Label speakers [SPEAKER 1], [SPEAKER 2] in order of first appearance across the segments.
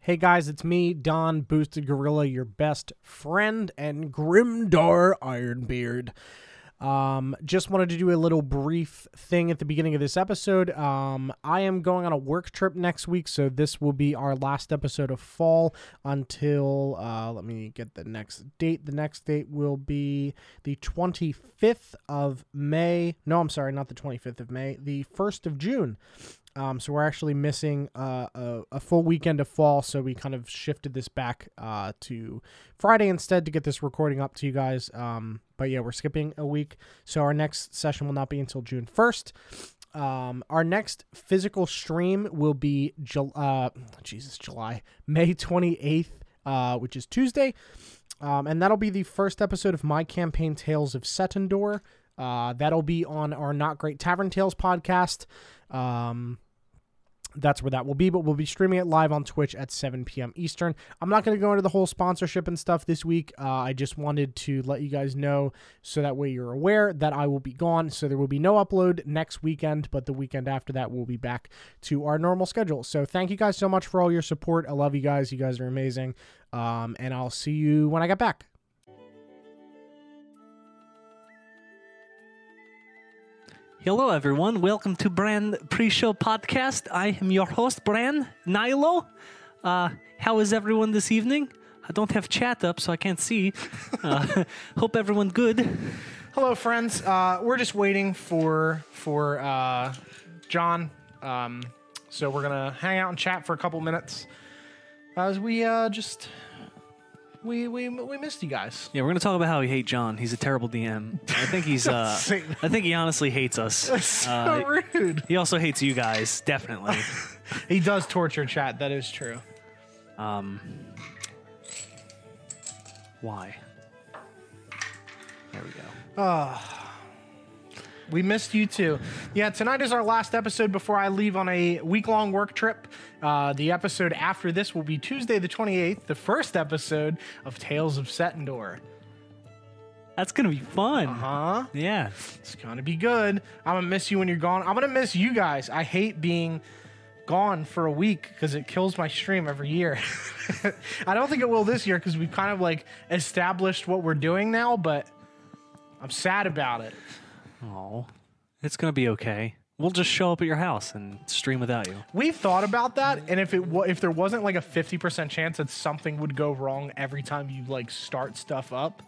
[SPEAKER 1] Hey guys, it's me, Don Boosted Gorilla, your best friend and Grimdar Ironbeard. Um, just wanted to do a little brief thing at the beginning of this episode. Um, I am going on a work trip next week, so this will be our last episode of fall until, uh, let me get the next date. The next date will be the 25th of May. No, I'm sorry, not the 25th of May, the 1st of June. Um, so we're actually missing uh, a, a full weekend of fall, so we kind of shifted this back uh, to Friday instead to get this recording up to you guys. Um, but yeah, we're skipping a week, so our next session will not be until June first. Um, our next physical stream will be Jul- uh, Jesus July May twenty eighth, uh, which is Tuesday, um, and that'll be the first episode of my campaign Tales of Setendor. Uh, that'll be on our Not Great Tavern Tales podcast. Um, that's where that will be, but we'll be streaming it live on Twitch at 7 p.m. Eastern. I'm not going to go into the whole sponsorship and stuff this week. Uh, I just wanted to let you guys know so that way you're aware that I will be gone. So there will be no upload next weekend, but the weekend after that, we'll be back to our normal schedule. So thank you guys so much for all your support. I love you guys. You guys are amazing. Um, and I'll see you when I get back.
[SPEAKER 2] Hello, everyone. Welcome to Brand Pre-Show Podcast. I am your host, Brand Nilo. Uh, how is everyone this evening? I don't have chat up, so I can't see. Uh, hope everyone good.
[SPEAKER 1] Hello, friends. Uh, we're just waiting for for uh, John, um, so we're gonna hang out and chat for a couple minutes as we uh, just we we we missed you guys.
[SPEAKER 2] Yeah, we're gonna talk about how we hate John. He's a terrible DM. I think he's. Uh,
[SPEAKER 1] say that.
[SPEAKER 2] I think he honestly hates us.
[SPEAKER 1] So
[SPEAKER 2] Uh,
[SPEAKER 1] rude.
[SPEAKER 2] he also hates you guys, definitely.
[SPEAKER 1] He does torture chat. That is true.
[SPEAKER 2] Um, why? There we go.
[SPEAKER 1] We missed you too. Yeah, tonight is our last episode before I leave on a week long work trip. Uh, the episode after this will be Tuesday the 28th, the first episode of Tales of Setendor.
[SPEAKER 2] That's gonna be fun.
[SPEAKER 1] Huh?
[SPEAKER 2] Uh-huh. Yeah.
[SPEAKER 1] It's gonna be good. I'm gonna miss you when you're gone. I'm gonna miss you guys. I hate being gone for a week because it kills my stream every year. I don't think it will this year because we've kind of like established what we're doing now, but I'm sad about it.
[SPEAKER 2] Oh, it's gonna be okay. We'll just show up at your house and stream without you.
[SPEAKER 1] We've thought about that, and if it wa- if there wasn't like a 50% chance that something would go wrong every time you like start stuff up,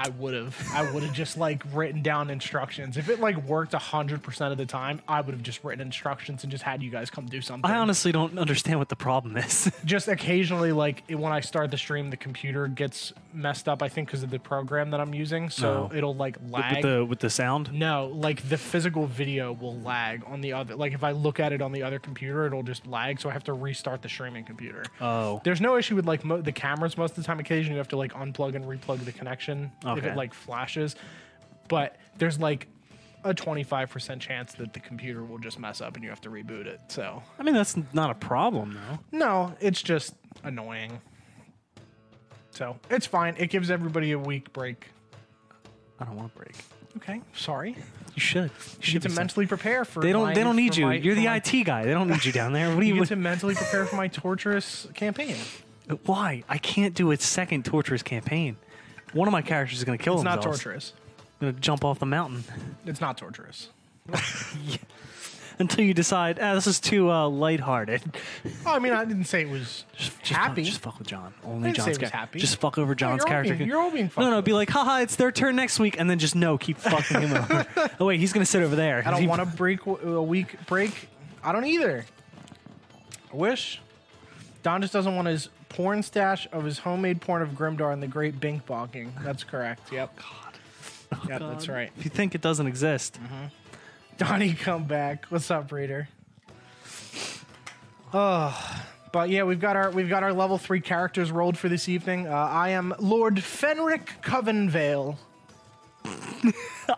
[SPEAKER 1] I would have. I would have just like written down instructions. If it like worked 100% of the time, I would have just written instructions and just had you guys come do something.
[SPEAKER 2] I honestly don't understand what the problem is.
[SPEAKER 1] just occasionally like it- when I start the stream, the computer gets messed up. I think because of the program that I'm using, so
[SPEAKER 2] No.
[SPEAKER 1] it'll like
[SPEAKER 2] with
[SPEAKER 1] lag.
[SPEAKER 2] Oh. the with the sound.
[SPEAKER 1] No, like the physical video will lag on the other. Like if I look at it on the other computer, it'll just lag. So I have to restart the streaming computer.
[SPEAKER 2] Oh,
[SPEAKER 1] There's no issue with like mo- the cameras most of the time. Occasionally, you have to like unplug and replug the connection if
[SPEAKER 2] Okay.
[SPEAKER 1] it like flashes. But there's like a 25% chance that the computer will just mess up and you have to reboot it. So
[SPEAKER 2] I mean that's not a problem though.
[SPEAKER 1] no, it's just annoying. So it's fine. It gives everybody a week break.
[SPEAKER 2] I don't want to break.
[SPEAKER 1] Okay, sorry.
[SPEAKER 2] You should. You
[SPEAKER 1] You
[SPEAKER 2] should
[SPEAKER 1] get to
[SPEAKER 2] be some-
[SPEAKER 1] mentally prepare for.
[SPEAKER 2] They don't.
[SPEAKER 1] my-
[SPEAKER 2] They don't need
[SPEAKER 1] for
[SPEAKER 2] you.
[SPEAKER 1] my-
[SPEAKER 2] You're
[SPEAKER 1] for
[SPEAKER 2] the
[SPEAKER 1] my
[SPEAKER 2] IT guy. They don't need you down there. What do you?
[SPEAKER 1] You get
[SPEAKER 2] What,
[SPEAKER 1] to mentally prepare for my torturous campaign.
[SPEAKER 2] why? I can't do a second torturous campaign. One of my characters is gonna kill
[SPEAKER 1] It's not
[SPEAKER 2] themselves.
[SPEAKER 1] torturous.
[SPEAKER 2] Gonna jump off the mountain
[SPEAKER 1] It's not torturous.
[SPEAKER 2] until you decide. Ah, this is too uh, lighthearted.
[SPEAKER 1] Oh, I mean, I didn't say it was
[SPEAKER 2] Just, just
[SPEAKER 1] happy.
[SPEAKER 2] Fuck, just fuck with John. Only
[SPEAKER 1] didn't say
[SPEAKER 2] John's
[SPEAKER 1] it was
[SPEAKER 2] character.
[SPEAKER 1] happy.
[SPEAKER 2] Just fuck over John's
[SPEAKER 1] you're all
[SPEAKER 2] character.
[SPEAKER 1] being- you're all being fucked
[SPEAKER 2] No, no.
[SPEAKER 1] with.
[SPEAKER 2] Be like, haha, it's their turn next week, and then just no, keep fucking him over. Oh wait, he's gonna sit over there.
[SPEAKER 1] I don't want a break a week break. I don't either. I wish. Don just doesn't want his porn stash of his homemade porn of Grimdar and the Great Bink Bonking. That's correct. Yep. God. Yep, that's right.
[SPEAKER 2] If you think it doesn't exist,
[SPEAKER 1] Donnie, come back. What's up, Reader? Oh, but yeah, we've got our we've got our level three characters rolled for this evening. Uh, I am Lord Fenric Covenvale.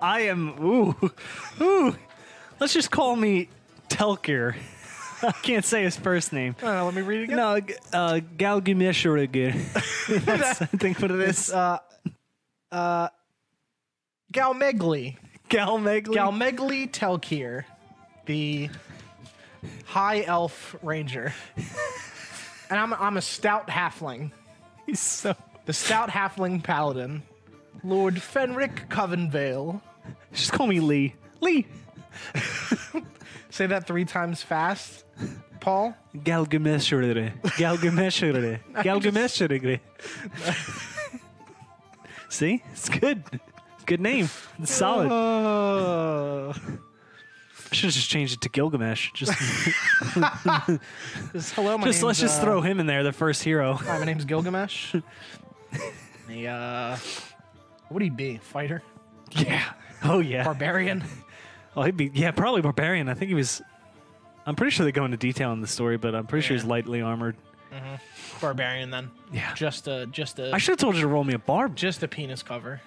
[SPEAKER 2] I am. Ooh, ooh. Let's just call me Telkir. I can't say his first name.
[SPEAKER 1] Uh, let me read it again.
[SPEAKER 2] No, g- uh, Galgimeshurigir. That's I think what it is. Uh,
[SPEAKER 1] Galmegli,
[SPEAKER 2] Galmegli.
[SPEAKER 1] Galmegli Telkir, the High Elf Ranger. and I'm I'm a stout halfling,
[SPEAKER 2] He's so
[SPEAKER 1] the stout halfling paladin, Lord Fenric Covenvale.
[SPEAKER 2] just call me Lee. Lee
[SPEAKER 1] Say that three times fast, Paul.
[SPEAKER 2] Galgameshire. Galgameshire. Galgameshire. See? It's good. Good name. It's solid.
[SPEAKER 1] Uh-huh. Oh,
[SPEAKER 2] I should have just changed it to Gilgamesh. Just,
[SPEAKER 1] just, hello, my
[SPEAKER 2] just
[SPEAKER 1] name's,
[SPEAKER 2] let's just
[SPEAKER 1] uh,
[SPEAKER 2] throw him in there, the first hero.
[SPEAKER 1] Hi, my name's Gilgamesh. the, uh, what would he be? Fighter?
[SPEAKER 2] Yeah. Oh yeah.
[SPEAKER 1] Barbarian?
[SPEAKER 2] Oh, he'd be yeah, probably barbarian. I think he was. I'm pretty sure they go into detail in the story, but I'm pretty sure he's
[SPEAKER 1] Yeah.
[SPEAKER 2] lightly armored.
[SPEAKER 1] Barbarian then.
[SPEAKER 2] Yeah.
[SPEAKER 1] Just a just a
[SPEAKER 2] I should have told you to roll me a barb.
[SPEAKER 1] just a penis cover.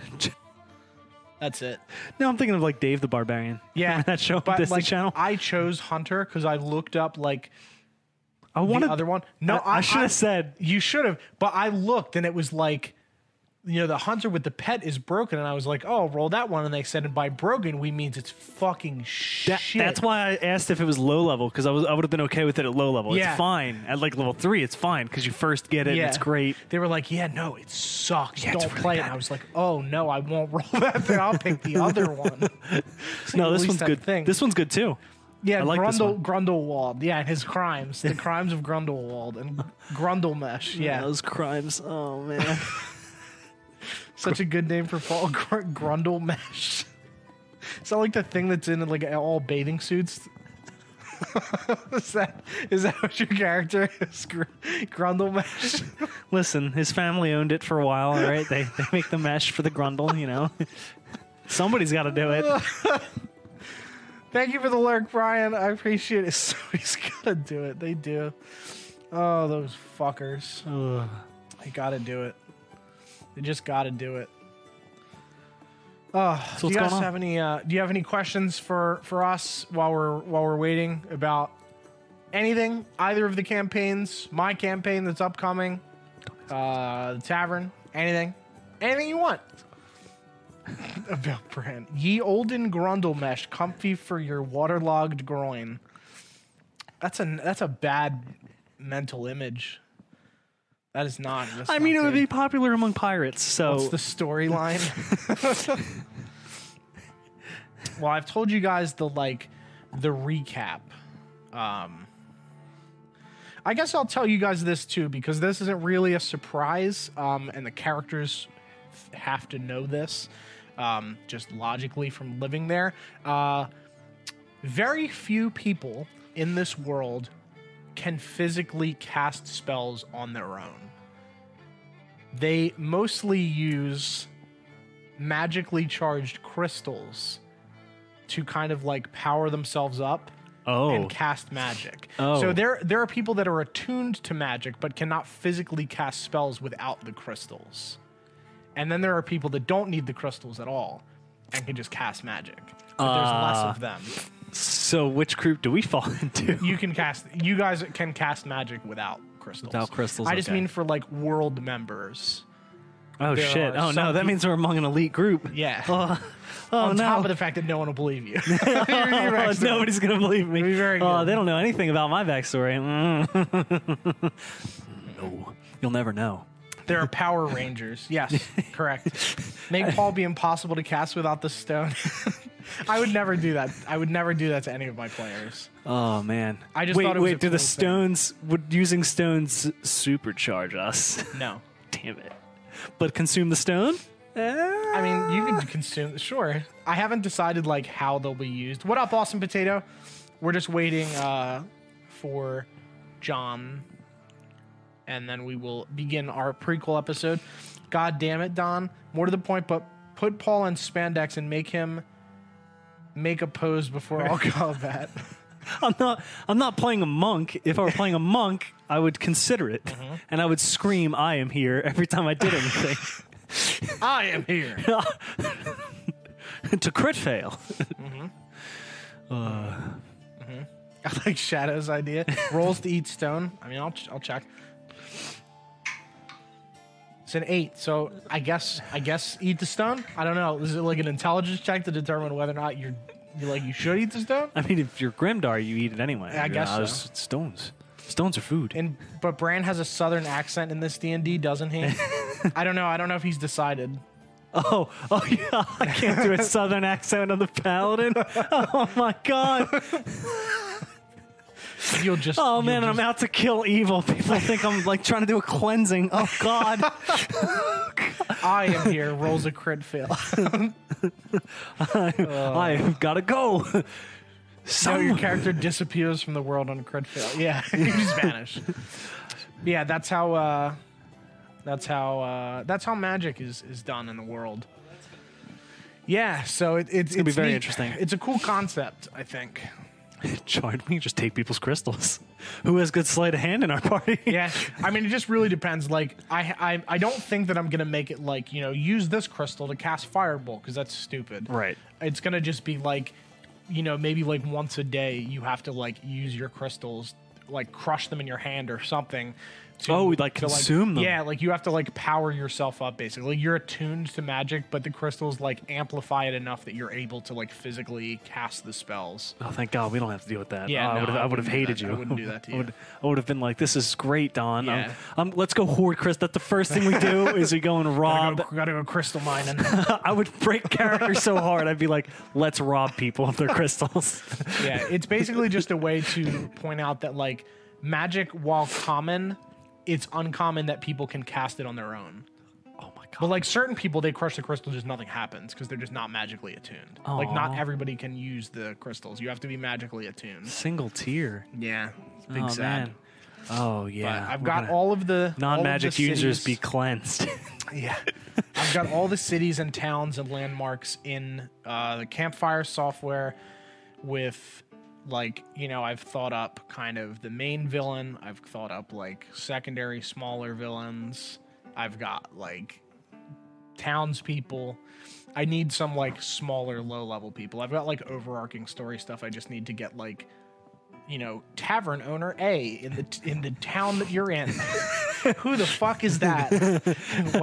[SPEAKER 1] That's it.
[SPEAKER 2] No, I'm thinking of like Dave the Barbarian.
[SPEAKER 1] Yeah,
[SPEAKER 2] Remember that show on Disney
[SPEAKER 1] like,
[SPEAKER 2] Channel.
[SPEAKER 1] I chose Hunter because I looked up like
[SPEAKER 2] I
[SPEAKER 1] the
[SPEAKER 2] wanted.
[SPEAKER 1] other one. No,
[SPEAKER 2] I, I should have said.
[SPEAKER 1] You should have, but I looked and it was like, you know, the hunter with the pet is broken, and I was like, oh, roll that one, and they said, and by broken we means it's fucking
[SPEAKER 2] That,
[SPEAKER 1] shit.
[SPEAKER 2] that's why I asked if it was low level because I was I would have been okay with it at low level.
[SPEAKER 1] Yeah.
[SPEAKER 2] It's fine at like level three. It's fine because you first get it. and It's great.
[SPEAKER 1] They were like, yeah, no, it sucks.
[SPEAKER 2] it's
[SPEAKER 1] Don't
[SPEAKER 2] really
[SPEAKER 1] play it.
[SPEAKER 2] bad.
[SPEAKER 1] And I was like, oh no, I won't roll that. Then I'll pick the other one.
[SPEAKER 2] No,
[SPEAKER 1] at
[SPEAKER 2] this
[SPEAKER 1] least
[SPEAKER 2] one's
[SPEAKER 1] that
[SPEAKER 2] good.
[SPEAKER 1] thing.
[SPEAKER 2] This one's good too.
[SPEAKER 1] Yeah,
[SPEAKER 2] like this
[SPEAKER 1] Grundle,
[SPEAKER 2] one.
[SPEAKER 1] Grundlewald. Yeah, and his crimes, the crimes of Grundlewald and Grundlemesh. Yeah,
[SPEAKER 2] those crimes. Oh man.
[SPEAKER 1] such a good name for Paul Gr- Grundlemesh. Is that like the thing that's in like all bathing suits? is that is that what your character is, Gr- Grundlemesh?
[SPEAKER 2] Listen, his family owned it for a while, all right? They, they make the mesh for the grundle, you know? Somebody's got to do it.
[SPEAKER 1] Thank you for the lurk, Brian. I appreciate it. Somebody's gotta do it. They do. Oh, those fuckers.
[SPEAKER 2] Ugh.
[SPEAKER 1] They gotta do it. They just gotta do it. do
[SPEAKER 2] So what's
[SPEAKER 1] you guys
[SPEAKER 2] going on?
[SPEAKER 1] have any? Uh, do you have any questions for for us while we're while we're waiting about anything? Either of the campaigns, my campaign that's upcoming, uh, the tavern, anything, anything you want about Brand. Ye olden grundle mesh, comfy for your waterlogged groin. That's a that's a bad mental image. That is not. that's
[SPEAKER 2] I
[SPEAKER 1] not
[SPEAKER 2] mean, it would
[SPEAKER 1] good.
[SPEAKER 2] be popular among pirates, so
[SPEAKER 1] What's the storyline? well, I've told you guys the like the recap. Um I guess I'll tell you guys this too because this isn't really a surprise um and the characters f- have to know this um just logically from living there. Uh very few people in this world can physically cast spells on their own they mostly use magically charged crystals to kind of like power themselves up
[SPEAKER 2] oh,
[SPEAKER 1] and cast magic.
[SPEAKER 2] Oh.
[SPEAKER 1] So there there are people that are attuned to magic but cannot physically cast spells without the crystals. And then there are people that don't need the crystals at all and can just cast magic. But
[SPEAKER 2] Ah.
[SPEAKER 1] there's less of them.
[SPEAKER 2] so which group do we fall into?
[SPEAKER 1] You can cast you guys can cast magic without crystals.
[SPEAKER 2] Without crystals,
[SPEAKER 1] I just
[SPEAKER 2] okay.
[SPEAKER 1] mean for like world members.
[SPEAKER 2] Oh
[SPEAKER 1] there
[SPEAKER 2] shit!
[SPEAKER 1] are
[SPEAKER 2] Oh no,
[SPEAKER 1] some
[SPEAKER 2] that means we're among an elite group.
[SPEAKER 1] Yeah.
[SPEAKER 2] Oh, oh,
[SPEAKER 1] on
[SPEAKER 2] no!
[SPEAKER 1] top of the fact that no one will believe you. You're gonna be
[SPEAKER 2] Oh,
[SPEAKER 1] Rex Dillon.
[SPEAKER 2] nobody's gonna believe me.
[SPEAKER 1] be very
[SPEAKER 2] Oh,
[SPEAKER 1] good.
[SPEAKER 2] they don't know anything about my backstory. Mm. no, you'll never know.
[SPEAKER 1] There are Power Rangers. Yes, correct. Make Paul be impossible to cast without the stone. I would never do that. I would never do that to any of my players.
[SPEAKER 2] Oh man!
[SPEAKER 1] I just
[SPEAKER 2] wait,
[SPEAKER 1] thought it was
[SPEAKER 2] wait.
[SPEAKER 1] a
[SPEAKER 2] do
[SPEAKER 1] cool
[SPEAKER 2] the
[SPEAKER 1] thing.
[SPEAKER 2] stones would using stones supercharge us?
[SPEAKER 1] No.
[SPEAKER 2] Damn it. But consume the stone? Eh,
[SPEAKER 1] I mean, you can consume. Sure. I haven't decided like how they'll be used. What up, Austin Potato? We're just waiting uh, for John, and then we will begin our prequel episode. God damn it, Don! More to the point, but put Paul in spandex and make him make a pose before all combat.
[SPEAKER 2] I'm not I'm not playing a monk. If I were playing a monk, I would consider it.
[SPEAKER 1] Mm-hmm.
[SPEAKER 2] And I would scream, I am here every time I did anything.
[SPEAKER 1] I am here.
[SPEAKER 2] to crit fail.
[SPEAKER 1] I like Shadow's idea. Rolls to eat stone. I mean, I'll ch- I'll check. It's an eight, so I guess I guess eat the stone. I don't know. Is it like an intelligence check to determine whether or not you're you like you should eat the stone?
[SPEAKER 2] I mean if you're Grimdar, you eat it anyway.
[SPEAKER 1] I
[SPEAKER 2] You
[SPEAKER 1] guess
[SPEAKER 2] know,
[SPEAKER 1] so.
[SPEAKER 2] it's- it's stones. Stones are food.
[SPEAKER 1] And but Bran has a southern accent in this D and D, doesn't he? I don't know. I don't know if he's decided.
[SPEAKER 2] Oh, oh yeah, I can't do a southern accent on the paladin. Oh my god.
[SPEAKER 1] You'll just.
[SPEAKER 2] Oh
[SPEAKER 1] you'll
[SPEAKER 2] man, I'm
[SPEAKER 1] just-
[SPEAKER 2] out to kill evil. People think I'm like trying to do a cleansing. Oh god.
[SPEAKER 1] I am here. Rolls a crit fail. Oh.
[SPEAKER 2] I've gotta go.
[SPEAKER 1] No,
[SPEAKER 2] Some,
[SPEAKER 1] your character disappears from the world on a crit fail. Yeah, you just vanish. Yeah, that's how. Uh, that's how. Uh, that's how magic is is done in the world. Yeah, so it, it's
[SPEAKER 2] gonna be
[SPEAKER 1] it's
[SPEAKER 2] very
[SPEAKER 1] neat.
[SPEAKER 2] interesting.
[SPEAKER 1] It's a cool concept, I think.
[SPEAKER 2] Chard, we can just take people's crystals. Who has good sleight of hand in our party?
[SPEAKER 1] Yeah, I mean, it just really depends. Like, I, I, I don't think that I'm gonna make it like you know use this crystal to cast fireball because that's stupid.
[SPEAKER 2] Right.
[SPEAKER 1] It's gonna just be like, you know, maybe like once a day you have to like use your crystals, like crush them in your hand or something. To,
[SPEAKER 2] Oh, like, consume them.
[SPEAKER 1] Yeah, like you have to like power yourself up basically. You're attuned to magic, but the crystals like amplify it enough that you're able to like physically cast the spells.
[SPEAKER 2] Oh, thank God we don't have to deal with that.
[SPEAKER 1] Yeah,
[SPEAKER 2] Oh, I
[SPEAKER 1] no,
[SPEAKER 2] would have,
[SPEAKER 1] I
[SPEAKER 2] I would have
[SPEAKER 1] wouldn't do
[SPEAKER 2] hated
[SPEAKER 1] that.
[SPEAKER 2] you.
[SPEAKER 1] I wouldn't do that to
[SPEAKER 2] I
[SPEAKER 1] you.
[SPEAKER 2] would, I would have been like, "This is great, Don. Um,
[SPEAKER 1] Yeah.
[SPEAKER 2] um, let's go hoard Chris. That's the first thing we do is we go and
[SPEAKER 1] Gotta
[SPEAKER 2] rob.
[SPEAKER 1] go, gotta go crystal mining.
[SPEAKER 2] I would break character so hard. I'd be like, "Let's rob people of their crystals."
[SPEAKER 1] yeah, it's basically just a way to point out that like magic, while common, it's uncommon that people can cast it on their own.
[SPEAKER 2] oh my God.
[SPEAKER 1] But like certain people, they crush the crystal, just nothing happens because they're just not magically attuned. Like not everybody can use the crystals. You have to be magically attuned.
[SPEAKER 2] Single tear.
[SPEAKER 1] Yeah, it's big
[SPEAKER 2] oh
[SPEAKER 1] sad.
[SPEAKER 2] man. Oh
[SPEAKER 1] But
[SPEAKER 2] yeah.
[SPEAKER 1] Uh, I've
[SPEAKER 2] We're
[SPEAKER 1] got
[SPEAKER 2] gonna-
[SPEAKER 1] all of the all of the
[SPEAKER 2] non-magic users
[SPEAKER 1] cities-
[SPEAKER 2] be cleansed.
[SPEAKER 1] Yeah. I've got all the cities and towns and landmarks in uh, the campfire software with like, you know, I've thought up kind of the main villain. I've thought up like secondary smaller villains. I've got like townspeople. I need some like smaller low level people. I've got like overarching story stuff. I just need to get like you know, tavern owner A in the in the town that you're in. Who the fuck is that?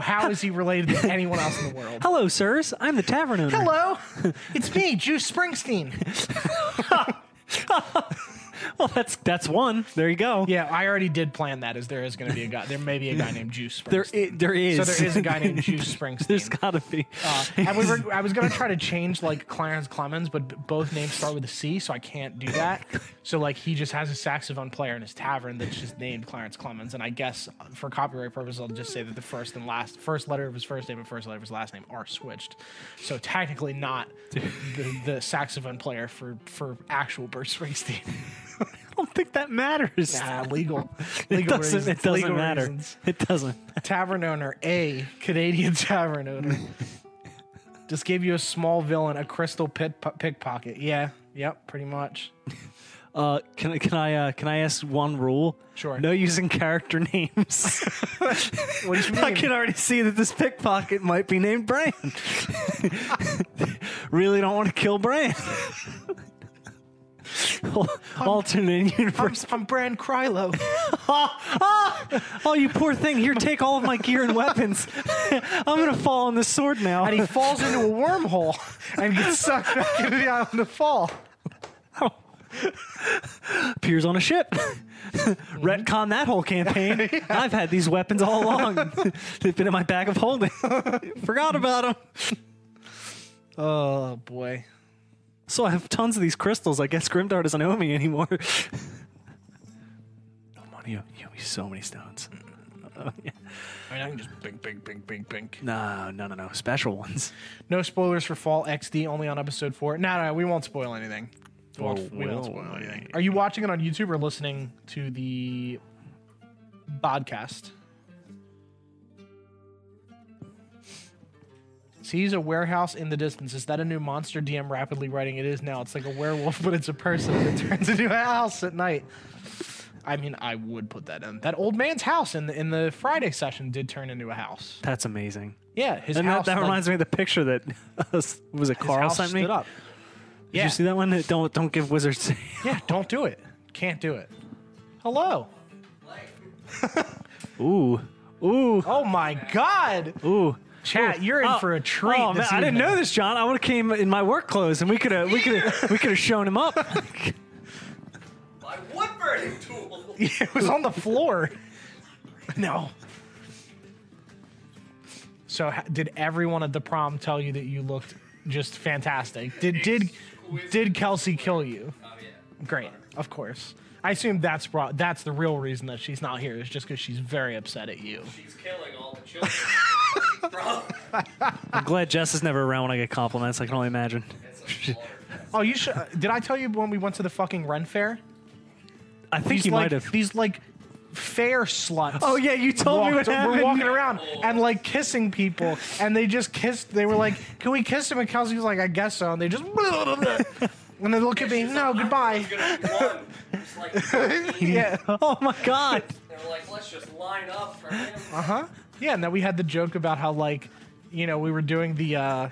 [SPEAKER 1] How is he related to anyone else in the world?
[SPEAKER 2] Hello, sirs. I'm the tavern owner.
[SPEAKER 1] Hello, it's me, Juice Springsteen.
[SPEAKER 2] Well, that's that's one. There you go.
[SPEAKER 1] Yeah, I already did plan that. As there is going to be a guy, there may be a guy named Juice. Springsteen.
[SPEAKER 2] There, i- there is.
[SPEAKER 1] so there is a guy named Juice
[SPEAKER 2] There's
[SPEAKER 1] Springsteen.
[SPEAKER 2] gotta be.
[SPEAKER 1] Uh, and we were, I was gonna try to change like Clarence Clemens, but b- both names start with a C, so I can't do that. So like he just has a saxophone player in his tavern that's just named Clarence Clemens, and I guess uh, for copyright purposes, I'll just say that the first and last first letter of his first name and first letter of his last name are switched. So technically not the, the saxophone player for for actual Bruce Springsteen.
[SPEAKER 2] I don't think that matters.
[SPEAKER 1] Nah, legal.
[SPEAKER 2] It
[SPEAKER 1] Legal
[SPEAKER 2] doesn't, it
[SPEAKER 1] reasons,
[SPEAKER 2] doesn't
[SPEAKER 1] legal
[SPEAKER 2] matter.
[SPEAKER 1] reasons.
[SPEAKER 2] It doesn't.
[SPEAKER 1] tavern owner A, Canadian tavern owner. Just gave you a small villain, a crystal pit po- pickpocket. Yeah, yep, pretty much.
[SPEAKER 2] Uh, can I can I uh, can I ask one rule?
[SPEAKER 1] Sure.
[SPEAKER 2] No using character names.
[SPEAKER 1] What do you mean?
[SPEAKER 2] I can already see that this pickpocket might be named Bran. really don't want to kill Bran. Al- Alternate
[SPEAKER 1] I'm,
[SPEAKER 2] universe.
[SPEAKER 1] I'm Bran Krylo.
[SPEAKER 2] Oh, you poor thing! Here, take all of my gear and weapons. I'm gonna fall on this sword now.
[SPEAKER 1] and he falls into a wormhole and gets sucked back into the island of fall.
[SPEAKER 2] appears on a ship. Retcon that whole campaign. I've had these weapons all along. They've been in my bag of holding. Forgot about them.
[SPEAKER 1] Oh boy.
[SPEAKER 2] So I have tons of these crystals. I guess Grimdar doesn't owe me anymore. no money. You you owe me so many stones. Oh, yeah.
[SPEAKER 1] I mean, I can just bink, bink, bink, bink, bink.
[SPEAKER 2] No, no, no, no. Special ones.
[SPEAKER 1] No spoilers for Fall XD, only on episode four. No, no, we won't spoil anything. We won't,
[SPEAKER 2] Oh,
[SPEAKER 1] we won't
[SPEAKER 2] well,
[SPEAKER 1] spoil anything. Are you watching it on YouTube or listening to the podcast? Sees a warehouse in the distance. Is that a new monster? DM rapidly writing. It is now. It's like a werewolf, but it's a person. It turns into a house at night. I mean, I would put that in. That old man's house in the in the Friday session did turn into a house.
[SPEAKER 2] That's amazing.
[SPEAKER 1] Yeah, his
[SPEAKER 2] And
[SPEAKER 1] house.
[SPEAKER 2] that, that
[SPEAKER 1] like,
[SPEAKER 2] reminds me of the picture that was it
[SPEAKER 1] his
[SPEAKER 2] Carl
[SPEAKER 1] house
[SPEAKER 2] sent me.
[SPEAKER 1] stood up.
[SPEAKER 2] Did you see that one? Don't don't give wizards.
[SPEAKER 1] Yeah, don't do it. Can't do it. Hello.
[SPEAKER 2] Ooh, ooh,
[SPEAKER 1] Oh my God.
[SPEAKER 2] ooh.
[SPEAKER 1] Chat, you're in
[SPEAKER 2] Oh,
[SPEAKER 1] for a treat.
[SPEAKER 2] Oh man,
[SPEAKER 1] this
[SPEAKER 2] I didn't
[SPEAKER 1] evening.
[SPEAKER 2] know this, John. I would have came in my work clothes, and we could have we could have we could have shown him up.
[SPEAKER 3] My woodburning tool.
[SPEAKER 1] it was on the floor. No. So ha- did everyone at the prom tell you that you looked just fantastic? Did did did Kelsey kill you?
[SPEAKER 3] Oh yeah.
[SPEAKER 1] Great, of course. I assume that's brought, that's the real reason that she's not here is just because she's very upset at you.
[SPEAKER 3] She's killing all the children. Bro.
[SPEAKER 2] I'm glad Jess is never around when I get compliments. I can only imagine.
[SPEAKER 3] It's a slaughter.
[SPEAKER 1] Oh, you should. Did I tell you when we went to the fucking Ren Fair?
[SPEAKER 2] I think
[SPEAKER 1] These
[SPEAKER 2] you
[SPEAKER 1] like
[SPEAKER 2] might have.
[SPEAKER 1] these like fair sluts.
[SPEAKER 2] Oh yeah, you told me
[SPEAKER 1] walked-
[SPEAKER 2] what
[SPEAKER 1] We're
[SPEAKER 2] happened.
[SPEAKER 1] walking around and like kissing people, and they just kissed. They were like, "Can we kiss him?" And Kelsey was like, "I guess so." And they just and they look at me.
[SPEAKER 3] She's
[SPEAKER 1] No,
[SPEAKER 3] like,
[SPEAKER 1] goodbye.
[SPEAKER 3] I'm just gonna be one. It's like, thirteen.
[SPEAKER 1] Yeah,
[SPEAKER 2] Oh my god.
[SPEAKER 3] They were like, let's just line up for him.
[SPEAKER 1] yeah. And then we had the joke about how like, you know, we were doing the. uh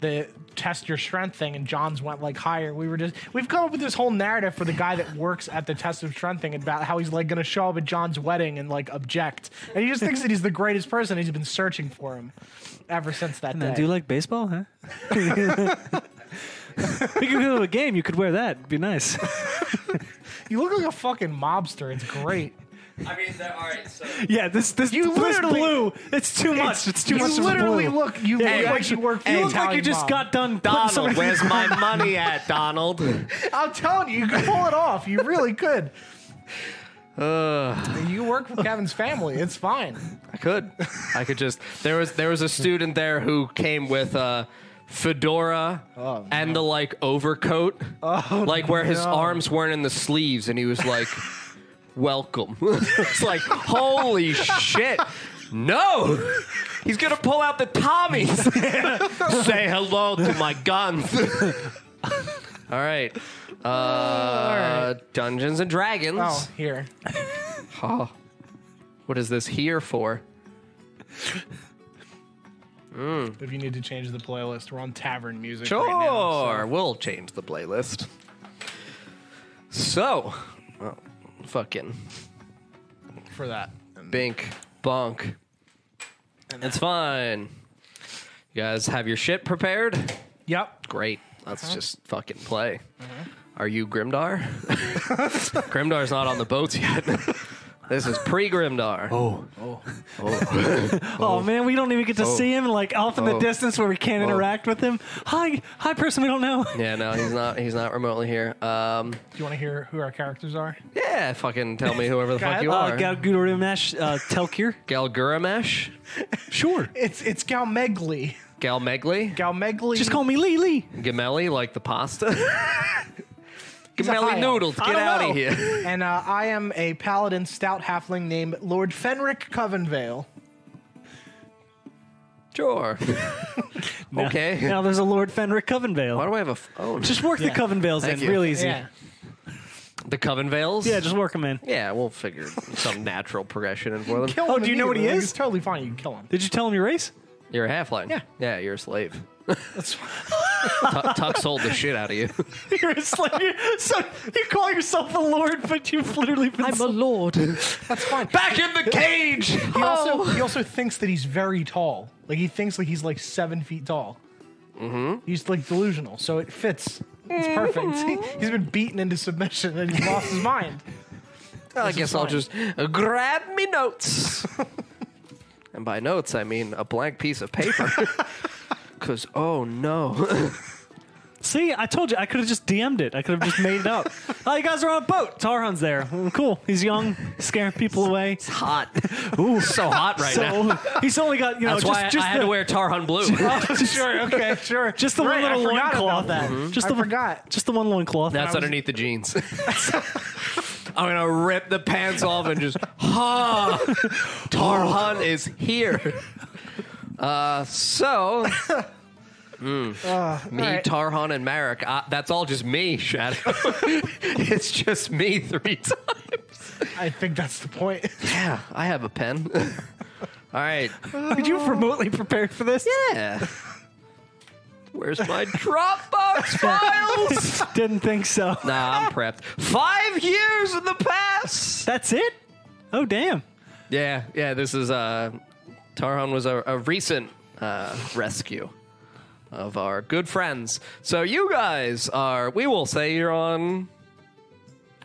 [SPEAKER 1] the test your strength thing and John's went like higher. We were just we've come up with this whole narrative for the guy that works at the test of strength thing about how he's like gonna show up at John's wedding and like object. And he just thinks that he's the greatest person. He's been searching for him ever since that
[SPEAKER 2] Now,
[SPEAKER 1] day.
[SPEAKER 2] do you like baseball, huh? we could go to a game. You could wear that. It'd be nice.
[SPEAKER 1] You look like a fucking mobster. It's great.
[SPEAKER 3] I mean, they're- all right. So
[SPEAKER 2] Yeah, this this
[SPEAKER 1] You
[SPEAKER 2] this
[SPEAKER 1] literally-
[SPEAKER 2] blue. It's too much. It's too
[SPEAKER 1] you
[SPEAKER 2] much. of
[SPEAKER 1] literally
[SPEAKER 2] blue.
[SPEAKER 1] look- you look like you work for
[SPEAKER 2] You
[SPEAKER 1] an
[SPEAKER 2] look like you
[SPEAKER 1] Italian
[SPEAKER 2] just
[SPEAKER 1] mob.
[SPEAKER 2] got done putting
[SPEAKER 4] Donald,
[SPEAKER 2] somebody-
[SPEAKER 4] where's my money at, Donald?
[SPEAKER 1] I'm telling you, you could pull it off. You really could. You work for Kevin's family. It's fine.
[SPEAKER 4] I could. I could just. There was there was a student there who came with a fedora and the like overcoat, like where his
[SPEAKER 1] Oh, no.
[SPEAKER 4] arms weren't in the sleeves, and he was like, "Welcome." it's like, holy shit! No, he's gonna pull out the Tommies. Say hello to my guns. All right. Uh, Dungeons and Dragons.
[SPEAKER 1] Oh, here.
[SPEAKER 4] Oh, what is this here for?
[SPEAKER 1] If you need to change the playlist, we're on tavern music.
[SPEAKER 4] Sure,
[SPEAKER 1] Right now, so-
[SPEAKER 4] we'll change the playlist. So, well, fucking
[SPEAKER 1] for that.
[SPEAKER 4] bink bunk. It's fine. You guys have your shit prepared?
[SPEAKER 1] Yep.
[SPEAKER 4] Great. Let's just fucking play. Are you Grimdar? Grimdar's not on the boats yet. this is pre Grimdar. Oh.
[SPEAKER 2] Oh man, we don't even get to see him like off in the
[SPEAKER 4] Oh.
[SPEAKER 2] distance where we can't interact with him. Hi, hi, person we don't know.
[SPEAKER 4] Yeah, no, he's not he's not remotely here. Um
[SPEAKER 1] Do you want to hear who our characters are?
[SPEAKER 4] yeah, fucking tell me whoever the fuck
[SPEAKER 1] ahead.
[SPEAKER 4] you
[SPEAKER 2] Uh,
[SPEAKER 4] are.
[SPEAKER 2] Galgudurimash uh, Telkir.
[SPEAKER 4] Galguramesh?
[SPEAKER 2] Sure.
[SPEAKER 1] It's it's Galmegli.
[SPEAKER 4] Galmegli?
[SPEAKER 1] Galmegli.
[SPEAKER 2] Just call me Lee Lee.
[SPEAKER 4] Gamelli, like the pasta.
[SPEAKER 1] He's a
[SPEAKER 4] Gamelli
[SPEAKER 1] high
[SPEAKER 4] noodles,
[SPEAKER 2] elf. I
[SPEAKER 4] get
[SPEAKER 2] don't
[SPEAKER 4] out
[SPEAKER 2] know.
[SPEAKER 4] of here.
[SPEAKER 1] And uh, I am a paladin stout halfling named Lord Fenric Covenvale.
[SPEAKER 4] Sure. okay.
[SPEAKER 2] Now there's a Lord Fenric Covenvale.
[SPEAKER 4] Why do I have a oh, phone?
[SPEAKER 2] Just work
[SPEAKER 1] Yeah.
[SPEAKER 2] the Covenvales in,
[SPEAKER 4] Thank you.
[SPEAKER 2] real easy.
[SPEAKER 1] Yeah.
[SPEAKER 2] Yeah.
[SPEAKER 4] the Coven Veils?
[SPEAKER 2] just work them in.
[SPEAKER 4] Yeah, we'll figure some natural progression in for them.
[SPEAKER 1] Kill
[SPEAKER 2] Oh,
[SPEAKER 1] him
[SPEAKER 2] do you know what he
[SPEAKER 1] immediately.
[SPEAKER 2] is?
[SPEAKER 1] It's totally fine. You can kill him.
[SPEAKER 2] Did you tell him your race?
[SPEAKER 4] You're a halfling.
[SPEAKER 1] Yeah.
[SPEAKER 4] Yeah, you're a slave. Tu- Tuck sold the shit out of you.
[SPEAKER 2] You're a slave. You're- So you call yourself a lord, but you've literally been. I'm
[SPEAKER 4] lord.
[SPEAKER 1] That's fine.
[SPEAKER 4] Back in the cage!
[SPEAKER 1] He also he also thinks that he's very tall. Like he thinks like he's like seven feet tall. Mm-hmm. He's like delusional, so it fits. It's perfect. he's been beaten into submission and he's lost his mind.
[SPEAKER 4] I guess I'll just uh, grab me notes. and by notes, I mean a blank piece of paper. Because, oh no.
[SPEAKER 2] See, I told you I could have just DM'd it. I could have just made it up. oh, you guys are on a boat. Tarhan's there. Mm, Cool. He's young, scaring people away.
[SPEAKER 4] hot. Ooh, so hot right now.
[SPEAKER 2] So he's only got you know
[SPEAKER 4] That's
[SPEAKER 2] just
[SPEAKER 4] why
[SPEAKER 2] just
[SPEAKER 4] I
[SPEAKER 2] the,
[SPEAKER 4] had to wear Tarhan blue.
[SPEAKER 1] sure, okay, sure.
[SPEAKER 2] just the
[SPEAKER 1] Right, I
[SPEAKER 2] one little
[SPEAKER 1] forgot about
[SPEAKER 2] loincloth. Mm-hmm.
[SPEAKER 1] that.
[SPEAKER 2] Just
[SPEAKER 1] I
[SPEAKER 2] the one-
[SPEAKER 1] forgot.
[SPEAKER 2] Just the one loincloth.
[SPEAKER 4] That's underneath the jeans. I'm gonna rip the pants off and just ha. Tarhan is here. Uh, so. Mm. me,
[SPEAKER 1] Uh, all right.
[SPEAKER 4] Tarhan, and Marek. Uh, that's all just me, Shadow. it's just me three times.
[SPEAKER 1] I think that's the point.
[SPEAKER 4] Yeah, I have a pen. all right.
[SPEAKER 2] Did you remotely prepare for this?
[SPEAKER 4] Yeah. Where's my Dropbox files?
[SPEAKER 2] Didn't think so.
[SPEAKER 4] Nah, I'm prepped. Five years in the past.
[SPEAKER 2] That's it. Oh damn.
[SPEAKER 4] Yeah, yeah. This is uh, Tarhan was a, a recent uh, rescue of our good friends. So you guys are, we will say, you're on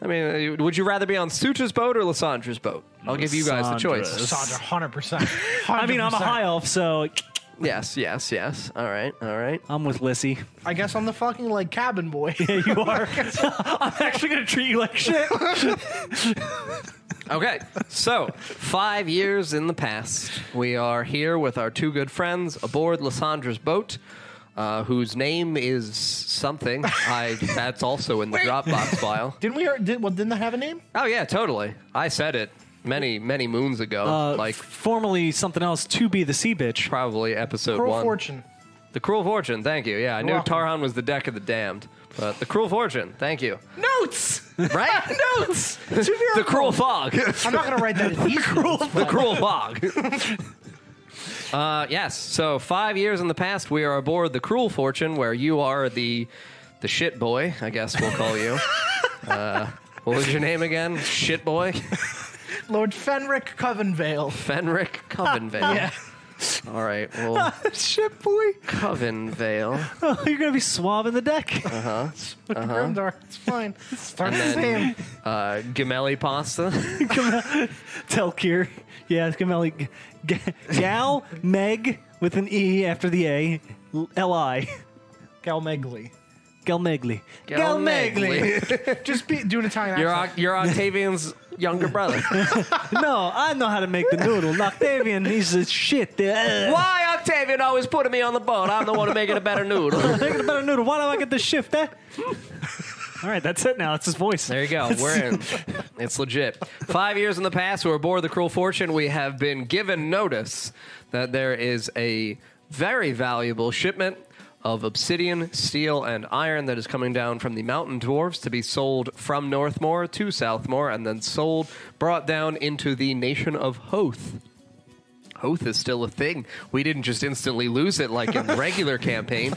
[SPEAKER 4] I mean, uh, would you rather be on Sutra's boat or Lysandra's boat? I'll give you guys the choice.
[SPEAKER 2] Lysandra's.
[SPEAKER 1] Sandra, hundred percent.
[SPEAKER 2] I mean, I'm a high elf, so
[SPEAKER 4] Yes, yes, yes. All right, all right.
[SPEAKER 2] I'm with Lissy.
[SPEAKER 1] I guess I'm the fucking like cabin boy.
[SPEAKER 2] Yeah, you are. I'm actually gonna treat you like shit.
[SPEAKER 4] Okay, so five years in the past, we are here with our two good friends aboard Lysandra's boat, uh, whose name is something. I that's also in the Dropbox file.
[SPEAKER 1] didn't we? Did, well, didn't that have a name?
[SPEAKER 4] Oh yeah, totally. I said it many many moons ago,
[SPEAKER 1] Uh,
[SPEAKER 4] like
[SPEAKER 2] Uh, formerly something else to be the sea bitch.
[SPEAKER 4] probably episode
[SPEAKER 1] Cruel
[SPEAKER 4] one.
[SPEAKER 1] Fortune.
[SPEAKER 4] The Cruel Fortune. Thank you. Yeah, I knew
[SPEAKER 1] welcome.
[SPEAKER 4] Tarhan was the deck of the damned, but the Cruel Fortune. Thank you.
[SPEAKER 1] Notes.
[SPEAKER 4] Right?
[SPEAKER 1] Notes.
[SPEAKER 4] the Cruel Fog.
[SPEAKER 1] I'm not gonna write that. in these notes,
[SPEAKER 4] the
[SPEAKER 1] but-
[SPEAKER 4] cruel fog. uh, yes. So five years in the past, we are aboard the Cruel Fortune, where you are the the shit boy. I guess we'll call you. uh, what was your name again? Shit boy,
[SPEAKER 1] Lord Fenric Covenvale.
[SPEAKER 4] Fenric Covenvale. All right. Well,
[SPEAKER 2] shit, boy.
[SPEAKER 4] Covenvale.
[SPEAKER 2] Oh, you're gonna be swabbing the deck.
[SPEAKER 1] Look, Grimdark. It's fine. Start the
[SPEAKER 4] then-
[SPEAKER 1] same.
[SPEAKER 4] Uh, Gamelli pasta.
[SPEAKER 2] Telkir. Yeah, it's gonna be like G- Gal Meg with an E after the A. L I.
[SPEAKER 1] Galmegli.
[SPEAKER 2] Galmegli.
[SPEAKER 1] Just be do an Italian
[SPEAKER 4] You're
[SPEAKER 1] accent.
[SPEAKER 4] Oc- you're Octavian's younger brother.
[SPEAKER 2] No, I know how to make the noodle. Octavian, he's a shit. Uh, What?
[SPEAKER 4] Why Octavian always putting me on the boat? I'm the one making a better noodle.
[SPEAKER 2] Making a better noodle. Why do I get the shift? Eh? All right, that's it now. It's his voice.
[SPEAKER 4] There you go. We're in. It's legit. Five years in the past, we're aboard the Cruel Fortune. We have been given notice that there is a very valuable shipment of obsidian, steel, and iron that is coming down from the mountain dwarves to be sold from Northmore to Southmore and then sold, brought down into the nation of Hoth. Hoth is still a thing. We didn't just instantly lose it like in the regular campaign.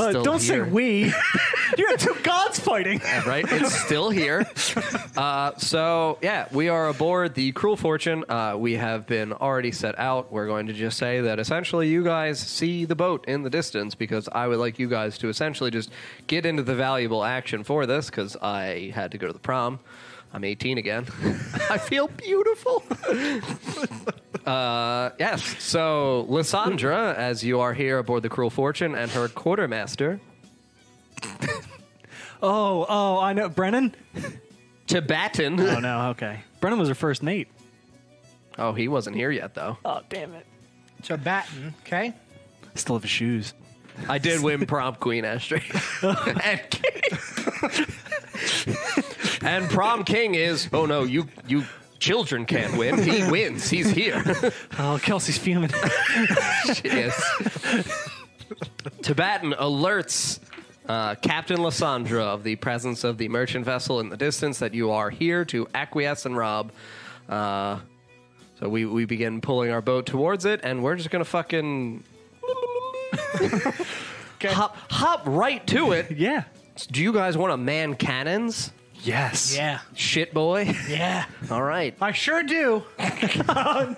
[SPEAKER 2] Uh,
[SPEAKER 4] still
[SPEAKER 2] don't
[SPEAKER 4] here
[SPEAKER 2] say we. You're two gods fighting.
[SPEAKER 4] right? It's still here. Uh, so yeah, we are aboard the Cruel Fortune. Uh, we have been already set out. We're going to just say that essentially you guys see the boat in the distance because I would like you guys to essentially just get into the valuable action for this because I had to go to the prom. I'm 18 again. I feel beautiful. Uh, yes. So, Lysandra, as you are here aboard the Cruel Fortune, and her quartermaster,
[SPEAKER 2] Oh, oh, I know. Brennan?
[SPEAKER 4] Tibetan.
[SPEAKER 2] Oh, no, okay. Brennan was her first mate.
[SPEAKER 4] Oh, he wasn't here yet, though.
[SPEAKER 2] Oh, damn it.
[SPEAKER 1] Tibetan. Okay.
[SPEAKER 2] Still have his shoes.
[SPEAKER 4] I did win prom queen, Ashtray. and king. and prom king is, oh no, you you children can't win. He wins. He's here.
[SPEAKER 2] Oh, Kelsey's fuming.
[SPEAKER 4] yes. Tibetan alerts uh, Captain Lysandra of the presence of the merchant vessel in the distance that you are here to acquiesce and rob. Uh, so we, we begin pulling our boat towards it, and we're just gonna fucking hop hop right to it.
[SPEAKER 2] yeah.
[SPEAKER 4] Do you guys want a man cannons?
[SPEAKER 2] Yes.
[SPEAKER 1] Yeah.
[SPEAKER 4] Shit boy.
[SPEAKER 1] Yeah.
[SPEAKER 4] All right.
[SPEAKER 1] I sure do.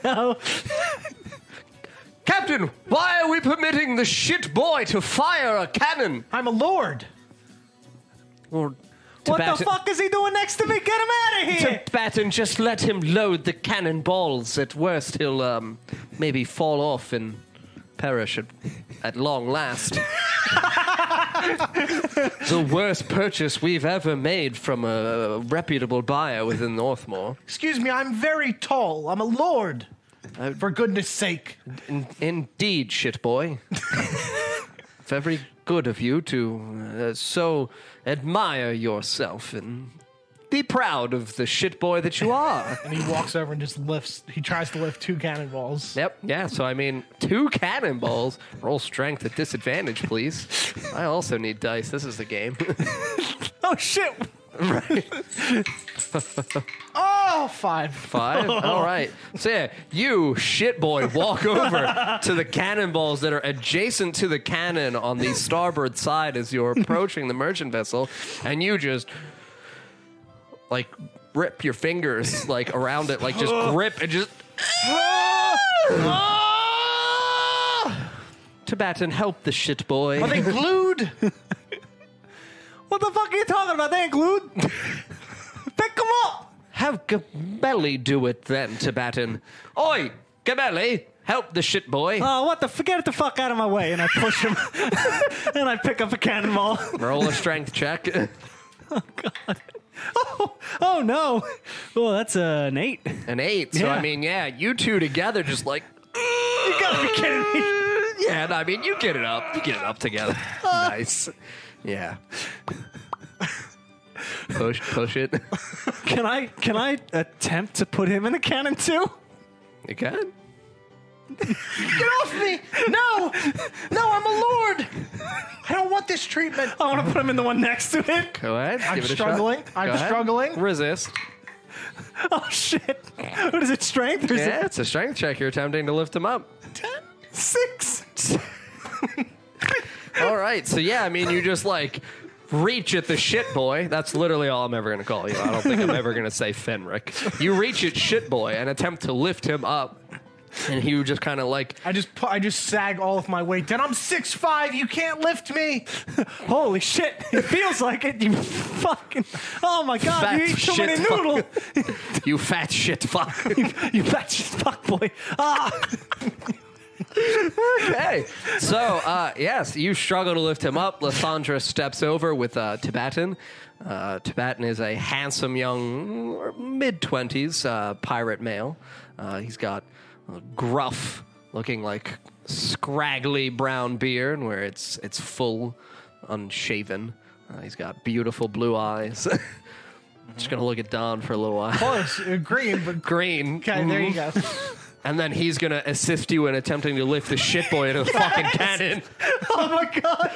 [SPEAKER 2] No.
[SPEAKER 4] Captain, why are we permitting the shit boy to fire a cannon?
[SPEAKER 1] I'm a lord.
[SPEAKER 4] Or
[SPEAKER 2] What the fuck is he doing next to me? Get him out of here!
[SPEAKER 4] Tibetan, just let him load the cannonballs. At worst, he'll um, maybe fall off and perish at, at long last. the worst purchase we've ever made from a reputable buyer within Northmore.
[SPEAKER 1] Excuse me. I'm very tall. I'm a lord. For goodness sake.
[SPEAKER 4] In- indeed, shit boy. Very good of you to uh, so admire yourself and be proud of the shit boy that you are.
[SPEAKER 1] And he walks over and just lifts. He tries to lift two cannonballs.
[SPEAKER 4] yep. Yeah. So I mean, two cannonballs. Roll strength at disadvantage, please. I also need dice. This is the game.
[SPEAKER 2] Oh, shit.
[SPEAKER 1] Oh, five.
[SPEAKER 4] Five. All right. So yeah, you shit boy walk over to the cannonballs that are adjacent to the cannon on the starboard side as you're approaching the merchant vessel, and you just like rip your fingers like around it, like just grip and just. Tibetan, help the shit boy.
[SPEAKER 1] Are they glued?
[SPEAKER 2] What the fuck are you talking about? They ain't glued. Pick up!
[SPEAKER 4] Have Gabelli do it then, Tibetan. Oi, Gabelli, help the shit boy.
[SPEAKER 2] Oh, what the? f- Get the fuck out of my way! And I push him, and I pick up a cannonball.
[SPEAKER 4] Roll a strength check.
[SPEAKER 2] Oh, oh no! Well, that's uh, an eight. You
[SPEAKER 4] An eight. So,
[SPEAKER 2] Yeah.
[SPEAKER 4] I mean, yeah, you two together just like, uh,
[SPEAKER 2] gotta be kidding me!
[SPEAKER 4] yeah, and I mean, you get it up. You get it up together.
[SPEAKER 1] Uh.
[SPEAKER 4] nice. Yeah. Push, push it.
[SPEAKER 2] Can I? Can I attempt to put him in the cannon too?
[SPEAKER 4] You can.
[SPEAKER 1] Get off me! No! No, I'm a lord! I don't want this treatment.
[SPEAKER 2] I want to put him in the one next to it.
[SPEAKER 4] Go ahead.
[SPEAKER 1] I'm
[SPEAKER 4] give it a
[SPEAKER 1] struggling.
[SPEAKER 4] Shot.
[SPEAKER 1] I'm
[SPEAKER 4] Go ahead.
[SPEAKER 1] struggling.
[SPEAKER 4] Resist.
[SPEAKER 2] Oh shit! What is it? Strength? Or is
[SPEAKER 4] Yeah,
[SPEAKER 2] it
[SPEAKER 4] it's a strength check. You're attempting to lift him up.
[SPEAKER 2] six?
[SPEAKER 4] All right. So yeah, I mean, you just like reach at the shit boy. That's literally all I'm ever gonna call you. I don't think I'm ever gonna say Fenric. You reach at shit boy and attempt to lift him up, and he just kind of like
[SPEAKER 1] I just pu- I just sag all of my weight down. I'm six five. You can't lift me.
[SPEAKER 2] Holy shit! It feels like it. You fucking. Oh my god!
[SPEAKER 4] Fat
[SPEAKER 2] you ate so
[SPEAKER 4] shit
[SPEAKER 2] many
[SPEAKER 4] fuck.
[SPEAKER 2] noodles.
[SPEAKER 4] you fat shit fuck.
[SPEAKER 2] you fat shit fuck boy. Ah!
[SPEAKER 4] okay. So uh, yes, you struggle to lift him up. Lysandra steps over with uh, Tibetan. Uh, Tibetan is a handsome young mid twenties uh, pirate male. Uh, he's got a gruff, looking like scraggly brown beard, where it's it's full, unshaven. Uh, he's got beautiful blue eyes. Just gonna look at Don for a little while.
[SPEAKER 1] Close, uh, green, but
[SPEAKER 4] Green. Mm-hmm.
[SPEAKER 1] okay. There you go.
[SPEAKER 4] And then he's gonna assist you in attempting to lift the shit boy into the fucking cannon.
[SPEAKER 2] Oh my god!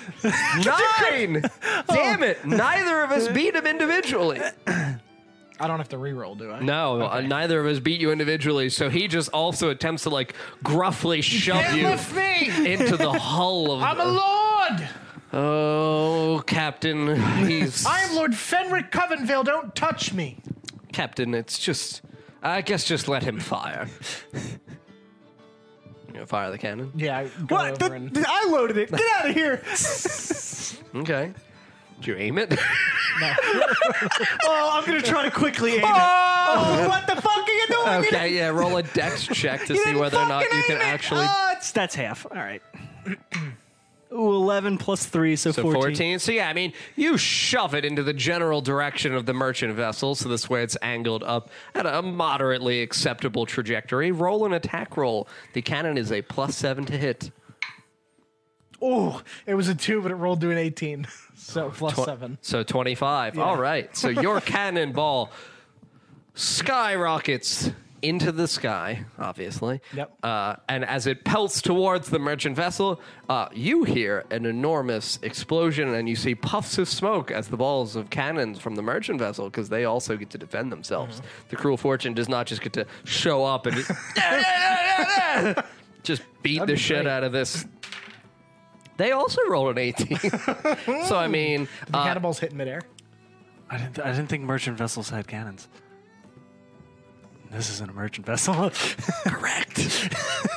[SPEAKER 4] Nine!
[SPEAKER 2] Oh.
[SPEAKER 4] Damn it! Neither of us beat him individually.
[SPEAKER 1] I don't have to re-roll, do I?
[SPEAKER 4] No, uh, neither of us beat you individually. So he just also attempts to like gruffly shove
[SPEAKER 1] Can't
[SPEAKER 4] you
[SPEAKER 1] lift me.
[SPEAKER 4] into the hull of.
[SPEAKER 1] I'm a lord.
[SPEAKER 4] oh, Captain, he's
[SPEAKER 1] I am Lord Fenric Covenville. Don't touch me.
[SPEAKER 4] Captain. It's just, I guess, just let him fire. You gonna fire the cannon.
[SPEAKER 1] Yeah. I go
[SPEAKER 2] What?
[SPEAKER 1] over
[SPEAKER 2] The-
[SPEAKER 1] and-
[SPEAKER 2] the- I loaded it. Get out of here!
[SPEAKER 4] Okay. Did you aim it?
[SPEAKER 2] Oh, I'm gonna try to quickly aim it. Oh, what the fuck are you doing? You didn't-
[SPEAKER 4] okay, yeah. Roll a dex check to
[SPEAKER 2] you
[SPEAKER 4] see
[SPEAKER 2] didn't
[SPEAKER 4] whether or not
[SPEAKER 2] fucking
[SPEAKER 4] you can
[SPEAKER 2] aim it.
[SPEAKER 4] actually.
[SPEAKER 2] Oh, it's- that's half. All right. Ooh, 11 plus 3, so,
[SPEAKER 4] So 14.
[SPEAKER 2] 14.
[SPEAKER 4] So yeah, I mean, you shove it into the general direction of the merchant vessel, so this way it's angled up at a moderately acceptable trajectory. Roll an attack roll. The cannon is a plus seven to hit.
[SPEAKER 1] Ooh, it was a two, but it rolled to an eighteen. So plus seven.
[SPEAKER 4] So 25. All right. So your cannonball skyrockets into the sky, obviously.
[SPEAKER 1] Yep.
[SPEAKER 4] Uh, and as it pelts towards the merchant vessel, uh, you hear an enormous explosion and you see puffs of smoke as the balls of cannons from the merchant vessel because they also get to defend themselves. The cruel fortune does not just get to show up and just, just beat the shit out of this. They also roll an 18. so, I mean,
[SPEAKER 1] The
[SPEAKER 4] uh,
[SPEAKER 1] cannonballs hit midair.
[SPEAKER 2] I didn't, I didn't think merchant vessels had cannons. This isn't a merchant vessel. Correct.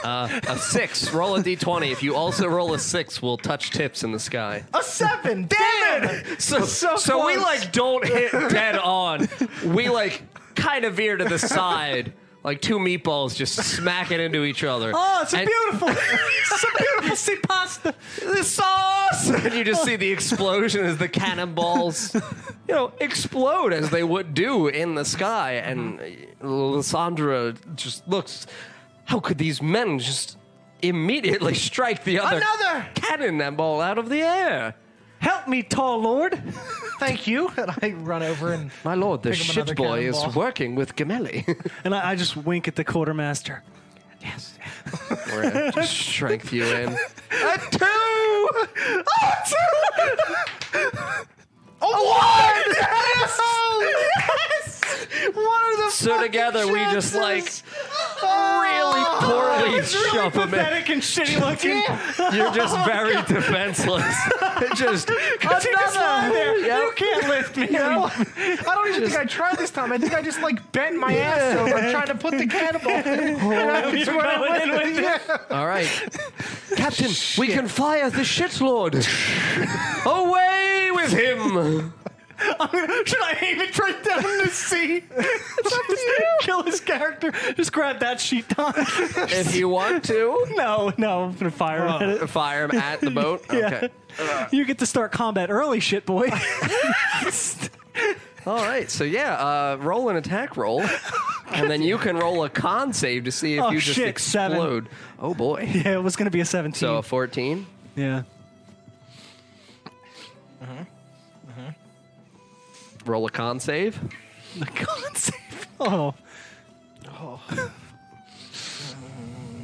[SPEAKER 4] A six. Roll a d20. If you also roll a six, we'll touch tips in the sky.
[SPEAKER 1] A seven. Damn it!
[SPEAKER 4] So, so, we
[SPEAKER 1] close.
[SPEAKER 4] like don't hit dead on. We like kind of veer to the side, like two meatballs just smacking into each other.
[SPEAKER 2] Oh, it's a
[SPEAKER 4] And-
[SPEAKER 2] beautiful, it's a beautiful sea pasta.
[SPEAKER 4] the sauce! And you just see the explosion as the cannonballs, you know, explode as they would do in the sky. And Lysandra just looks, how could these men just immediately strike the other
[SPEAKER 1] Another!
[SPEAKER 4] cannonball out of the air?
[SPEAKER 2] Help me, tall lord.
[SPEAKER 1] Thank you. And I run over and
[SPEAKER 4] My lord, the
[SPEAKER 1] Pick up another
[SPEAKER 4] shit boy is
[SPEAKER 1] cannonball.
[SPEAKER 4] working with Gamelli.
[SPEAKER 2] And I, I just wink at the quartermaster.
[SPEAKER 4] yes. We're gonna just strength you in.
[SPEAKER 2] A two! Oh, two!
[SPEAKER 4] So together we just like really poorly shove him in.
[SPEAKER 2] Pathetic and shitty looking.
[SPEAKER 4] You're just
[SPEAKER 1] Oh,
[SPEAKER 4] very defenseless. just
[SPEAKER 2] She just lying there.
[SPEAKER 4] Yep.
[SPEAKER 2] You can't lift me.
[SPEAKER 1] No, I don't even think I tried this time. I think I just like bent my ass over trying to put the cannonball.
[SPEAKER 2] You're going in with it.
[SPEAKER 4] All right, Captain, we can fire the shit lord. Away with him!
[SPEAKER 2] I'm gonna, should I aim it right down the sea? It's up to you. Kill his character. Just grab that sheet. Don.
[SPEAKER 4] if you want to,
[SPEAKER 2] no, no, I'm gonna fire at it.
[SPEAKER 4] fire him at Oh, the boat. Okay.
[SPEAKER 2] You get to start combat early, shit boy.
[SPEAKER 4] All right. So yeah, uh, roll an attack roll, and then you can roll a con save to see if
[SPEAKER 2] Oh,
[SPEAKER 4] you just
[SPEAKER 2] shit, seven.
[SPEAKER 4] explode. Oh boy.
[SPEAKER 2] yeah, it was gonna be a 17.
[SPEAKER 4] So a fourteen.
[SPEAKER 2] yeah.
[SPEAKER 4] Roll a con save.
[SPEAKER 2] The con save. Oh,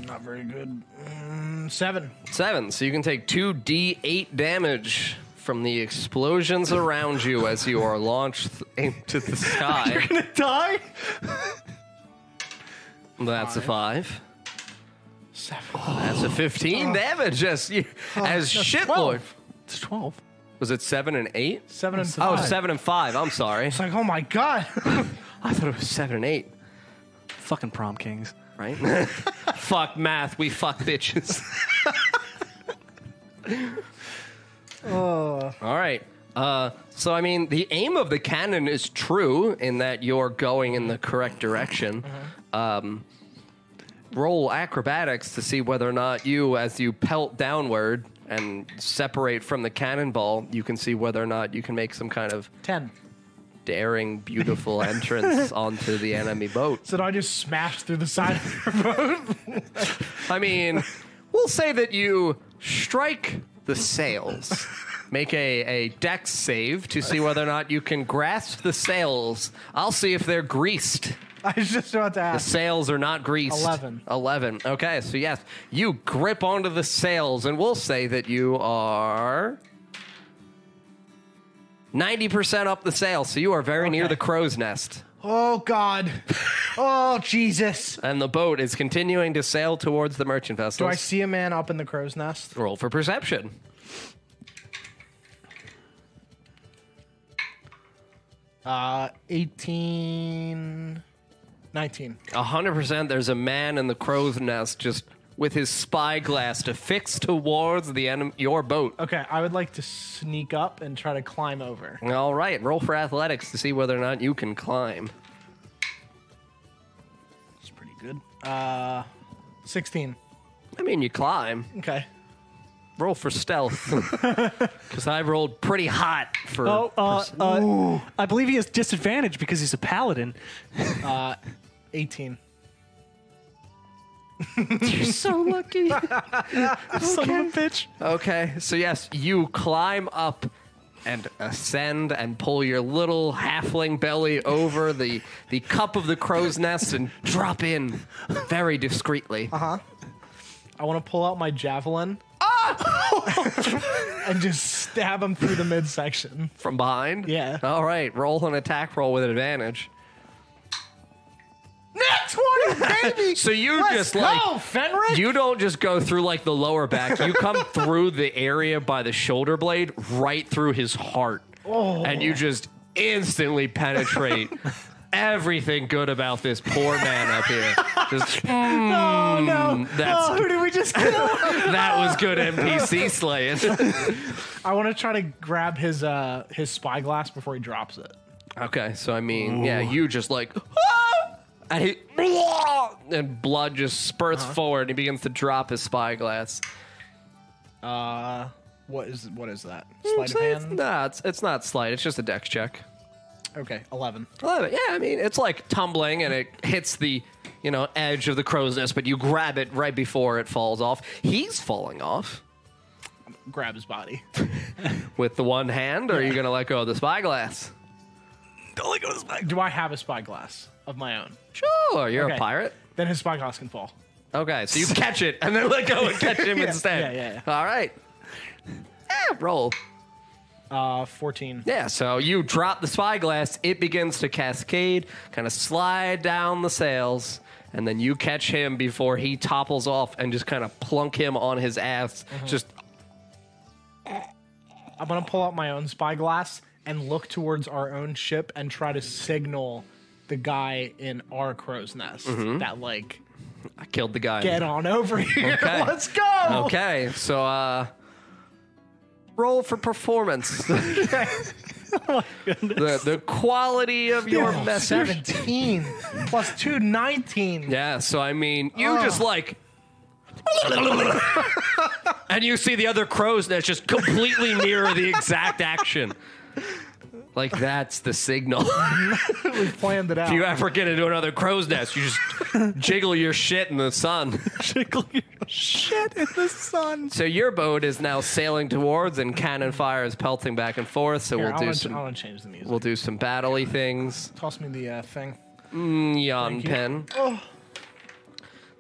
[SPEAKER 1] Not very good. Mm, seven.
[SPEAKER 4] Seven. So you can take two d8 damage from the explosions around you as you are launched th- into the sky.
[SPEAKER 2] gonna die.
[SPEAKER 4] That's a five. Oh,
[SPEAKER 1] Seven.
[SPEAKER 4] That's a 15 damage as, you, as shitlord.
[SPEAKER 2] It's 12.
[SPEAKER 4] Was it seven and eight?
[SPEAKER 1] Seven and
[SPEAKER 4] Oh,
[SPEAKER 1] five.
[SPEAKER 4] seven and five. I'm sorry.
[SPEAKER 1] It's like, oh my god.
[SPEAKER 4] I thought it was seven and eight,
[SPEAKER 2] Fucking prom kings.
[SPEAKER 4] right? fuck math. We fuck bitches. Oh. All right. Uh, so, I mean, the aim of the cannon is true in that you're going in the correct direction. Um, roll acrobatics to see whether or not you, as you pelt downward and separate from the cannonball, you can see whether or not you can make some kind of
[SPEAKER 1] Ten.
[SPEAKER 4] daring, beautiful entrance onto the enemy boat.
[SPEAKER 1] So did I just smashed through the side of your boat?
[SPEAKER 4] I mean, we'll say that you strike the sails. Make a, a dex save to see whether or not you can grasp the sails. I'll see if they're greased.
[SPEAKER 1] I was just about to
[SPEAKER 4] The
[SPEAKER 1] ask.
[SPEAKER 4] sails are not greased.
[SPEAKER 1] Eleven.
[SPEAKER 4] 11. Okay, so yes, you grip onto the sails, and we'll say that you are 90% up the sail, so you are very near the crow's nest.
[SPEAKER 1] Oh god. Oh Jesus.
[SPEAKER 4] And the boat is continuing to sail towards the merchant
[SPEAKER 1] Do
[SPEAKER 4] vessels.
[SPEAKER 1] I see a man up in the crow's nest?
[SPEAKER 4] Roll for perception.
[SPEAKER 1] Uh, 18, 19.
[SPEAKER 4] A 100% there's a man in the crow's nest just with his spyglass affixed towards the enemy, your boat.
[SPEAKER 1] Okay, I would like to sneak up and try to climb over.
[SPEAKER 4] All right, roll for athletics to see whether or not you can climb.
[SPEAKER 1] It's pretty good. Uh, 16.
[SPEAKER 4] I mean, you climb.
[SPEAKER 1] Okay.
[SPEAKER 4] Roll for stealth. Because I rolled pretty hot for.
[SPEAKER 2] Oh, uh, uh, I believe he has disadvantage because he's a paladin.
[SPEAKER 1] 18.
[SPEAKER 4] you're so lucky.
[SPEAKER 2] Son of a bitch.
[SPEAKER 4] Okay, so yes, you climb up and ascend and pull your little halfling belly over the the cup of the crow's nest and drop in very discreetly.
[SPEAKER 1] I want to pull out my javelin. and just stab him through the midsection.
[SPEAKER 4] From behind?
[SPEAKER 1] Yeah.
[SPEAKER 4] All right, roll an attack roll with advantage.
[SPEAKER 1] Nat 20, baby!
[SPEAKER 4] So you just
[SPEAKER 1] go,
[SPEAKER 4] like
[SPEAKER 1] Fenric!
[SPEAKER 4] you don't just go through like the lower back. You come through the area by the shoulder blade, right through his heart,
[SPEAKER 2] Oh.
[SPEAKER 4] and you just instantly penetrate everything good about this poor man up here. Just,
[SPEAKER 2] Oh, no.
[SPEAKER 4] mm, that's
[SPEAKER 2] Oh, who did we just kill?
[SPEAKER 4] that was good NPC slaying.
[SPEAKER 1] I want to try to grab his uh his spyglass before he drops it.
[SPEAKER 4] okay, so I mean, yeah, you just like. "Ah!" And, he, "Blah!" and blood just spurts
[SPEAKER 1] Uh-huh.
[SPEAKER 4] forward and he begins to drop his spyglass.
[SPEAKER 1] Uh, what is what is that? Sleight of
[SPEAKER 4] So it's,
[SPEAKER 1] hand.
[SPEAKER 4] nah, it's, it's not slight. It's just a dex check.
[SPEAKER 1] Okay, eleven.
[SPEAKER 4] I love it. Yeah, I mean, it's like tumbling and it hits the, you know, edge of the crow's nest, but you grab it right before it falls off. He's falling off
[SPEAKER 1] Grab his body.
[SPEAKER 4] with the one hand, or are you going to let go of the spyglass?
[SPEAKER 2] Don't let go of his back.
[SPEAKER 1] Uh, Do I have a spyglass of my own?
[SPEAKER 4] Sure, you're a
[SPEAKER 1] Okay.
[SPEAKER 4] pirate.
[SPEAKER 1] Then his spyglass can fall.
[SPEAKER 4] Okay, so you catch it and then let go and catch him
[SPEAKER 1] Yeah,
[SPEAKER 4] instead.
[SPEAKER 1] yeah, yeah,
[SPEAKER 4] All right. Eh, roll.
[SPEAKER 1] Uh, fourteen.
[SPEAKER 4] Yeah, so you drop the spyglass, it begins to cascade, kind of slide down the sails, and then you catch him before he topples off and just kind of plunk him on his ass. Just
[SPEAKER 1] I'm gonna pull out my own spyglass and look towards our own ship and try to signal the guy in our crow's nest
[SPEAKER 4] Mm-hmm.
[SPEAKER 1] that like
[SPEAKER 4] I killed the guy.
[SPEAKER 1] get on over here.
[SPEAKER 4] Okay.
[SPEAKER 1] Let's go.
[SPEAKER 4] Okay, so uh roll for performance. the, the quality of your message.
[SPEAKER 1] 17 plus 2, 19.
[SPEAKER 4] Yeah, so I mean, you just like. and you see the other crows that just completely mirror the exact action. Like, that's the signal.
[SPEAKER 1] We planned it out.
[SPEAKER 4] if you ever get into another crow's nest, you just jiggle your shit in the sun.
[SPEAKER 2] Tickle your shit in the sun.
[SPEAKER 4] So your boat is now sailing towards, and cannon fire is pelting back and forth. So
[SPEAKER 1] Here,
[SPEAKER 4] we'll
[SPEAKER 1] I'll,
[SPEAKER 4] do
[SPEAKER 1] un-
[SPEAKER 4] some
[SPEAKER 1] I'll unchange the music.
[SPEAKER 4] we'll do some battley things.
[SPEAKER 1] Toss me the uh, thing.
[SPEAKER 4] Mmm, Yon
[SPEAKER 1] you.
[SPEAKER 4] pen.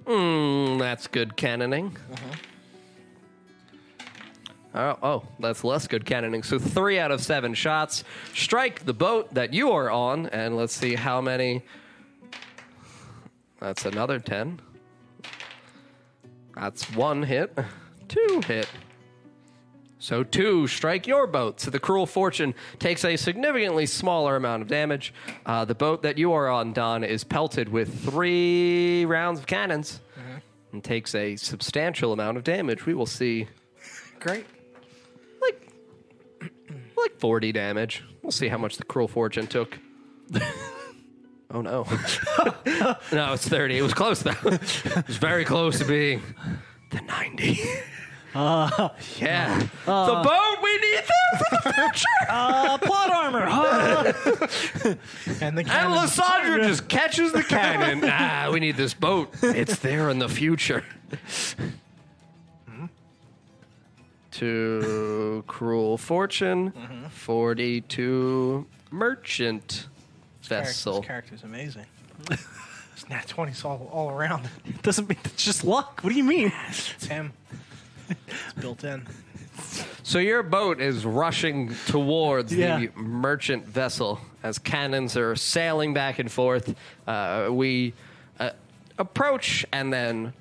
[SPEAKER 4] Mm, that's good cannoning. Oh, oh, that's less good cannoning. So three out of seven shots strike the boat that you are on, and let's see how many. That's another ten. That's one hit, two hit. So two strike your boat. So the cruel fortune takes a significantly smaller amount of damage. Uh, the boat that you are on, Don, is pelted with three rounds of cannons and takes a substantial amount of damage. We will see
[SPEAKER 1] Great.
[SPEAKER 4] like like 40 damage. We'll see how much the cruel fortune took. oh no. no, it's 30. It was close though. it was very close to being the 90. yeah. the boat we need there for the future.
[SPEAKER 2] Uh, plot armor. huh?
[SPEAKER 1] And the
[SPEAKER 4] and
[SPEAKER 1] cannon.
[SPEAKER 4] Lysandra just catches the cannon. ah, we need this boat. It's there in the future. to cruel fortune, 42 merchant vessel.
[SPEAKER 1] This character's amazing. it's nat 20s all, all around.
[SPEAKER 2] Doesn't mean it's just luck. What do you mean?
[SPEAKER 1] It's him. It's built in.
[SPEAKER 4] So your boat is rushing towards
[SPEAKER 2] Yeah.
[SPEAKER 4] the merchant vessel as cannons are sailing back and forth. Uh, we uh, approach and then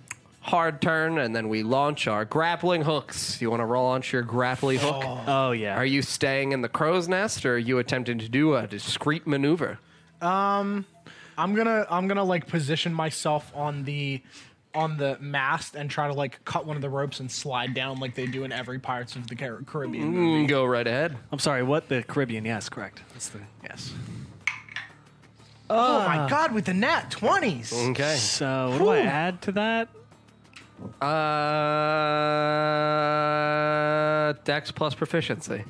[SPEAKER 4] hard turn, and then we launch our grappling hooks. You want to launch your grappling hook?
[SPEAKER 2] Oh yeah.
[SPEAKER 4] Are you staying in the crow's nest, or are you attempting to do a discreet maneuver?
[SPEAKER 1] I'm gonna I'm gonna like position myself on the on the mast and try to like cut one of the ropes and slide down like they do in every Pirates of the Car- Caribbean. movie.
[SPEAKER 4] Mm, Go right ahead.
[SPEAKER 2] I'm sorry. What the Caribbean? Yes, correct. That's the yes.
[SPEAKER 1] oh my god, with the nat 20s.
[SPEAKER 4] Okay.
[SPEAKER 2] So what do I add to that?
[SPEAKER 4] Uh, Dex plus proficiency.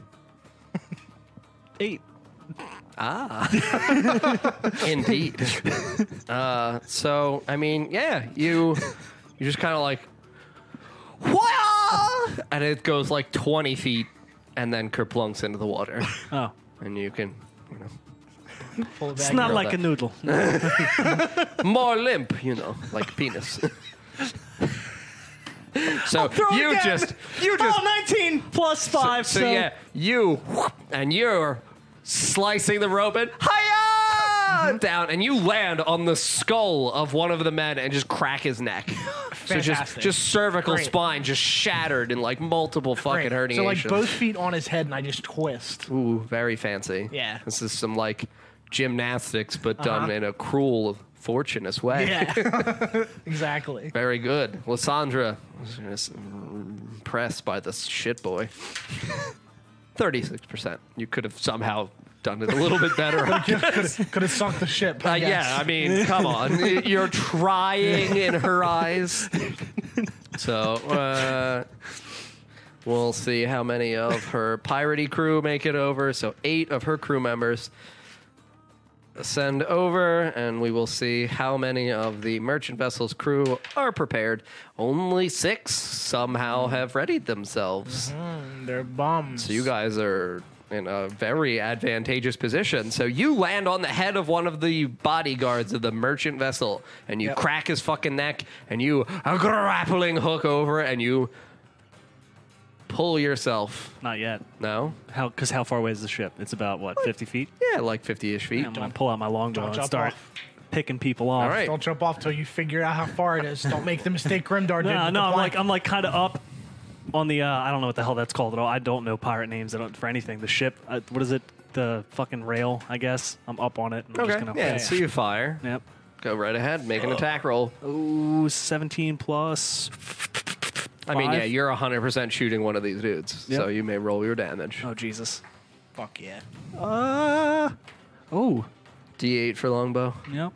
[SPEAKER 2] Eight.
[SPEAKER 4] Indeed. uh, so I mean, yeah, you you just kind of like, "Wah!" and it goes like twenty feet, and then kerplunks into the water,
[SPEAKER 2] Oh,
[SPEAKER 4] and you can you know
[SPEAKER 1] Pull it back.
[SPEAKER 2] it's not
[SPEAKER 4] girl
[SPEAKER 2] like
[SPEAKER 4] that-
[SPEAKER 2] a noodle.
[SPEAKER 4] more limp, you know, like penis. so
[SPEAKER 2] throw it
[SPEAKER 4] you
[SPEAKER 2] again.
[SPEAKER 4] just you just
[SPEAKER 2] Oh, 19 plus five. So,
[SPEAKER 4] so, yeah, you whoop, and you're slicing the rope and hiya down, and you land on the skull of one of the men and just crack his neck. so just
[SPEAKER 1] Fantastic.
[SPEAKER 4] just cervical
[SPEAKER 1] Great.
[SPEAKER 4] spine just shattered in like multiple fucking
[SPEAKER 1] Great. So like
[SPEAKER 4] herniations.
[SPEAKER 1] both feet on his head and I just twist.
[SPEAKER 4] Ooh, very fancy.
[SPEAKER 1] Yeah. Uh-huh.
[SPEAKER 4] this is some like gymnastics, but done in a cruel, fortunate way.
[SPEAKER 1] Yeah. exactly.
[SPEAKER 4] Very good. Lysandra was just impressed by this shit boy. 36%. You could have somehow done it a little bit better. I guess.
[SPEAKER 1] Could have sunk the ship.
[SPEAKER 4] Uh,
[SPEAKER 1] I guess.
[SPEAKER 4] Yeah, I mean, come on. You're trying in her eyes. So, uh, we'll see how many of her piratey crew make it over. So, eight of her crew members send over, and we will see how many of the merchant vessel's crew are prepared. Only six somehow have readied themselves.
[SPEAKER 1] They're bums.
[SPEAKER 4] So you guys are in a very advantageous position. So you land on the head of one of the bodyguards of the merchant vessel, and you
[SPEAKER 1] Yep.
[SPEAKER 4] crack his fucking neck, and you a grappling hook over, and you pull yourself.
[SPEAKER 2] Not yet.
[SPEAKER 4] No,
[SPEAKER 2] How? Because how far away is the ship? It's about what, 50 feet?
[SPEAKER 4] yeah, like fifty-ish feet.
[SPEAKER 2] I'm gonna pull out my longbow and
[SPEAKER 1] jump
[SPEAKER 2] start
[SPEAKER 1] off.
[SPEAKER 2] picking people off.
[SPEAKER 4] All right.
[SPEAKER 1] Don't jump off till you figure out how far it is. Don't make the mistake Grimdar did.
[SPEAKER 2] No,
[SPEAKER 1] with
[SPEAKER 2] no,
[SPEAKER 1] the
[SPEAKER 2] I'm
[SPEAKER 1] plank.
[SPEAKER 2] like I'm like kind of up on the uh, I don't know what the hell that's called at all. I don't know pirate names. I don't for anything. The ship. Uh, what is it? The fucking rail. I guess I'm up on it. And I'm
[SPEAKER 4] Okay.
[SPEAKER 2] just gonna Oh.
[SPEAKER 4] yeah. So you fire.
[SPEAKER 2] Yep.
[SPEAKER 4] Go right ahead. Make an attack roll.
[SPEAKER 2] Ooh, 17 plus.
[SPEAKER 4] I mean, yeah,
[SPEAKER 2] five.
[SPEAKER 4] you're hundred percent shooting one of these dudes, so
[SPEAKER 2] Yep.
[SPEAKER 4] you may roll your damage.
[SPEAKER 2] Oh Jesus.
[SPEAKER 1] Fuck yeah.
[SPEAKER 2] Uh, oh,
[SPEAKER 4] D8 for longbow.
[SPEAKER 2] yep.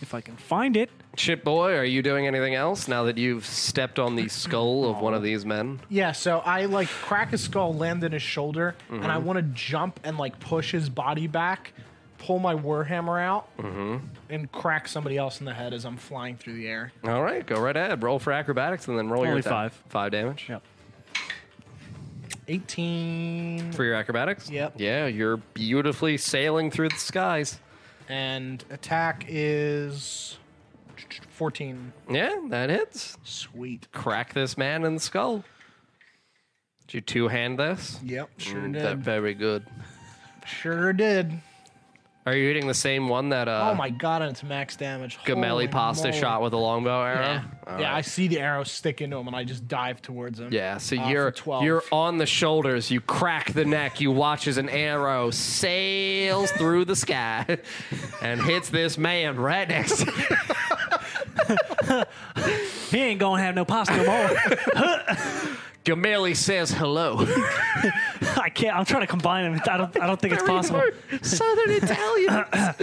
[SPEAKER 2] If I can find it.
[SPEAKER 4] Chip boy, are you doing anything else now that you've stepped on the skull of one of these men?
[SPEAKER 1] Yeah, so I like crack his skull, land in his shoulder, and
[SPEAKER 4] Mm-hmm.
[SPEAKER 1] I want to jump and like push his body back, pull my warhammer out,
[SPEAKER 4] Mm-hmm.
[SPEAKER 1] and crack somebody else in the head as I'm flying through the air.
[SPEAKER 4] All right, go right ahead. Roll for acrobatics and then roll your
[SPEAKER 2] Only
[SPEAKER 4] attack.
[SPEAKER 2] five.
[SPEAKER 4] Five damage.
[SPEAKER 2] Yep.
[SPEAKER 1] 18
[SPEAKER 4] For your acrobatics?
[SPEAKER 1] Yep.
[SPEAKER 4] Yeah, you're beautifully sailing through the skies.
[SPEAKER 1] and attack is 14.
[SPEAKER 4] Yeah, that hits.
[SPEAKER 1] Sweet.
[SPEAKER 4] Crack this man in the skull. Did you two hand this?
[SPEAKER 1] Yep, sure
[SPEAKER 4] Mm,
[SPEAKER 1] did.
[SPEAKER 4] that very good.
[SPEAKER 1] Sure did.
[SPEAKER 4] Are you hitting the same one that uh
[SPEAKER 1] oh my god, and it's max damage. Holy
[SPEAKER 4] Gamelli pasta
[SPEAKER 1] moly.
[SPEAKER 4] shot with a longbow arrow?
[SPEAKER 1] Yeah,
[SPEAKER 4] All
[SPEAKER 1] yeah I
[SPEAKER 4] right.
[SPEAKER 1] see the arrow stick into him, and I just dive towards him.
[SPEAKER 4] Yeah, so
[SPEAKER 1] Uh, for
[SPEAKER 4] you're
[SPEAKER 1] 12.
[SPEAKER 4] you're on the shoulders, you crack the neck, you watch as an arrow sails through the sky and hits this man right next to you.
[SPEAKER 2] He ain't gonna have no pasta no more.
[SPEAKER 4] Gamelli says hello.
[SPEAKER 2] I can't. I'm trying to combine them. I don't. I don't think it's possible.
[SPEAKER 4] Southern Italian.
[SPEAKER 1] I,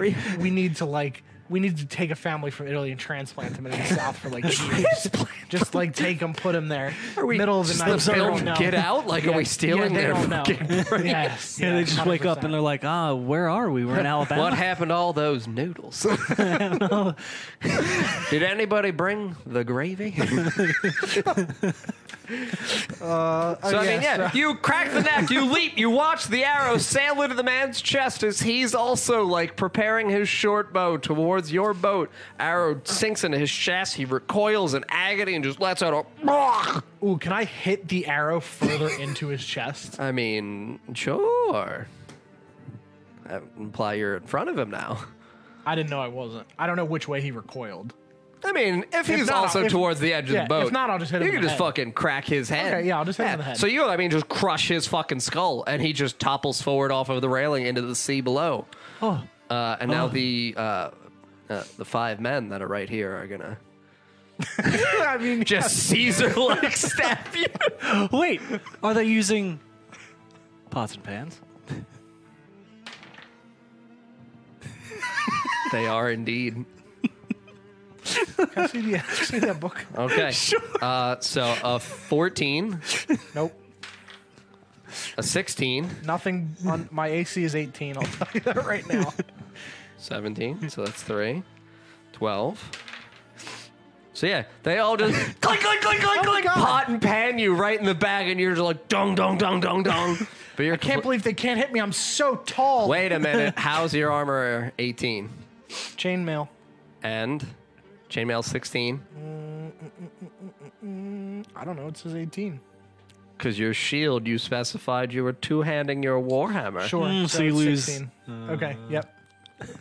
[SPEAKER 1] we, we need to like we need to take a family from Italy and transplant them into the south for like years. just like take them, put them there. Middle of the night,
[SPEAKER 4] Just
[SPEAKER 1] they
[SPEAKER 4] let
[SPEAKER 1] don't
[SPEAKER 4] them
[SPEAKER 1] know.
[SPEAKER 4] get out? Like, are we stealing
[SPEAKER 1] yeah, they
[SPEAKER 4] their
[SPEAKER 1] don't know.
[SPEAKER 4] fucking
[SPEAKER 1] yes,
[SPEAKER 2] Yeah, they just wake up and they're like, "Ah, where are we? We're in Alabama."
[SPEAKER 4] What happened to all those noodles? Did anybody bring the gravy? so, I mean, yeah, you crack the neck, you leap, you watch the arrow sail into the man's chest as he's also, like, preparing his short bow towards your boat. Arrow sinks into his chest, he recoils in agony and just lets out a.
[SPEAKER 1] Ooh, can I hit the arrow further into his chest?
[SPEAKER 4] I mean, sure. That would imply you're in front of him now.
[SPEAKER 1] I didn't know I wasn't. I don't know which way he recoiled.
[SPEAKER 4] I mean, if, he's
[SPEAKER 1] not, I'll-
[SPEAKER 4] also
[SPEAKER 1] if-
[SPEAKER 4] towards the edge
[SPEAKER 1] yeah,
[SPEAKER 4] of
[SPEAKER 1] if
[SPEAKER 4] the boat,
[SPEAKER 1] not, I'll just hit
[SPEAKER 4] you
[SPEAKER 1] him in
[SPEAKER 4] can
[SPEAKER 1] the
[SPEAKER 4] just
[SPEAKER 1] head.
[SPEAKER 4] fucking crack his head.
[SPEAKER 1] Okay, yeah, I'll just hit him in the head.
[SPEAKER 4] So you, I mean, just crush his fucking skull, and he just topples forward off of the railing into the sea below.
[SPEAKER 2] Oh.
[SPEAKER 4] Uh, and now the uh, uh, the five men that are right here are gonna
[SPEAKER 1] I mean,
[SPEAKER 4] just Caesar like stab you.
[SPEAKER 2] Wait, are they using pots and pans?
[SPEAKER 4] They are indeed.
[SPEAKER 1] can I see, the, can I see that book?
[SPEAKER 4] Okay. Uh, so a fourteen,
[SPEAKER 1] Nope,
[SPEAKER 4] a sixteen,
[SPEAKER 1] nothing. On my AC is 18. I'll tell you that right now.
[SPEAKER 4] 17. So that's three. 12. So yeah, they all just click, click, click, click, click, pot and pan you right in the back, and you're just like dong, dong, dong, dong, dong. But you're
[SPEAKER 1] Can't believe they can't hit me. I'm so tall.
[SPEAKER 4] Wait a minute. How's your armor? 18
[SPEAKER 1] Chainmail.
[SPEAKER 4] and chainmail 16
[SPEAKER 1] I don't know. It says 18.
[SPEAKER 4] because your shield. You specified you were two-handing your warhammer.
[SPEAKER 1] Sure.
[SPEAKER 2] Mm, so you
[SPEAKER 1] it's
[SPEAKER 2] lose. uh,
[SPEAKER 1] 16. okay. Yep.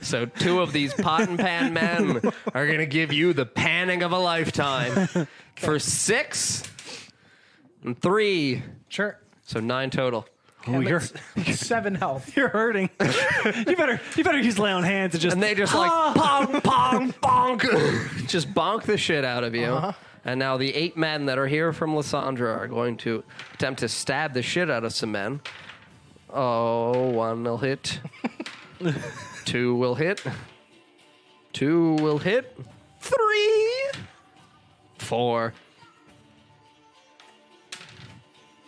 [SPEAKER 4] So two of these pot and pan men are gonna give you the panning of a lifetime for six and three.
[SPEAKER 1] Sure.
[SPEAKER 4] So nine total.
[SPEAKER 2] Oh, you're
[SPEAKER 1] Seven health.
[SPEAKER 2] you're hurting. you better you better use lay on hands and just
[SPEAKER 4] And they just like pong, pong, bonk, Uh-huh. just bonk the shit out of you. And now the eight men that are here from Lissandra are going to attempt to stab the shit out of some men. Oh, one will hit. Two will hit. Two will hit. Three. Four.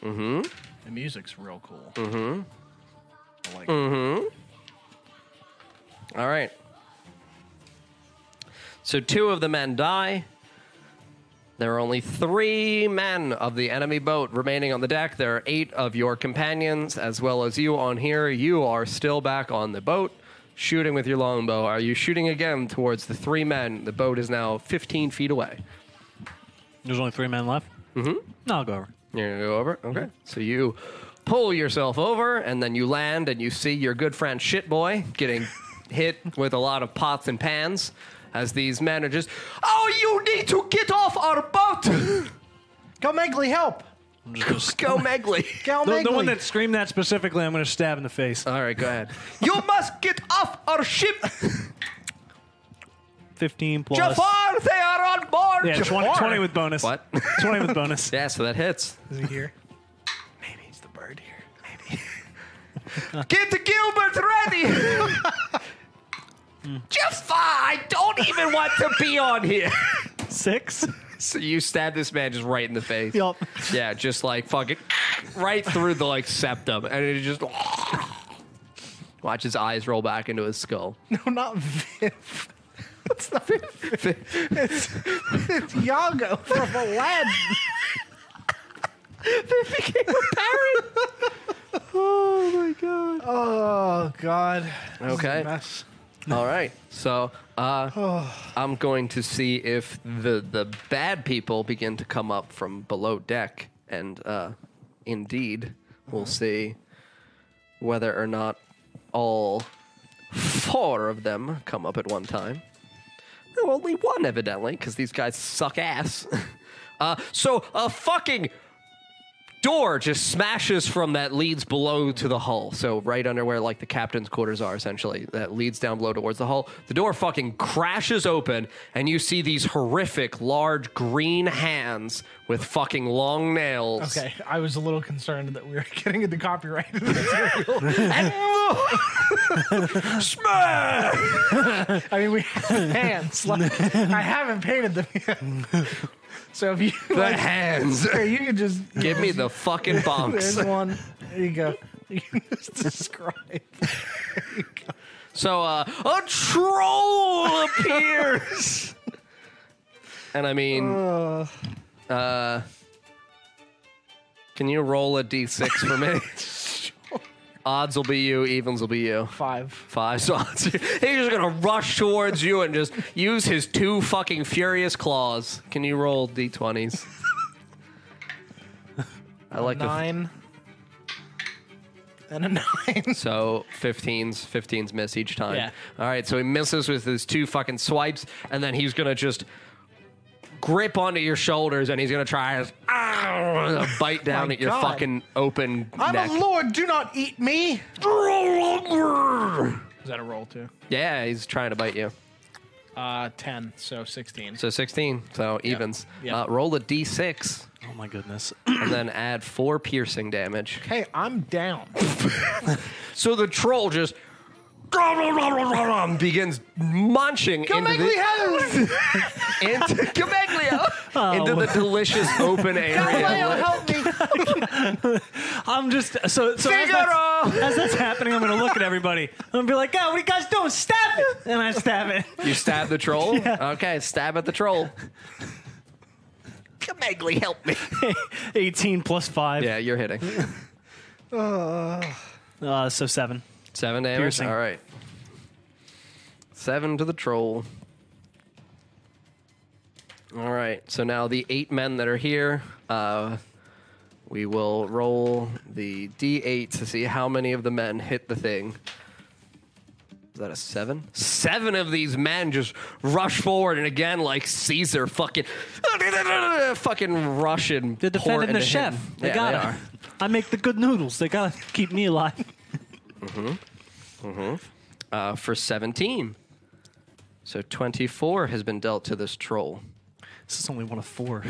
[SPEAKER 1] The music's real cool.
[SPEAKER 4] Mm-hmm. All right. So two of the men die. There are only three men of the enemy boat remaining on the deck. There are eight of your companions, as well as you on here. You are still back on the boat, shooting with your longbow. Are you shooting again towards the three men? The boat is now 15 feet away.
[SPEAKER 2] There's only three men left. Mm-hmm. No, I'll go over.
[SPEAKER 4] You're gonna go over? Okay. So you pull yourself over and then you land and you see your good friend Shit Boy getting hit with a lot of pots and pans as these men are just, oh, you need to get off our boat!
[SPEAKER 1] Go Megley, help!
[SPEAKER 4] go, Megley.
[SPEAKER 1] Gal
[SPEAKER 2] The,
[SPEAKER 1] Megley.
[SPEAKER 2] the one that screamed that specifically, I'm going to stab in the face.
[SPEAKER 4] All right, go ahead. You must get off our ship!
[SPEAKER 2] 15 plus.
[SPEAKER 4] Jafar, they are on board!
[SPEAKER 2] Yeah, 20,
[SPEAKER 4] Jafar.
[SPEAKER 2] 20 with bonus.
[SPEAKER 4] What?
[SPEAKER 2] 20 with bonus.
[SPEAKER 4] yeah, so that hits.
[SPEAKER 1] Is he here?
[SPEAKER 4] Maybe it's the bird here. Get the Gilbert ready. Jafar, I don't even want to be on here.
[SPEAKER 2] Six.
[SPEAKER 4] So you stab this man just right in the face.
[SPEAKER 2] Yup.
[SPEAKER 4] Yeah, just like fucking right through the like septum, and it just watch his eyes roll back into his skull.
[SPEAKER 1] No, not Viv. That's not Viv. It's, it's Yago from Aladdin. Oh God. This is a
[SPEAKER 4] Okay.
[SPEAKER 1] mess.
[SPEAKER 4] All right. So uh, I'm going to see if the the bad people begin to come up from below deck, and uh, indeed, we'll see whether or not all four of them come up at one time. No, only one evidently, because these guys suck ass. uh, so a fucking door just smashes from that leads below to the hull. So right under where like the captain's quarters are essentially. That leads down below towards the hull. The door fucking crashes open and you see these horrific large green hands with fucking long nails.
[SPEAKER 1] Okay, I was a little concerned that we were getting into copyrighted material.
[SPEAKER 4] Smash!
[SPEAKER 1] I mean, we have hands. Like, I haven't painted them yet. So if you
[SPEAKER 4] The
[SPEAKER 1] like,
[SPEAKER 4] hands.
[SPEAKER 1] here, you can just
[SPEAKER 4] Give me the fucking
[SPEAKER 1] There's
[SPEAKER 4] bonks.
[SPEAKER 1] one. There you go. You can just describe.
[SPEAKER 4] So uh, a troll appears, and I mean, uh, can you roll a d6 for me? Odds will be you, evens will be you.
[SPEAKER 1] Five.
[SPEAKER 4] Five so odds. He's just gonna rush towards you and just use his two fucking furious claws. Can you roll d20s? I like the
[SPEAKER 1] Nine. And a nine.
[SPEAKER 4] So 15s, 15s miss each time.
[SPEAKER 2] Yeah.
[SPEAKER 4] All right, so he misses with his two fucking swipes, and then he's gonna just grip onto your shoulders, and he's gonna try his "Ow!" to bite down
[SPEAKER 1] My
[SPEAKER 4] at your
[SPEAKER 1] God.
[SPEAKER 4] fucking open
[SPEAKER 1] I'm
[SPEAKER 4] neck.
[SPEAKER 1] a lord. Do not eat me.
[SPEAKER 2] Oh
[SPEAKER 1] Is that a roll too?
[SPEAKER 4] yeah, he's trying to bite you.
[SPEAKER 1] Uh, ten. So sixteen.
[SPEAKER 4] So 16, so evens.
[SPEAKER 1] Yeah.
[SPEAKER 4] Uh, roll a d6
[SPEAKER 2] Oh my goodness.
[SPEAKER 4] and then add four piercing damage.
[SPEAKER 1] Hey, I'm down.
[SPEAKER 4] So the troll just begins munching into the,
[SPEAKER 1] heaven.
[SPEAKER 4] into Gameglio, into the delicious open area.
[SPEAKER 1] help me.
[SPEAKER 2] I'm just so so as that's,
[SPEAKER 4] Figaro!
[SPEAKER 2] as that's happening, I'm gonna look at everybody. I'm gonna be like, "God, what are you guys doing? Stab it!" And I stab it.
[SPEAKER 4] You stab the troll. Okay, stab at the troll. Gameglio, help me.
[SPEAKER 2] 18 plus five.
[SPEAKER 4] Yeah, you're hitting
[SPEAKER 2] Uh, so seven.
[SPEAKER 4] seven damage.
[SPEAKER 2] Piercing.
[SPEAKER 4] All right, seven to the troll. All right, so now the eight men that are here, uh, we will roll the d8 to see how many of the men hit the thing. Is that a seven? Seven of these men just rush forward, and again, like Caesar, fucking, fucking Russian.
[SPEAKER 2] They're defending the chef. They
[SPEAKER 4] yeah,
[SPEAKER 2] got
[SPEAKER 4] they
[SPEAKER 2] it.
[SPEAKER 4] are.
[SPEAKER 2] I make the good noodles. They gotta keep me alive.
[SPEAKER 4] Uh, for 17. So 24 has been dealt to this troll.
[SPEAKER 2] This is only one of four.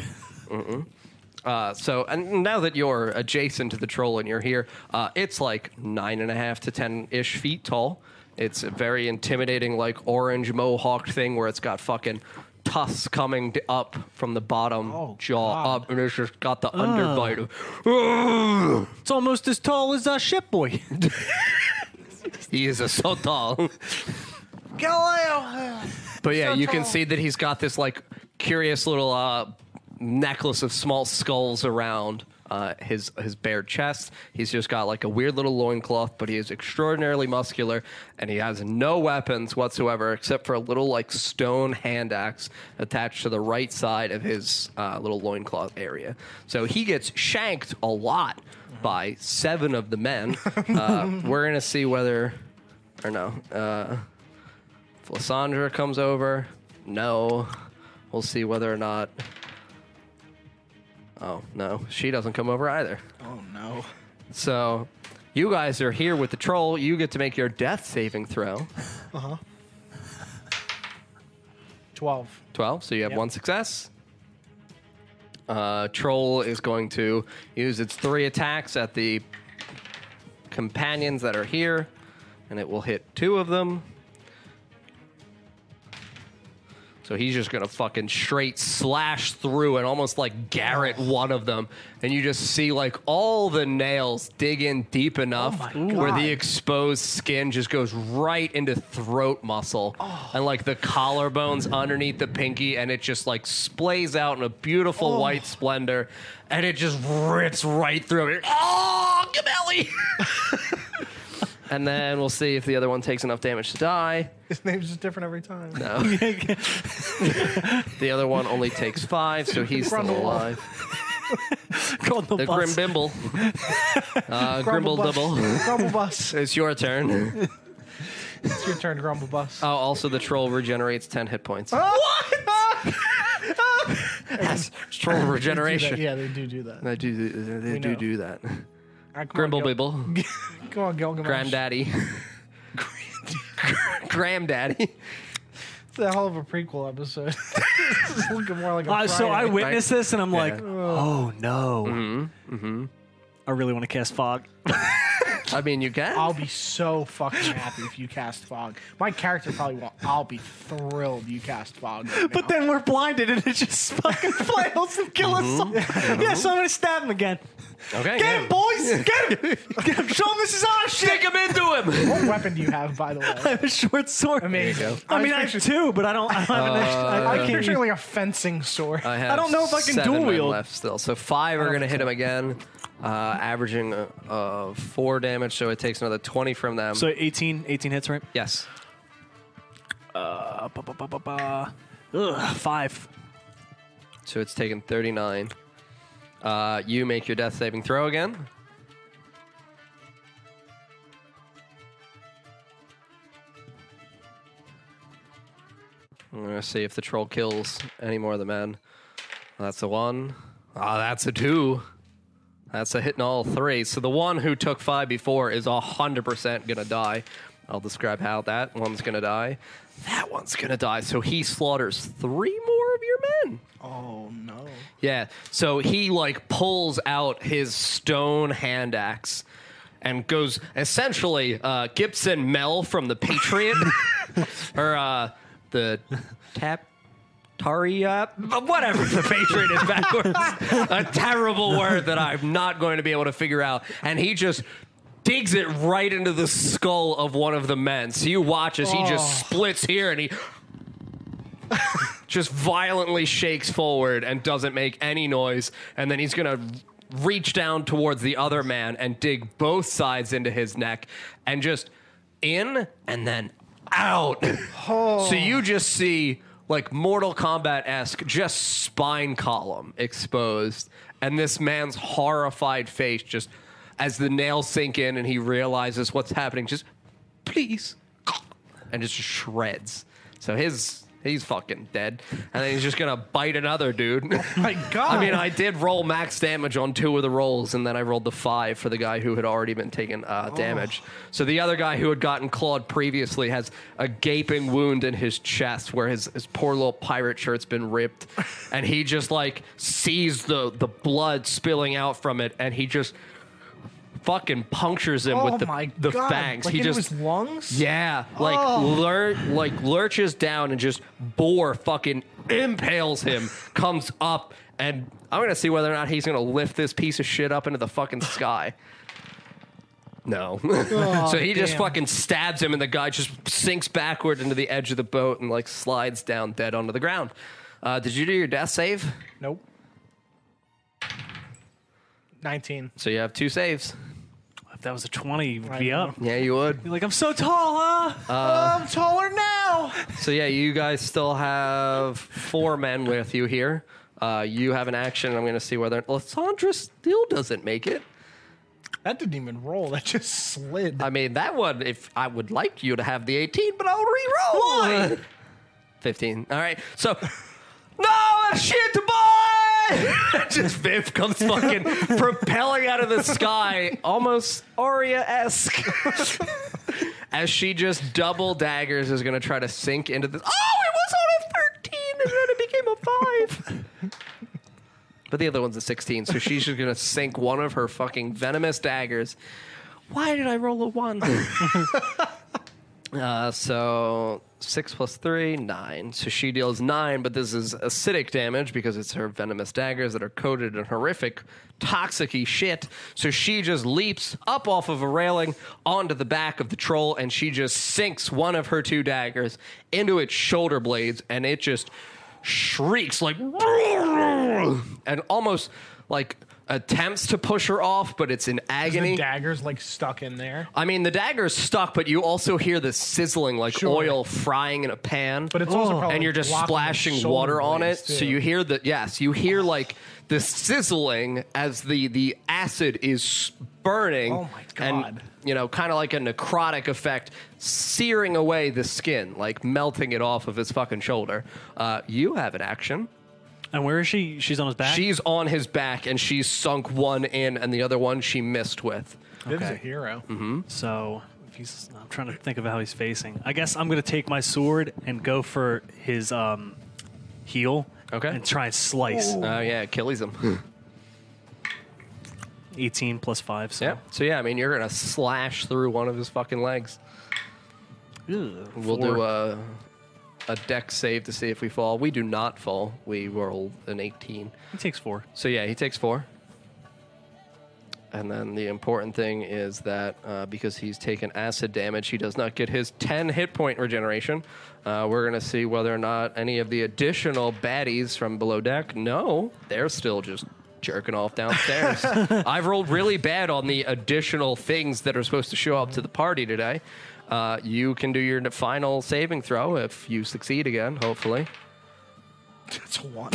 [SPEAKER 4] Uh, so and now that you're adjacent to the troll and you're here, uh, it's like nine and a half to ten ish feet tall. It's a very intimidating, like orange mohawked thing where it's got fucking tusks coming d- up from the bottom
[SPEAKER 1] Oh,
[SPEAKER 4] jaw
[SPEAKER 1] God.
[SPEAKER 4] up, and it's just got the underbite of.
[SPEAKER 2] It's almost as tall as a ship boy.
[SPEAKER 4] He is a so tall.
[SPEAKER 1] Galileo.
[SPEAKER 4] But yeah,
[SPEAKER 1] So
[SPEAKER 4] you can
[SPEAKER 1] tall.
[SPEAKER 4] see that he's got this like curious little uh, necklace of small skulls around uh, his his bare chest. He's just got like a weird little loincloth, but he is extraordinarily muscular, and he has no weapons whatsoever except for a little like stone hand axe attached to the right side of his uh, little loincloth area. So he gets shanked a lot by seven of the men. uh, we're gonna see whether or no. Uh, if Lysandra comes over, no. We'll see whether or not. Oh, no. She doesn't come over either.
[SPEAKER 1] Oh no.
[SPEAKER 4] So, you guys are here with the troll. You get to make your death saving throw.
[SPEAKER 1] Twelve.
[SPEAKER 4] 12, so you have
[SPEAKER 1] Yep.
[SPEAKER 4] one success. Uh, troll is going to use its three attacks at the companions that are here, and it will hit two of them. So he's just gonna fucking straight slash through and almost like Garrett one of them, and you just see like all the nails dig in deep enough where the exposed skin just goes right into throat muscle and like the collarbones underneath the pinky, and it just like splays out in a beautiful white splendor, and it just rips right through it. Oh, Gamelli! and then we'll see if the other one takes enough damage to die.
[SPEAKER 1] His name's just different every time.
[SPEAKER 4] The other one only takes five, so he's still
[SPEAKER 1] Grundle.
[SPEAKER 4] alive.
[SPEAKER 2] Grundle
[SPEAKER 4] The
[SPEAKER 2] bus.
[SPEAKER 4] Grim Bimble. uh, Grimble
[SPEAKER 1] Bus.
[SPEAKER 4] Dibble.
[SPEAKER 1] Grumble Bus.
[SPEAKER 4] It's your turn.
[SPEAKER 1] It's your turn, Grumble Bus.
[SPEAKER 4] Oh, also the troll regenerates 10 hit points.
[SPEAKER 1] Uh, Oh. what?
[SPEAKER 4] Yes, troll regeneration.
[SPEAKER 1] Yeah, they do do that.
[SPEAKER 4] They do, they they do
[SPEAKER 1] know. Oh
[SPEAKER 4] do that.
[SPEAKER 1] All right, come on,
[SPEAKER 4] Grimble
[SPEAKER 1] Gil-
[SPEAKER 4] Bibble.
[SPEAKER 1] Come on, Gilgamesh.
[SPEAKER 4] Granddaddy. Granddaddy.
[SPEAKER 1] It's a hell of a prequel episode. this is looking more like a
[SPEAKER 2] Uh, so I
[SPEAKER 1] Friday.
[SPEAKER 2] witnessed this and I'm like, oh no.
[SPEAKER 4] Mm-hmm,
[SPEAKER 2] I really want to cast fog.
[SPEAKER 4] I mean, you can.
[SPEAKER 1] I'll be so fucking happy if you cast fog. My character probably won't. I'll be thrilled you cast fog. right
[SPEAKER 2] But
[SPEAKER 1] now.
[SPEAKER 2] then we're blinded and it just fucking flails and kills
[SPEAKER 4] Mm-hmm.
[SPEAKER 2] us. all. Yes, I'm gonna stab him again.
[SPEAKER 4] okay.
[SPEAKER 2] Get him, boys! Get him! Get him! Show him this is our shit!
[SPEAKER 4] Stick him into him.
[SPEAKER 1] what weapon do you have, by the
[SPEAKER 2] I
[SPEAKER 1] way?
[SPEAKER 2] have a short sword. I mean,
[SPEAKER 1] Amazing.
[SPEAKER 4] go.
[SPEAKER 2] I,
[SPEAKER 1] was
[SPEAKER 2] have
[SPEAKER 1] picturing-
[SPEAKER 2] two, but I don't. I don't have
[SPEAKER 4] Uh,
[SPEAKER 2] an extra.
[SPEAKER 1] I
[SPEAKER 2] I, I
[SPEAKER 1] was
[SPEAKER 2] can't.
[SPEAKER 1] picturing
[SPEAKER 2] use-
[SPEAKER 1] like a fencing sword.
[SPEAKER 4] I, have
[SPEAKER 2] don't know if I can
[SPEAKER 4] seven
[SPEAKER 2] dual
[SPEAKER 4] men
[SPEAKER 2] wield.
[SPEAKER 4] left still. So five are going to hit him again, uh, averaging uh, uh, four damage. So it takes another twenty from them.
[SPEAKER 2] So 18, 18 hits, right?
[SPEAKER 4] yes,
[SPEAKER 2] Uh, ba, ba, ba, ba, ba. Ugh, five.
[SPEAKER 4] so it's taken thirty nine. Uh, you make your death saving throw again. I'm gonna see if the troll kills any more of the men. That's a one. Ah, that's a two. That's a hit in all three. So the one who took five before is hundred percent gonna die. I'll describe how that one's gonna die. That one's gonna die. So he slaughters three more of your men.
[SPEAKER 1] oh no!
[SPEAKER 4] Yeah. So he like pulls out his stone hand axe and goes essentially uh, Gibson Mel from the Patriot or uh, the Tap. Taria, whatever the Patriot is backwards, a terrible word that I'm not going to be able to figure out. And he just digs it right into the skull of one of the men. So you watch as he just splits here and he just violently shakes forward and doesn't make any noise. And then he's going to reach down towards the other man and dig both sides into his neck and just in and then out. So you just see like Mortal Kombat esque, just spine column exposed. And this man's horrified face just as the nails sink in and he realizes what's happening, just please and just shreds. So his he's fucking dead, and then he's just gonna bite another dude.
[SPEAKER 1] My God!
[SPEAKER 4] I mean, I did roll max damage on two of the rolls, and then I rolled the five for the guy who had already been taken uh,
[SPEAKER 1] Oh.
[SPEAKER 4] damage. So the other guy who had gotten clawed previously has a gaping wound in his chest where his, his poor little pirate shirt's been ripped, and he just like sees the the blood spilling out from it, and he just fucking punctures him
[SPEAKER 1] oh
[SPEAKER 4] with the
[SPEAKER 1] my
[SPEAKER 4] the
[SPEAKER 1] God!
[SPEAKER 4] fangs.
[SPEAKER 1] Like
[SPEAKER 4] he
[SPEAKER 1] into
[SPEAKER 4] just
[SPEAKER 1] his lungs.
[SPEAKER 4] yeah, like lur- like lurches down and just bore fucking impales him, comes up, and I'm gonna see whether or not he's gonna lift this piece of shit up into the fucking sky. No. so he just
[SPEAKER 1] damn.
[SPEAKER 4] fucking stabs him, and the guy just sinks backward into the edge of the boat and like slides down dead onto the ground. Uh, did you do your death save?
[SPEAKER 1] Nope. Nineteen.
[SPEAKER 4] So you have two saves.
[SPEAKER 2] If that was a 20, it would
[SPEAKER 1] I
[SPEAKER 2] be
[SPEAKER 1] know.
[SPEAKER 2] up.
[SPEAKER 4] Yeah, you would.
[SPEAKER 2] You're like, I'm so tall, huh?
[SPEAKER 4] Uh,
[SPEAKER 1] I'm taller now.
[SPEAKER 4] So yeah, you guys still have four men with you here. Uh, you have an action. I'm going to see whether Lysandra still doesn't make it.
[SPEAKER 1] That didn't even roll. That just slid.
[SPEAKER 4] I mean, that one. If I would like you to have the 18, but I'll re-roll. 15. All right. So. No, shit, boy! Just Viv comes fucking propelling out of the sky, almost Arya esque. As she just double daggers is going to try to sink into this. Oh, it was on a 13 and then it became a 5. But the other one's a 16, so she's just gonna sink one of her fucking venomous daggers Why did I roll a one? uh, so six plus three, nine. So she deals nine, but this is acidic damage because it's her venomous daggers that are coated in horrific, toxicy shit. So she just leaps up off of a railing onto the back of the troll, and she just sinks one of her two daggers into its shoulder blades, and it just shrieks like and almost like attempts to push her off, but it's in agony.
[SPEAKER 1] The dagger's like stuck in there,
[SPEAKER 4] I mean, the dagger's stuck, but you also hear the sizzling like
[SPEAKER 1] Sure.
[SPEAKER 4] oil frying in a pan.
[SPEAKER 1] but it's also probably
[SPEAKER 4] and you're just
[SPEAKER 1] blocking the
[SPEAKER 4] splashing
[SPEAKER 1] shoulder
[SPEAKER 4] water on it,
[SPEAKER 1] blades,
[SPEAKER 4] so
[SPEAKER 1] too.
[SPEAKER 4] you hear the yes, you hear like the sizzling as the the acid is burning.
[SPEAKER 1] Oh my
[SPEAKER 4] And
[SPEAKER 1] God.
[SPEAKER 4] you know, kind of like a necrotic effect, searing away the skin, like melting it off of his fucking shoulder. Uh, you have an action.
[SPEAKER 2] And where is she? She's on his back.
[SPEAKER 4] She's on his back, and she's sunk one in, and the other one she missed with.
[SPEAKER 1] Viv's a hero.
[SPEAKER 4] Mm-hmm.
[SPEAKER 2] so if he's, I'm trying to think of how he's facing. I guess I'm gonna take my sword and go for his um, heel.
[SPEAKER 4] Okay.
[SPEAKER 2] And try and slice.
[SPEAKER 4] Oh yeah, Achilles him.
[SPEAKER 2] 18 plus five. So.
[SPEAKER 4] Yeah. So yeah, I mean, you're gonna slash through one of his fucking legs.
[SPEAKER 2] Ew,
[SPEAKER 4] We'll
[SPEAKER 2] four.
[SPEAKER 4] do a a deck save to see if we fall. We do not fall. We roll an 18.
[SPEAKER 2] He takes four.
[SPEAKER 4] So yeah, he takes four. And then the important thing is that uh, because he's taken acid damage, he does not get his 10 hit point regeneration. Uh, we're going to see whether or not any of the additional baddies from below deck. No, they're still just jerking off downstairs. I've rolled really bad on the additional things that are supposed to show up to the party today. Uh, you can do your final saving throw if you succeed again, hopefully.
[SPEAKER 1] That's one.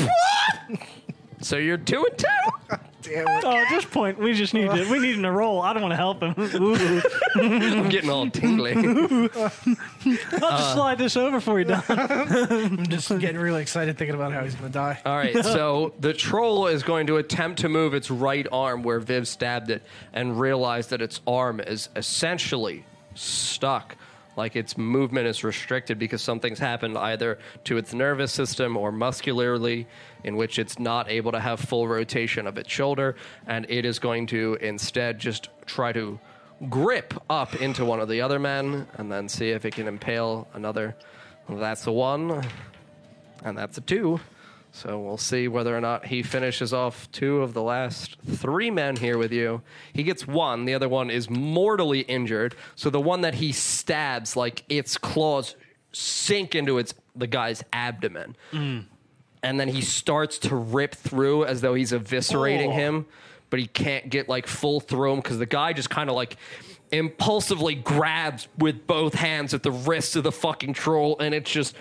[SPEAKER 4] So you're two and two.
[SPEAKER 2] Oh, at this point, we just need to, we need him to roll. I don't want to help him. Ooh.
[SPEAKER 4] I'm getting all tingly.
[SPEAKER 2] I'll
[SPEAKER 4] Uh.
[SPEAKER 2] just slide this over for you, Don.
[SPEAKER 1] I'm just getting really excited thinking about how he's gonna die.
[SPEAKER 4] All right, so the troll is going to attempt to move its right arm where Viv stabbed it and realize that its arm is essentially stuck. Like its movement is restricted because something's happened either to its nervous system or muscularly, in which it's not able to have full rotation of its shoulder, and it is going to instead just try to grip up into one of the other men and then see if it can impale another. That's a one. And that's a two. So we'll see whether or not he finishes off two of the last three men here with you. He gets one. The other one is mortally injured. So the one that he stabs, like its claws sink into its the guy's abdomen, and then he starts to rip through as though he's eviscerating him, but he can't get like full through him because the guy just kind of like impulsively grabs with both hands at the wrist of the fucking troll, and it's just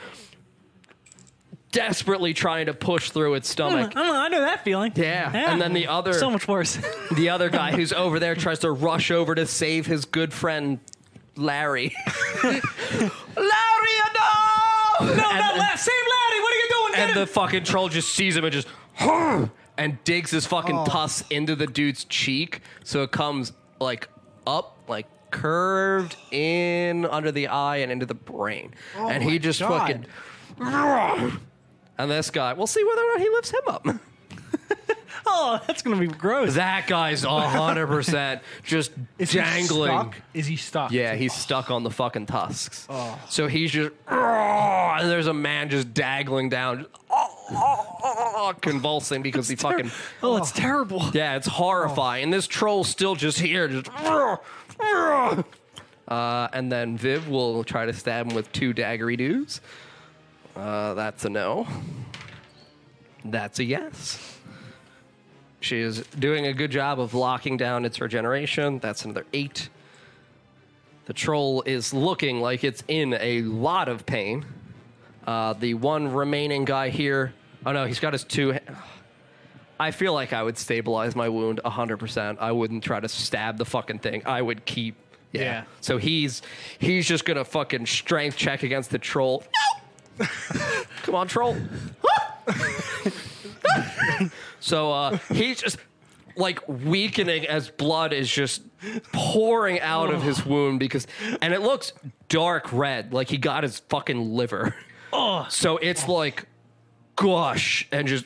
[SPEAKER 4] desperately trying to push through its
[SPEAKER 2] I
[SPEAKER 4] stomach.
[SPEAKER 2] don't know, I know that feeling.
[SPEAKER 4] Yeah, and then the other-
[SPEAKER 2] So much worse.
[SPEAKER 4] The other guy who's over there tries to rush over to save his good friend Larry. Larry, no! No,
[SPEAKER 2] not Larry. Save
[SPEAKER 4] Larry. What are you doing? And the fucking troll just sees him and just and digs his fucking pus into the dude's cheek, so it comes like up, like curved in under the eye and into the brain, and he just fucking. And this guy, we'll see whether or not he lifts him up.
[SPEAKER 2] oh, that's gonna be gross.
[SPEAKER 4] That guy's hundred percent just
[SPEAKER 1] Is
[SPEAKER 4] dangling.
[SPEAKER 1] He stuck? Is he stuck?
[SPEAKER 4] Yeah, he's stuck on the fucking tusks.
[SPEAKER 1] Oh.
[SPEAKER 4] So he's just, and there's a man just dangling down, just, convulsing because he fucking.
[SPEAKER 2] oh, it's terrible.
[SPEAKER 4] Yeah, it's horrifying. And this troll's still just here, just. Uh, and then Viv will try to stab him with two daggery dudes. Uh, that's a no. That's a yes. She is doing a good job of locking down its regeneration. That's another eight. The troll is looking like it's in a lot of pain. Uh, the one remaining guy here. Oh no, he's got his two. ha- I feel like I would stabilize my wound 100%. I wouldn't try to stab the fucking thing. I would keep. Yeah.
[SPEAKER 1] Yeah.
[SPEAKER 4] So he's he's just gonna fucking strength check against the troll. No! Come on, troll. so uh, he's just like weakening as blood is just pouring out of his wound because, and it looks dark red, like he got his fucking liver. So it's like gush and just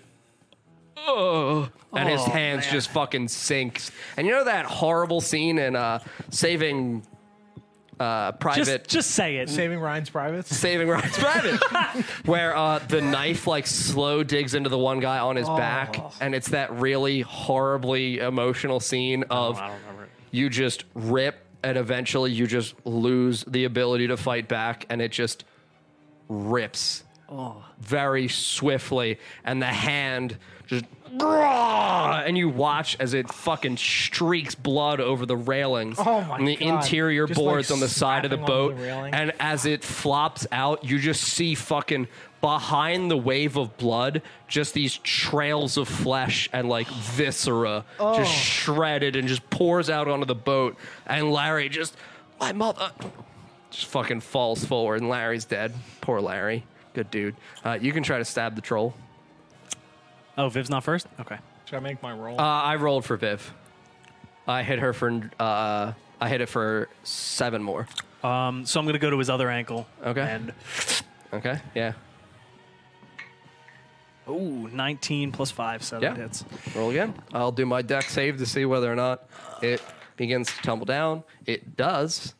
[SPEAKER 4] oh, and his hands just fucking sinks. And you know that horrible scene in uh, Saving uh,
[SPEAKER 2] Just,
[SPEAKER 4] Private
[SPEAKER 2] just say it.
[SPEAKER 1] Saving Ryan's privates.
[SPEAKER 4] Saving Ryan Private, where uh, the knife like slow digs into the one guy on his back,
[SPEAKER 2] Oh.
[SPEAKER 4] and it's that really horribly emotional scene of
[SPEAKER 2] Oh, I don't remember.
[SPEAKER 4] you just rip, and eventually you just lose the ability to fight back, and it just rips
[SPEAKER 1] Oh.
[SPEAKER 4] very swiftly, and the hand just. And you watch as it fucking streaks blood over the railings
[SPEAKER 1] Oh my
[SPEAKER 4] and the
[SPEAKER 1] God.
[SPEAKER 4] interior
[SPEAKER 1] Just, like,
[SPEAKER 4] boards on the side of the
[SPEAKER 1] snapping onto
[SPEAKER 4] boat.
[SPEAKER 1] the railing.
[SPEAKER 4] and as it flops out, you just see fucking behind the wave of blood, just these trails of flesh and like viscera
[SPEAKER 1] Oh.
[SPEAKER 4] just shredded and just pours out onto the boat. And Larry just, my mother, just fucking falls forward. And Larry's dead. Poor Larry. Good dude. Uh, you can try to stab the troll.
[SPEAKER 2] Oh, Viv's not first. Okay.
[SPEAKER 1] Should I make my roll?
[SPEAKER 4] Uh, I rolled for Viv. I hit her for, uh, I hit it for seven more.
[SPEAKER 2] Um, so I'm gonna go to his other ankle.
[SPEAKER 4] Okay.
[SPEAKER 2] And
[SPEAKER 4] Okay. Yeah.
[SPEAKER 2] ooh, 19 plus five, seven
[SPEAKER 4] Yeah.
[SPEAKER 2] hits.
[SPEAKER 4] Roll again. I'll do my deck save to see whether or not it begins to tumble down. It does,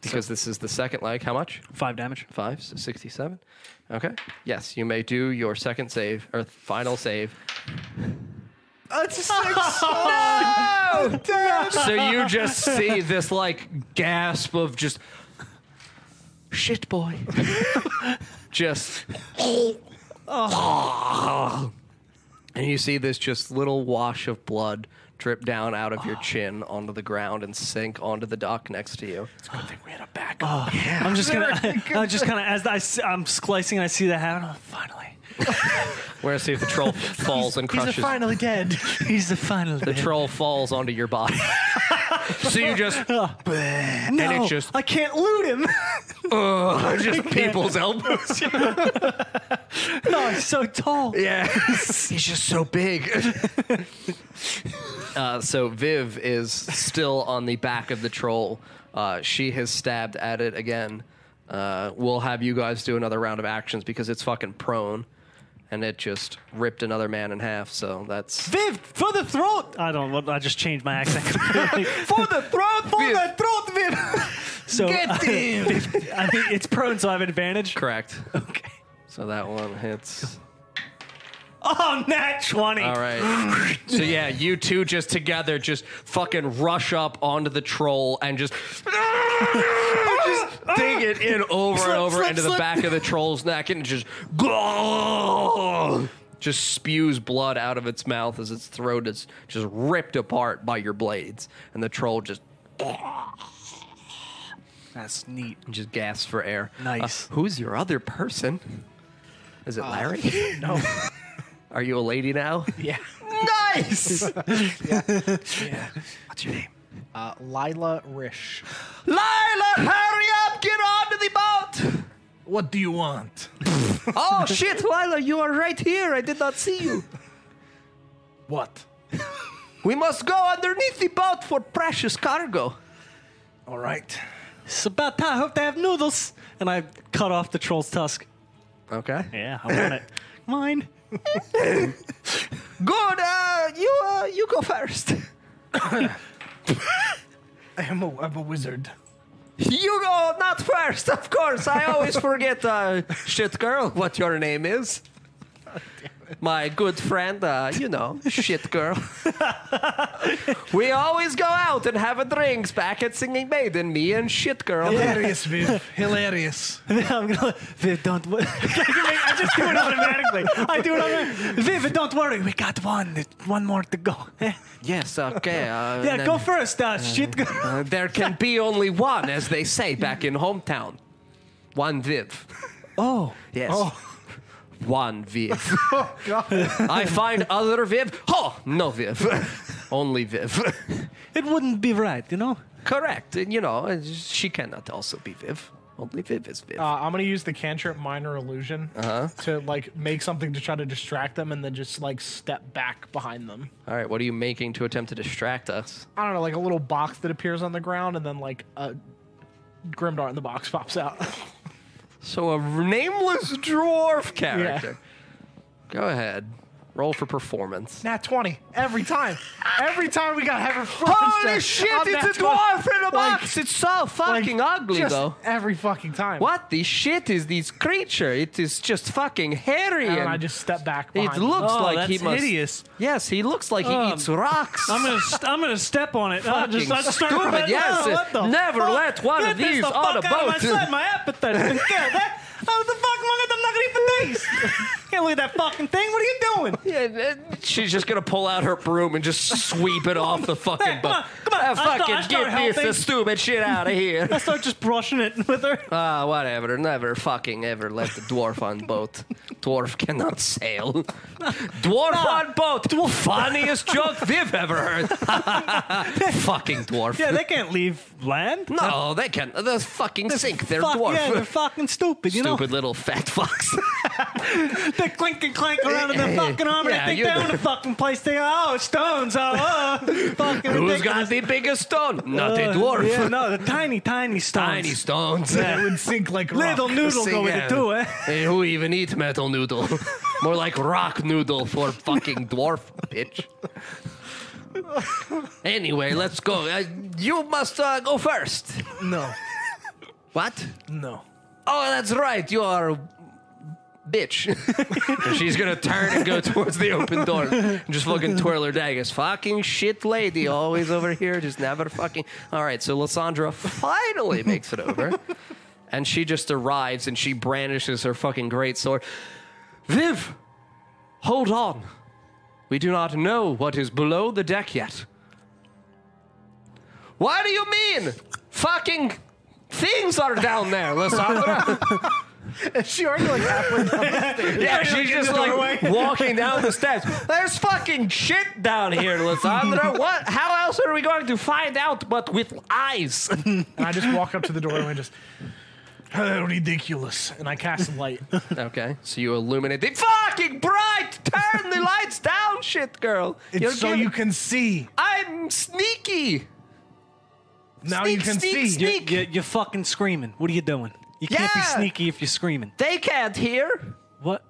[SPEAKER 4] because this is the second leg. How much?
[SPEAKER 2] Five damage.
[SPEAKER 4] Five, so 67. Okay. Yes, you may do your second save, or final save.
[SPEAKER 1] it's a six.
[SPEAKER 4] Oh, So you just see this, like, gasp of just, shit, boy. just, and you see this just little wash of blood drip down out of your chin onto the ground and sink onto the dock next to you.
[SPEAKER 2] I'm just gonna. I, am just kind of as I, s- I'm slicing and I see that happen. I'm finally,
[SPEAKER 4] We're gonna see if the troll falls and crushes.
[SPEAKER 1] dead.
[SPEAKER 2] he's the final.
[SPEAKER 4] the troll falls onto your body. Oh. so you just
[SPEAKER 2] No,
[SPEAKER 4] and it just-
[SPEAKER 2] I can't loot him.
[SPEAKER 4] just people's elbows.
[SPEAKER 2] no, he's so tall.
[SPEAKER 4] Yeah, he's just so big. uh, so Viv is still on the back of the troll. Uh, she has stabbed at it again. Uh, we'll have you guys do another round of actions because it's fucking prone, and it just ripped another man in half. So that's
[SPEAKER 2] Viv for the throat. I don't. know, I just changed my accent. completely.
[SPEAKER 4] for the throat. For the throat, Viv.
[SPEAKER 2] so
[SPEAKER 4] Get him.
[SPEAKER 2] I mean, it's prone, so I have advantage.
[SPEAKER 4] Correct.
[SPEAKER 2] Okay.
[SPEAKER 4] So that one hits.
[SPEAKER 2] Oh, nat 20.
[SPEAKER 4] All right. so yeah, you two just together just fucking rush up onto the troll and just just dig it in over and over into the back of the troll's neck and it just just spews blood out of its mouth as its throat is just ripped apart by your blades and the troll just
[SPEAKER 2] That's neat.
[SPEAKER 4] just gasps for air.
[SPEAKER 2] Nice.
[SPEAKER 4] Uh, who's your other person? Is it Larry? no. Are you a lady now?
[SPEAKER 1] yeah.
[SPEAKER 4] Nice. What's your name?
[SPEAKER 1] Uh, Lila Rish.
[SPEAKER 4] Lila, hurry up! Get onto the boat!
[SPEAKER 1] What do you want?
[SPEAKER 4] Oh shit, Lila, you are right here. I did not see you.
[SPEAKER 1] What?
[SPEAKER 4] We must go underneath the boat for precious cargo.
[SPEAKER 1] All right.
[SPEAKER 2] It's about time. I hope they have noodles. And I cut off the troll's tusk.
[SPEAKER 4] Okay.
[SPEAKER 2] Yeah, I want it. Mine.
[SPEAKER 4] Good. Uh, you uh, you go first.
[SPEAKER 1] I am a, I'm a wizard.
[SPEAKER 4] You go not first, of course. I always forget, uh, shit girl, what your name is. My good friend, uh, you know, shit girl. we always go out and have a drinks back at Singing Maiden, me and shit girl.
[SPEAKER 1] Hilarious, Viv. Hilarious.
[SPEAKER 2] I'm gonna, Viv, don't worry. I just do it automatically. I do it automatically. Viv, don't worry. We got one. One more to go. yeah,
[SPEAKER 4] Yes, okay. Uh, and
[SPEAKER 2] go
[SPEAKER 4] then,
[SPEAKER 2] first. Uh, shit. girl.
[SPEAKER 4] uh, there can be only one, as they say back in hometown. One Viv.
[SPEAKER 2] Oh.
[SPEAKER 4] Yes. One Viv. I find other Viv. Oh, no Viv. Only Viv.
[SPEAKER 2] It wouldn't be right, you know?
[SPEAKER 4] Correct. And, you know, she cannot also be Viv. Only Viv is Viv.
[SPEAKER 2] Ah.
[SPEAKER 1] Uh, I'm gonna use the cantrip minor illusion
[SPEAKER 4] Uh-huh.
[SPEAKER 1] to like make something to try to distract them, and then just like step back behind them.
[SPEAKER 4] All right, what are you making to attempt to distract us?
[SPEAKER 1] I don't know, like a little box that appears on the ground, and then like a Grimdar in the box pops out.
[SPEAKER 4] So, a nameless dwarf character. Go ahead. Roll for performance.
[SPEAKER 1] Nat 20. Every time. Every time we got to have a performance
[SPEAKER 4] Holy
[SPEAKER 1] check
[SPEAKER 4] shit,
[SPEAKER 1] on nat
[SPEAKER 4] it's a
[SPEAKER 1] 20.
[SPEAKER 4] dwarf in a
[SPEAKER 1] Like-
[SPEAKER 4] box! It's so
[SPEAKER 1] Like,
[SPEAKER 4] fucking ugly,
[SPEAKER 1] just
[SPEAKER 4] though.
[SPEAKER 1] Every fucking time.
[SPEAKER 4] What the shit is this creature? It is just fucking hairy.
[SPEAKER 1] And
[SPEAKER 4] and
[SPEAKER 1] I just step back.
[SPEAKER 4] it
[SPEAKER 1] behind him.
[SPEAKER 4] looks
[SPEAKER 2] Oh,
[SPEAKER 4] like he
[SPEAKER 2] that's
[SPEAKER 4] must.
[SPEAKER 2] hideous.
[SPEAKER 4] Yes, he looks like he
[SPEAKER 2] Um,
[SPEAKER 4] eats rocks.
[SPEAKER 2] I'm gonna st- I'm gonna step on it. I just I start
[SPEAKER 4] stupid,
[SPEAKER 2] running.
[SPEAKER 4] yes.
[SPEAKER 2] Oh, what the
[SPEAKER 4] Never
[SPEAKER 2] fuck?
[SPEAKER 4] let one of
[SPEAKER 2] That pissed
[SPEAKER 4] these
[SPEAKER 2] the
[SPEAKER 4] on
[SPEAKER 2] fuck out
[SPEAKER 4] a
[SPEAKER 2] of
[SPEAKER 4] boat.
[SPEAKER 2] My, side, my appetite. That- How the fuck am I gonna- I'm not gonna eat for days? Can't look at that fucking thing. What are you doing?
[SPEAKER 4] Yeah, and- and she's just gonna pull out her broom and just sweep it off the fucking
[SPEAKER 2] Hey, come
[SPEAKER 4] boat.
[SPEAKER 2] on, come on.
[SPEAKER 4] Ah,
[SPEAKER 2] I start-
[SPEAKER 4] fucking
[SPEAKER 2] I start
[SPEAKER 4] get
[SPEAKER 2] helping.
[SPEAKER 4] this stupid shit out of here.
[SPEAKER 2] I start just brushing it with her.
[SPEAKER 4] Ah, whatever. Never fucking ever let the dwarf on boat. Dwarf cannot sail. dwarf
[SPEAKER 2] Ah.
[SPEAKER 4] on boat. Funniest joke we've ever heard. fucking dwarf.
[SPEAKER 2] Yeah, they can't leave land.
[SPEAKER 4] no, they can't. They fucking sink. They're
[SPEAKER 2] Fuck,
[SPEAKER 4] dwarf.
[SPEAKER 2] Yeah, they're fucking stupid. You
[SPEAKER 4] Stupid little fat fox.
[SPEAKER 2] know, they clink and clank around in their fucking armor.
[SPEAKER 4] Yeah,
[SPEAKER 2] they think
[SPEAKER 4] you
[SPEAKER 2] they
[SPEAKER 4] know.
[SPEAKER 2] own the fucking place. They go, oh, it's stones. Oh, uh, fucking
[SPEAKER 4] Who's
[SPEAKER 2] ridiculous.
[SPEAKER 4] got the biggest stone? Not a
[SPEAKER 2] Uh,
[SPEAKER 4] dwarf.
[SPEAKER 2] Yeah, no, the tiny, tiny stones.
[SPEAKER 4] Tiny stones.
[SPEAKER 1] It would sink like a
[SPEAKER 2] Little
[SPEAKER 1] rock.
[SPEAKER 2] noodle
[SPEAKER 4] Sing
[SPEAKER 2] go with it
[SPEAKER 4] out.
[SPEAKER 2] too, eh?
[SPEAKER 4] Hey, who even eat metal noodle? More like rock noodle for fucking dwarf, bitch. Anyway, let's go. Uh, you must uh, go first.
[SPEAKER 1] No.
[SPEAKER 4] What?
[SPEAKER 1] No.
[SPEAKER 4] Oh, that's right. You are a bitch. And she's gonna turn and go towards the open door and just fucking twirl her daggers. Fucking shit lady, always over here, just never fucking. All right, so Lissandra finally makes it over, and she just arrives and she brandishes her fucking great sword. Viv, hold on. We do not know what is below the deck yet. What do you mean? Fucking things are down there, Lissandra.
[SPEAKER 1] She already like halfway down the stairs.
[SPEAKER 4] Yeah, she's just like walking down the steps. There's fucking shit down here, Lissandra. What? How else are we going to find out but with eyes?
[SPEAKER 1] And I just walk up to the doorway and just, "Oh, ridiculous. And I cast light.
[SPEAKER 4] okay, so you illuminate the fucking bright. Turn the lights down, shit girl.
[SPEAKER 1] It's
[SPEAKER 4] You're
[SPEAKER 1] so
[SPEAKER 4] giving-
[SPEAKER 1] you can see.
[SPEAKER 4] I'm sneaky.
[SPEAKER 1] Now
[SPEAKER 4] Sneak,
[SPEAKER 1] you can
[SPEAKER 4] sneak,
[SPEAKER 1] see.
[SPEAKER 4] sneak.
[SPEAKER 2] You- you- You're, fucking screaming. What are you doing? You can't be
[SPEAKER 4] Yeah.
[SPEAKER 2] sneaky if you're screaming.
[SPEAKER 4] They can't hear.
[SPEAKER 2] What?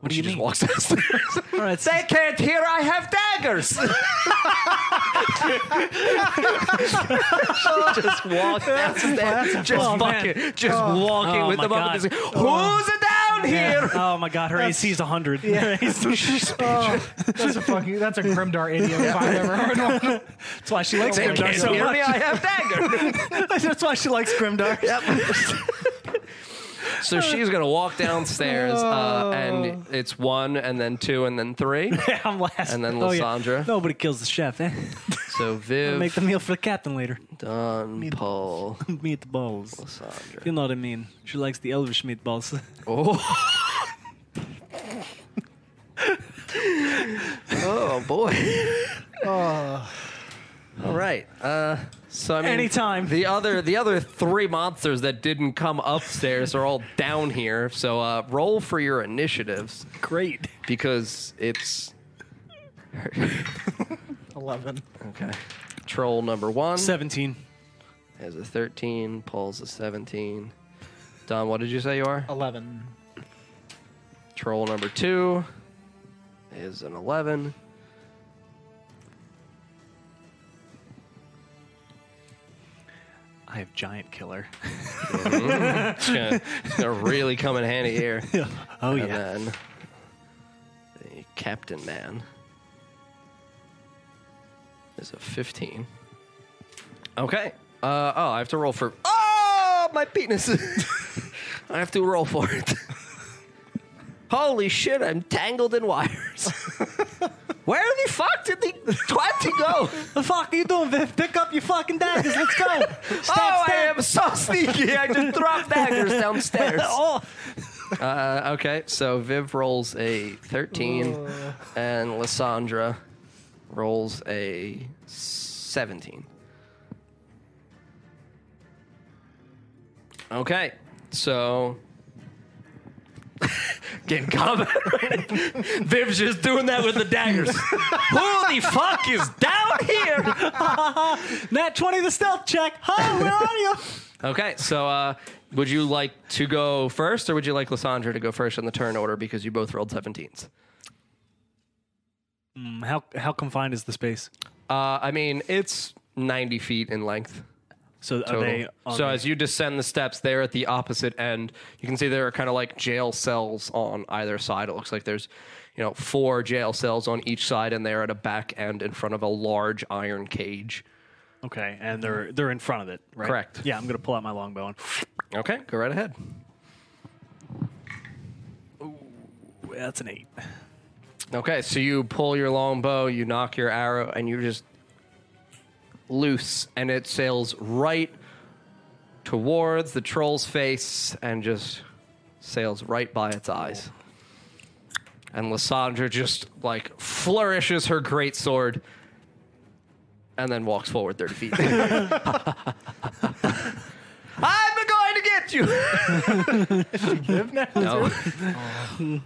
[SPEAKER 2] What do
[SPEAKER 4] She
[SPEAKER 2] you
[SPEAKER 4] just
[SPEAKER 2] mean?
[SPEAKER 4] walks downstairs.
[SPEAKER 2] All right, so-
[SPEAKER 4] They can't hear I have daggers. she just walked downstairs, just
[SPEAKER 2] Oh, man.
[SPEAKER 4] fucking, just walking
[SPEAKER 2] Oh,
[SPEAKER 4] with
[SPEAKER 2] my
[SPEAKER 4] them up.
[SPEAKER 2] God.
[SPEAKER 4] and just like, Who's down
[SPEAKER 2] Yeah.
[SPEAKER 4] here?
[SPEAKER 2] Oh my god, her AC is 100.
[SPEAKER 1] Oh, that's a fucking, that's a Grimdar idiom if I've ever heard one.
[SPEAKER 2] That's why she likes
[SPEAKER 4] They
[SPEAKER 2] Grimdark
[SPEAKER 4] can't
[SPEAKER 2] so
[SPEAKER 4] hear me.
[SPEAKER 2] much.
[SPEAKER 4] I have daggers.
[SPEAKER 2] That's why she likes Grimdark.
[SPEAKER 4] so she's gonna walk downstairs, uh, and it's one, and then two, and then three,
[SPEAKER 2] I'm last.
[SPEAKER 4] and then
[SPEAKER 2] Oh, yeah.
[SPEAKER 4] Lissandra.
[SPEAKER 2] Nobody kills the chef, eh?
[SPEAKER 4] So
[SPEAKER 2] Make
[SPEAKER 4] Viv,
[SPEAKER 2] the meal for the captain later.
[SPEAKER 4] Don, Paul,
[SPEAKER 2] Meatballs.
[SPEAKER 4] Lissandra.
[SPEAKER 2] You know what I mean. She likes the elvish meatballs.
[SPEAKER 4] Oh. oh boy. All right. Uh, so I mean,
[SPEAKER 2] Anytime.
[SPEAKER 4] the other the other three monsters that didn't come upstairs are all down here. So uh, roll for your initiatives
[SPEAKER 2] Great.
[SPEAKER 4] because it's
[SPEAKER 1] 11.
[SPEAKER 4] okay. Troll number one
[SPEAKER 2] 17.
[SPEAKER 4] has a thirteen. Paul's a seventeen. Don, what did you say you are?
[SPEAKER 1] Oh. 11.
[SPEAKER 4] Troll number two is an 11.
[SPEAKER 2] I have giant killer.
[SPEAKER 4] It's gonna, it's gonna really come in handy here.
[SPEAKER 2] Oh
[SPEAKER 4] and
[SPEAKER 2] yeah.
[SPEAKER 4] then the Captain Man is a 15. Okay. Uh, oh, I have to roll for. Oh, my penis! I have to roll for it. Holy shit, I'm tangled in wires. Where the fuck did the 20 go?
[SPEAKER 2] The fuck are you doing, Viv? Pick up your fucking daggers. Let's go. Stab,
[SPEAKER 4] oh, I
[SPEAKER 2] stab.
[SPEAKER 4] am so sneaky. I just dropped daggers downstairs.
[SPEAKER 2] Oh,
[SPEAKER 4] Uh, okay, so Viv rolls a 13, and Lissandra rolls a 17. Okay, so. Getting combat. right? Viv's just doing that with the daggers. Who the fuck is down here?
[SPEAKER 2] Nat 20 the stealth check. Huh, where are you?
[SPEAKER 4] Okay, so uh, would you like to go first, or would you like Lissandra to go first in the turn order because you both rolled 17s?
[SPEAKER 2] Mm, How how confined is the space?
[SPEAKER 4] Uh, I mean, it's 90 feet in length.
[SPEAKER 2] So are
[SPEAKER 4] total.
[SPEAKER 2] they? Are
[SPEAKER 4] so
[SPEAKER 2] they-
[SPEAKER 4] as you descend the steps, they're at the opposite end. You can see there are kind of like jail cells on either side. It looks like there's, you know, four jail cells on each side, and they're at a back end in front of a large iron cage.
[SPEAKER 2] okay, and they're they're in front of it, right?
[SPEAKER 4] Correct.
[SPEAKER 2] Yeah, I'm gonna pull out my longbow and
[SPEAKER 4] Okay, go right ahead.
[SPEAKER 2] Ooh, that's an eight.
[SPEAKER 4] Okay, so you pull your longbow, you knock your arrow, and you just loose, and it sails right towards the troll's face and just sails right by its eyes. And Lysandra just like flourishes her great sword and then walks forward 30 feet. I'm going to get you! No.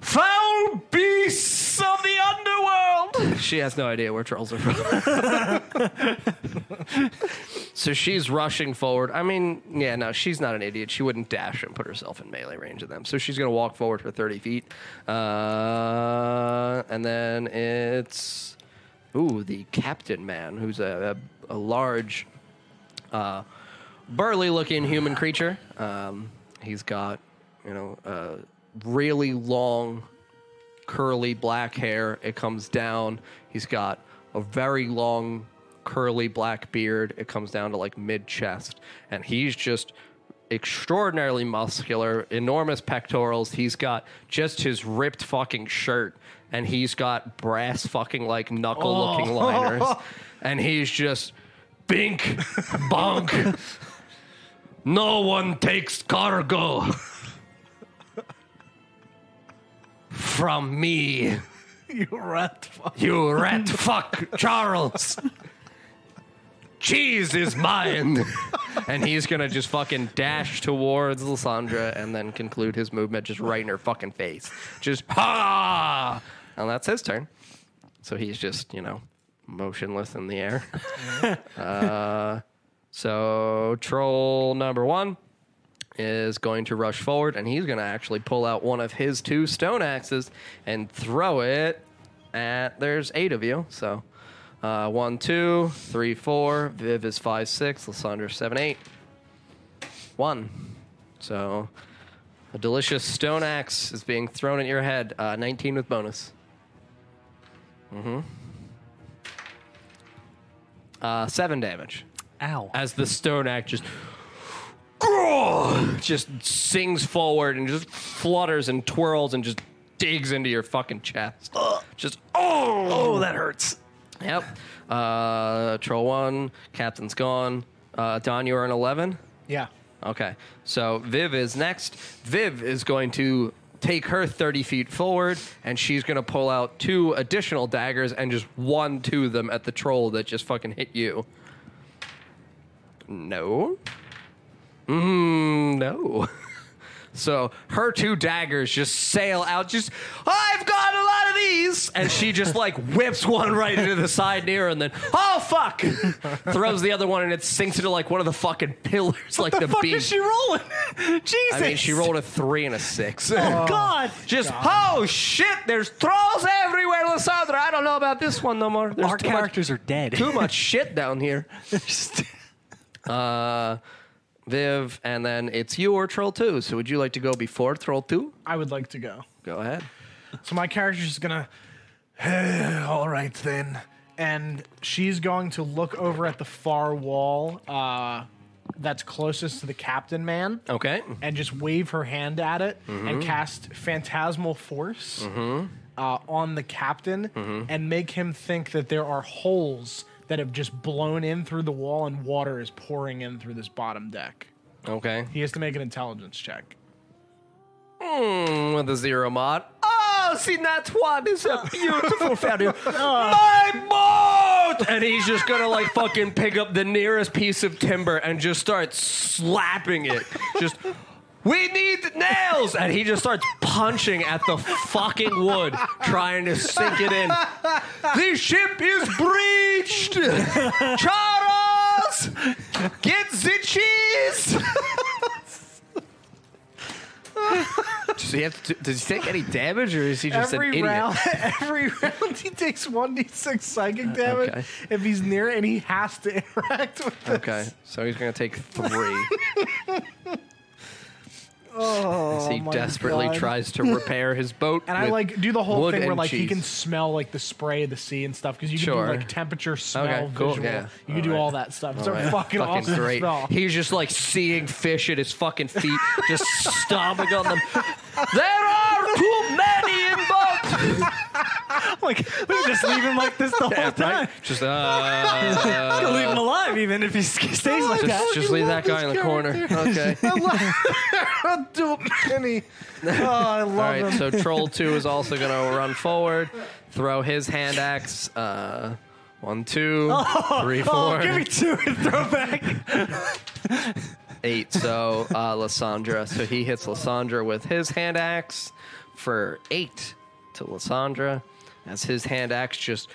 [SPEAKER 4] Foul beasts of the underworld! She has no idea where trolls are from. so she's rushing forward. I mean, yeah, no, she's not an idiot. She wouldn't dash and put herself in melee range of them. So she's going to walk forward for 30 feet. Uh, and then it's. Ooh, the captain man, who's a, a, a large uh, burly looking human creature. Um, he's got, you know, uh, really long, curly black hair. It comes down. He's got a very long, curly black beard. It comes down to like mid chest. And he's just extraordinarily muscular, enormous pectorals. He's got just his ripped fucking shirt. And he's got brass fucking like knuckle looking liners. And he's just bink, bonk. No one takes cargo from me,
[SPEAKER 1] you rat fuck.
[SPEAKER 4] you rat fuck, Charles. Cheese is mine. and he's gonna just fucking dash towards Lysandra and then conclude his movement just right in her fucking face. Just ha! And that's his turn. So he's just, you know, motionless in the air. uh, so troll number one is going to rush forward and he's going to actually pull out one of his two stone axes and throw it at there's eight of you so uh, one two three four viv is five six lysandra seven eight one so a delicious stone axe is being thrown at your head uh, 19 with bonus mm-hmm. uh, seven damage
[SPEAKER 2] Ow.
[SPEAKER 4] as the stone axe just just sings forward and just flutters and twirls and just digs into your fucking chest. Just oh,
[SPEAKER 2] Oh, that hurts.
[SPEAKER 4] yep. Uh, troll one, captain's gone. Uh, Don, you are an eleven.
[SPEAKER 1] Yeah.
[SPEAKER 4] Okay. So Viv is next. Viv is going to take her 30 feet forward and she's going to pull out two additional daggers and just one two of them at the troll that just fucking hit you. No. Mm, no. So her two daggers just sail out. Just I've got a lot of these, and she just like whips one right into the side near, her and then oh fuck, throws the other one, and it sinks into like one of the fucking pillars, like the,
[SPEAKER 2] Fuck
[SPEAKER 4] beam.
[SPEAKER 2] is she rolling? Jesus.
[SPEAKER 4] I mean, she rolled a three and a six.
[SPEAKER 2] Oh, God.
[SPEAKER 4] Just oh shit, there's trolls everywhere, Lissandra. I don't know about this one no more. There's
[SPEAKER 2] Our
[SPEAKER 4] too much,
[SPEAKER 2] characters are dead.
[SPEAKER 4] too much shit down here. Uh,
[SPEAKER 2] Just-
[SPEAKER 4] Viv, and then it's you or troll two. So would you like to go before troll two?
[SPEAKER 1] I would like to go.
[SPEAKER 4] Go ahead.
[SPEAKER 1] So my character's just gonna. All right then, and she's going to look over at the far wall uh, that's closest to the captain man,
[SPEAKER 4] Okay.
[SPEAKER 1] and just wave her hand at it
[SPEAKER 4] Mm-hmm.
[SPEAKER 1] and cast phantasmal force uh, on the captain
[SPEAKER 4] Mm-hmm.
[SPEAKER 1] and make him think that there are holes that have just blown in through the wall and water is pouring in through this bottom deck.
[SPEAKER 4] Okay.
[SPEAKER 1] He has to make an intelligence check.
[SPEAKER 4] Mm, with a zero mod. Oh, see, that one is a beautiful fountain. Ah. My boat! And he's just gonna like fucking pick up the nearest piece of timber and just start slapping it. Just, we need nails! And he just starts punching at the fucking wood, trying to sink it in. The ship is breached! Charles! Get the cheese! Does he have to, does he take any damage, or is he just
[SPEAKER 1] every
[SPEAKER 4] an idiot?
[SPEAKER 1] round, every round he takes one d six psychic damage
[SPEAKER 4] Uh, okay.
[SPEAKER 1] if he's near, it, and he has to interact with this.
[SPEAKER 4] Okay, so he's gonna take three.
[SPEAKER 1] Oh,
[SPEAKER 4] as he
[SPEAKER 1] my
[SPEAKER 4] desperately
[SPEAKER 1] God.
[SPEAKER 4] tries to repair his boat.
[SPEAKER 1] And I
[SPEAKER 4] with
[SPEAKER 1] like do the whole
[SPEAKER 4] wood
[SPEAKER 1] thing where
[SPEAKER 4] and
[SPEAKER 1] like he can
[SPEAKER 4] cheese.
[SPEAKER 1] smell like the spray of the sea and stuff because you can
[SPEAKER 4] Sure.
[SPEAKER 1] do like temperature, smell,
[SPEAKER 4] Okay, cool,
[SPEAKER 1] visual.
[SPEAKER 4] yeah.
[SPEAKER 1] You can do
[SPEAKER 4] Alright.
[SPEAKER 1] all that stuff. It's a
[SPEAKER 4] Right.
[SPEAKER 1] fucking, awesome
[SPEAKER 4] great.
[SPEAKER 1] spell.
[SPEAKER 4] He's just like seeing fish at his fucking feet, just stomping on them. There are too many in boats.
[SPEAKER 2] like we can just leave him like this the whole time.
[SPEAKER 4] Just uh,
[SPEAKER 2] You leave him alive even if he sk- stays like that.
[SPEAKER 4] just, just leave that guy in the corner. Okay.
[SPEAKER 1] Too many. Oh, I love
[SPEAKER 4] All right.
[SPEAKER 1] him.
[SPEAKER 4] So troll two is also gonna run forward, throw his hand axe. Uh, one, two, three, four,
[SPEAKER 2] Oh, give me two and throw back.
[SPEAKER 4] eight. So uh, Lissandra. So he hits Lissandra with his hand axe for eight to Lissandra, as his hand axe just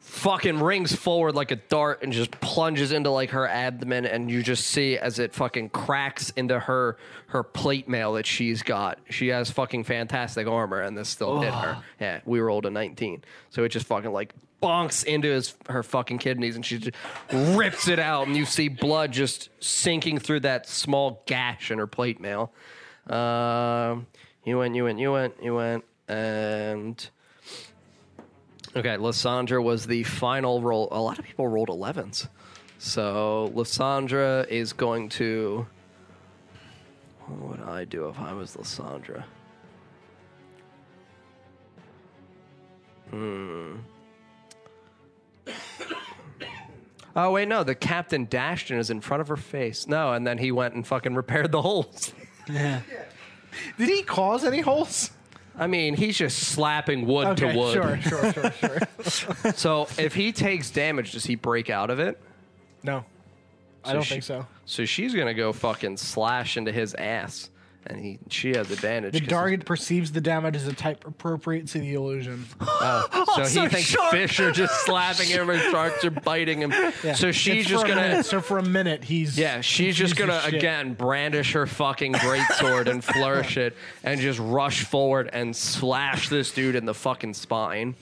[SPEAKER 4] fucking rings forward like a dart and just plunges into like her abdomen, and you just see as it fucking cracks into her her plate mail that she's got. She has fucking fantastic armor, and this still hit her. Yeah, we rolled a nineteen, so it just fucking like. Bonks into his her fucking kidneys and she just rips it out and you see blood just sinking through that small gash in her plate mail. Um, you went, you went, you went, you went, and okay. Lissandra was the final roll. A lot of people rolled elevens, so Lissandra is going to. What would I do if I was Lissandra? Hmm. Hmm. Oh wait, no. The captain dashed and is in front of her face. No, and then he went and fucking repaired the holes.
[SPEAKER 1] Did he cause any holes?
[SPEAKER 4] I mean, he's just slapping wood
[SPEAKER 1] Okay,
[SPEAKER 4] to wood.
[SPEAKER 1] sure, sure, sure, sure.
[SPEAKER 4] So if he takes damage, does he break out of it?
[SPEAKER 1] no, I don't
[SPEAKER 4] she-
[SPEAKER 1] think so.
[SPEAKER 4] So she's gonna go fucking slash into his ass, and he she has advantage.
[SPEAKER 1] The
[SPEAKER 4] 'cause
[SPEAKER 1] target perceives the damage as a type appropriate to the illusion. Oh,
[SPEAKER 4] he's- So he
[SPEAKER 2] Also
[SPEAKER 4] thinks
[SPEAKER 2] shark.
[SPEAKER 4] fish are just slapping him, and sharks are biting him. So she's
[SPEAKER 1] It's
[SPEAKER 4] just
[SPEAKER 1] for a
[SPEAKER 4] gonna.
[SPEAKER 1] minute, so for a minute, he's
[SPEAKER 4] Yeah, she's just
[SPEAKER 1] confused as
[SPEAKER 4] gonna
[SPEAKER 1] shit.
[SPEAKER 4] again brandish her fucking greatsword and flourish it, and just rush forward and slash this dude in the fucking spine.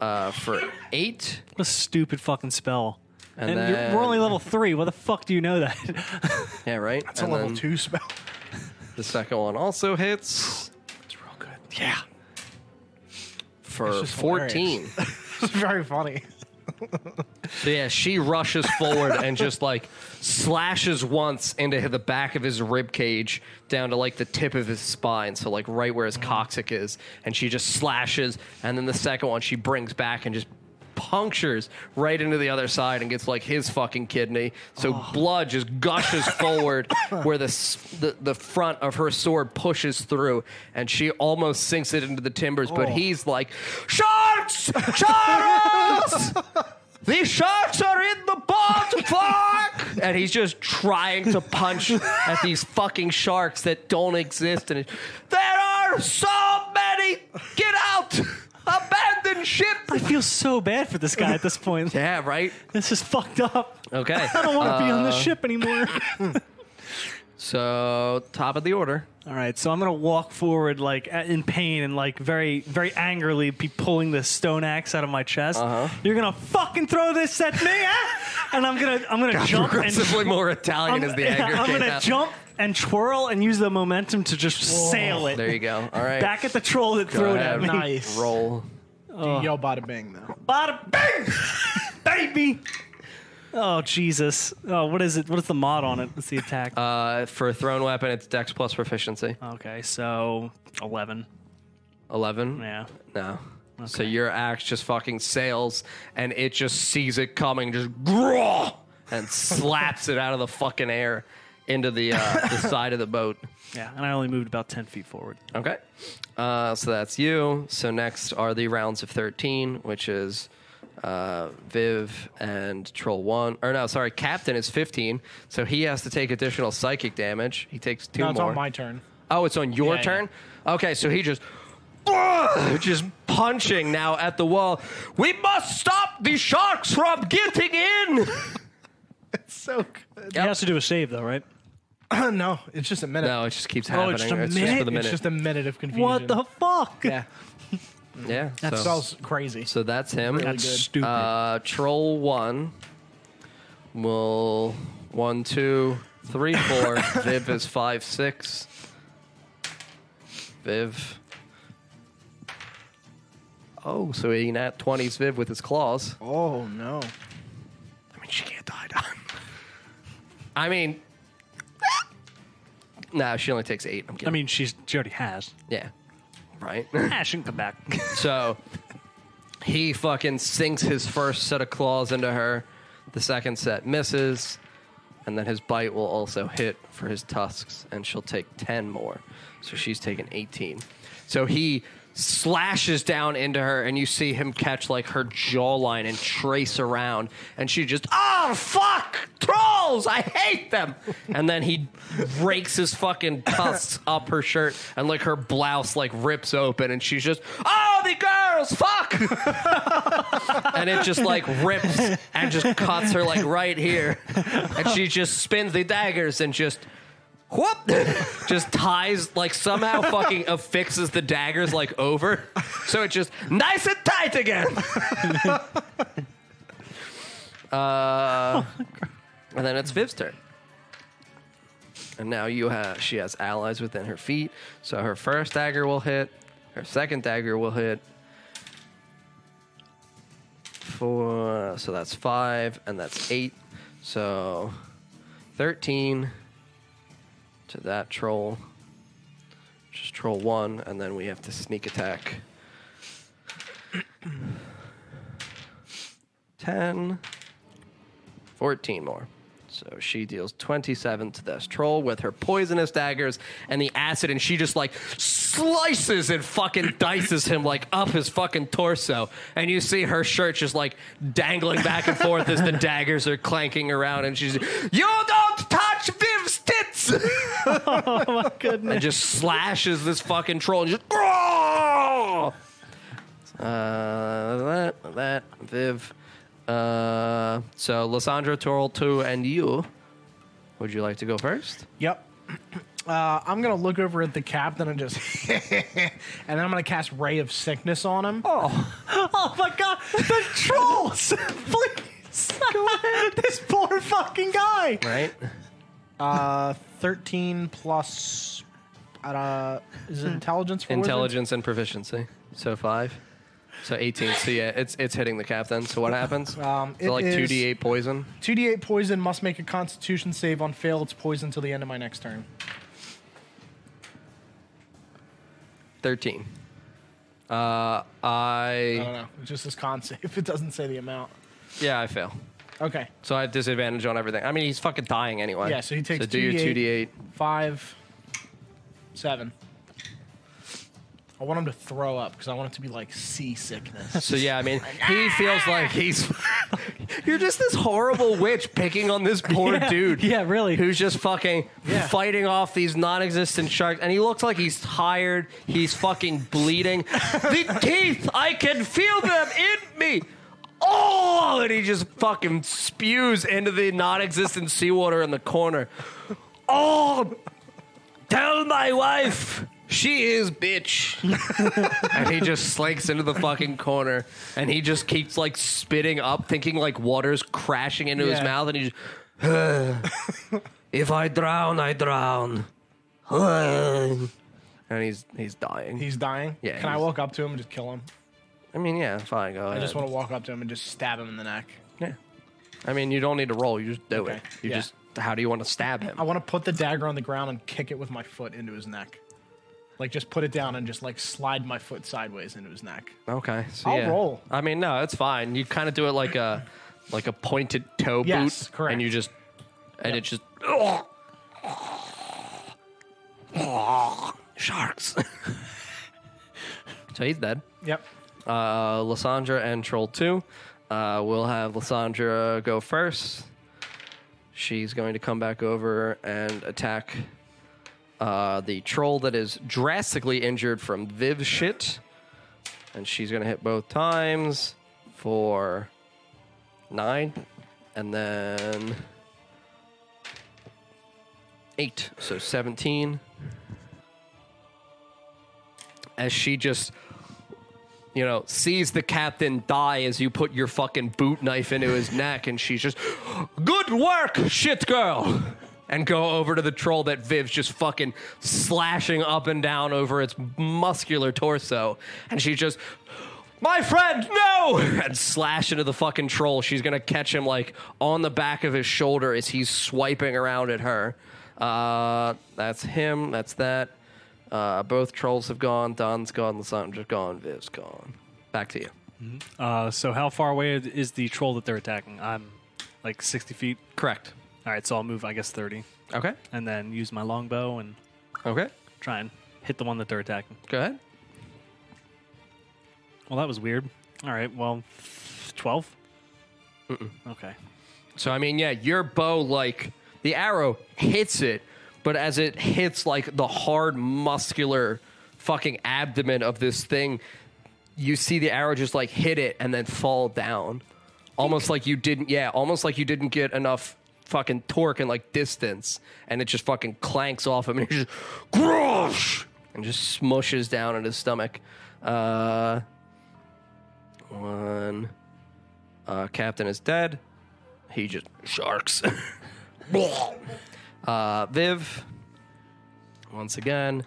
[SPEAKER 4] Uh, for eight,
[SPEAKER 2] What a stupid fucking spell.
[SPEAKER 4] and,
[SPEAKER 2] And
[SPEAKER 4] then
[SPEAKER 2] you're, we're only level three. Why the fuck do you know that?
[SPEAKER 4] yeah, right.
[SPEAKER 1] It's a level two spell.
[SPEAKER 4] The second one also hits
[SPEAKER 1] It's real good.
[SPEAKER 2] yeah.
[SPEAKER 4] for
[SPEAKER 1] just
[SPEAKER 4] 14.
[SPEAKER 1] It's very funny.
[SPEAKER 4] so yeah, she rushes forward and just like slashes once into the back of his rib cage down to like the tip of his spine, so like right where his coccyx is, and she just slashes and then the second one she brings back and just punctures right into the other side and gets like his fucking kidney. So blood just gushes forward where the, s- the the front of her sword pushes through, and she almost sinks it into the timbers. But he's like, "Sharks! Sharks! These sharks are in the boat, fuck!" And he's just trying to punch at these fucking sharks that don't exist. And it, there are so many. Get out! Abandon ship!
[SPEAKER 2] I feel so bad for this guy at this point.
[SPEAKER 4] Yeah, right.
[SPEAKER 2] This is fucked up.
[SPEAKER 4] Okay.
[SPEAKER 2] I don't want to be on
[SPEAKER 4] Uh,
[SPEAKER 2] this ship anymore.
[SPEAKER 4] so top of the order.
[SPEAKER 2] All right, so I'm gonna walk forward like a- in pain and like very, very angrily be pulling this stone axe out of my chest. You're gonna fucking throw this at me, huh? and I'm gonna, I'm gonna jump and
[SPEAKER 4] Progressively more
[SPEAKER 2] I'm,
[SPEAKER 4] Italian as the
[SPEAKER 2] yeah,
[SPEAKER 4] anger
[SPEAKER 2] I'm
[SPEAKER 4] came
[SPEAKER 2] gonna
[SPEAKER 4] out.
[SPEAKER 2] jump and twirl and use the momentum to just sail it
[SPEAKER 4] There you go. All right.
[SPEAKER 2] back at the troll that
[SPEAKER 4] Go
[SPEAKER 2] threw it
[SPEAKER 4] ahead.
[SPEAKER 2] at me.
[SPEAKER 1] Nice.
[SPEAKER 4] Roll.
[SPEAKER 1] You yell bada bang though.
[SPEAKER 2] Bada bing, baby. Oh Jesus! Oh, what is it? What is the mod on it? What's the attack?
[SPEAKER 4] Uh, for a thrown weapon, it's Dex plus proficiency.
[SPEAKER 2] okay, so eleven.
[SPEAKER 4] Eleven.
[SPEAKER 2] Yeah.
[SPEAKER 4] No. So your axe just fucking sails, and it just sees it coming, just graw, and slaps it out of the fucking air into the uh, the side of the boat.
[SPEAKER 2] Yeah, and I only moved about 10 feet forward.
[SPEAKER 4] Okay. Uh, so that's you. So next are the rounds of 13, which is uh, Viv and Troll 1. Or no, sorry, Captain is 15. So he has to take additional psychic damage. He takes two
[SPEAKER 1] No,
[SPEAKER 4] more.
[SPEAKER 1] it's on my turn.
[SPEAKER 4] Oh, it's on your
[SPEAKER 1] Yeah,
[SPEAKER 4] turn? Okay, so he just. Just punching now at the wall. We must stop the sharks from getting in.
[SPEAKER 1] So good.
[SPEAKER 2] He has to do a save, though, right?
[SPEAKER 1] no, it's just a minute.
[SPEAKER 4] No, it just keeps
[SPEAKER 2] Oh,
[SPEAKER 4] happening.
[SPEAKER 2] it's a
[SPEAKER 4] just for the
[SPEAKER 2] minute?
[SPEAKER 4] minute.
[SPEAKER 1] It's just a minute of confusion.
[SPEAKER 2] What the fuck?
[SPEAKER 1] yeah,
[SPEAKER 4] yeah.
[SPEAKER 1] that
[SPEAKER 4] so,
[SPEAKER 1] sounds crazy.
[SPEAKER 4] so that's him.
[SPEAKER 2] That's stupid.
[SPEAKER 4] Uh, troll one will one, two, three, four. Viv is five, six. Viv. Oh, so he nat 20s Viv with his claws.
[SPEAKER 1] Oh no.
[SPEAKER 4] I mean, she can't die, Don. I mean, nah, she only takes eight. I'm kidding.
[SPEAKER 2] I mean, she's she already has.
[SPEAKER 4] yeah, right.
[SPEAKER 2] Ah, she can come back.
[SPEAKER 4] So he fucking sinks his first set of claws into her. The second set misses. And then his bite will also hit for his tusks, and she'll take 10 more. So she's taken 18. So he slashes down into her, and you see him catch like her jawline and trace around. And she just, oh, fuck, trolls, I hate them. and then he rakes his fucking tusks up her shirt, and like her blouse like rips open, and she's just, oh, the girls, fuck and it just like rips and just cuts her like right here. And she just spins the daggers and just whoop just ties like somehow fucking affixes the daggers like over. So it just nice and tight again. uh, and then it's Viv's turn. And now you have she has allies within her feet. So her first dagger will hit. Her second dagger will hit four. So that's five, and that's eight. So thirteen to that troll. Just troll one, and then we have to sneak attack. Ten. Fourteen more. So she deals 27 to this troll with her poisonous daggers and the acid, and she just like slices and fucking dices him like up his fucking torso. And you see her shirt just like dangling back and forth as the daggers are clanking around, and she's, You don't touch Viv's tits! and just slashes this fucking troll and just. "Growl!" Uh, that, that, Viv. Uh, so Lissandra, Toral, two, and you. Would you like to go first?
[SPEAKER 1] Yep. Uh, I'm gonna look over at the captain and just, and then I'm gonna cast Ray of Sickness on him.
[SPEAKER 2] Oh my god, the trolls! Please! this poor fucking guy!
[SPEAKER 4] Right.
[SPEAKER 1] Uh, 13 plus, uh, is it intelligence? For wizards?
[SPEAKER 4] Intelligence and proficiency. So five. So eighteen. So yeah, it's it's hitting the cap then. So what happens?
[SPEAKER 1] Um,
[SPEAKER 4] so
[SPEAKER 1] it
[SPEAKER 4] like
[SPEAKER 1] is-
[SPEAKER 4] two d eight poison.
[SPEAKER 1] 2d8 poison must make a constitution save on fail its poison till the end of my next turn.
[SPEAKER 4] Thirteen. Uh,
[SPEAKER 1] I don't
[SPEAKER 4] I
[SPEAKER 1] know. It's just this con save. It doesn't say the amount.
[SPEAKER 4] yeah, I fail.
[SPEAKER 1] Okay.
[SPEAKER 4] So I have disadvantage on everything. I mean, he's fucking dying anyway.
[SPEAKER 1] Yeah, so he takes
[SPEAKER 4] So do your
[SPEAKER 1] 2d8.
[SPEAKER 4] two d eight.
[SPEAKER 1] Five, seven. I want him to throw up because I want it to be like seasickness.
[SPEAKER 4] So yeah, I mean, he feels like he's. You're just this horrible witch picking on this poor dude.
[SPEAKER 2] yeah, really.
[SPEAKER 4] Who's just fucking
[SPEAKER 1] Yeah.
[SPEAKER 4] fighting off these non-existent sharks, and he looks like he's tired. He's fucking bleeding. the teeth, I can feel them in me. Oh, and he just fucking spews into the non-existent seawater in the corner. Oh, tell my wife. She is bitch. and he just slinks into the fucking corner and he just keeps like spitting up, thinking like water's crashing into his
[SPEAKER 1] Yeah.
[SPEAKER 4] mouth. And he just, if I drown, I drown. and he's he's dying.
[SPEAKER 1] He's dying.
[SPEAKER 4] Yeah,
[SPEAKER 1] Can I
[SPEAKER 4] he's-
[SPEAKER 1] walk up to him and just kill him? Uh,
[SPEAKER 4] I mean, yeah, fine, go ahead.
[SPEAKER 1] I just want to walk up to him and just stab him in the neck.
[SPEAKER 4] yeah. I mean, you don't need to roll. You just do
[SPEAKER 1] Okay,
[SPEAKER 4] it. You
[SPEAKER 1] yeah.
[SPEAKER 4] just, how do you want to stab him?
[SPEAKER 1] I want to put the dagger on the ground and kick it with my foot into his neck. Like just put it down and just like slide my foot sideways into his neck.
[SPEAKER 4] Okay. So
[SPEAKER 1] I'll
[SPEAKER 4] yeah.
[SPEAKER 1] roll.
[SPEAKER 4] I mean, no, it's fine. You kind of do it like a like a pointed toe
[SPEAKER 1] Yes,
[SPEAKER 4] boot,
[SPEAKER 1] correct.
[SPEAKER 4] and you just and it just sharks. so he's dead.
[SPEAKER 1] Yep.
[SPEAKER 4] Uh, Lysandra and Troll Two. Uh, we'll have Lysandra go first. She's going to come back over and attack uh, the troll that is drastically injured from Viv shit. And she's going to hit both times for nine. And then eight, so 17. As she just, you know, sees the captain die as you put your fucking boot knife into his neck, and she's just, good work, shit girl! And go over to the troll that Viv's just fucking slashing up and down over its muscular torso. And she just, my friend, no! And slash into the fucking troll. She's gonna catch him like on the back of his shoulder as he's swiping around at her. Uh, that's him. That's that. Uh, both trolls have gone. Don's gone. Lissandra's gone. Viv's gone. Back to you.
[SPEAKER 2] Uh, so how far away is the troll that they're attacking? I'm like 60 feet.
[SPEAKER 4] Correct.
[SPEAKER 2] All right, so I'll move, I guess, 30,
[SPEAKER 4] Okay.
[SPEAKER 2] and then use my longbow and
[SPEAKER 4] Okay.
[SPEAKER 2] try and hit the one that they're attacking.
[SPEAKER 4] Go ahead.
[SPEAKER 2] Well, that was weird. All right, well, 12? Okay.
[SPEAKER 4] So I mean, yeah, your bow like the arrow hits it, but as it hits like the hard muscular fucking abdomen of this thing, you see the arrow just like hit it and then fall down. Almost like you didn't yeah, almost like you didn't get enough fucking torque and like distance and it just fucking clanks off him and he just Grosh! and just smushes down in his stomach. Uh one uh, Captain is dead. He just sharks. uh, Viv, once again,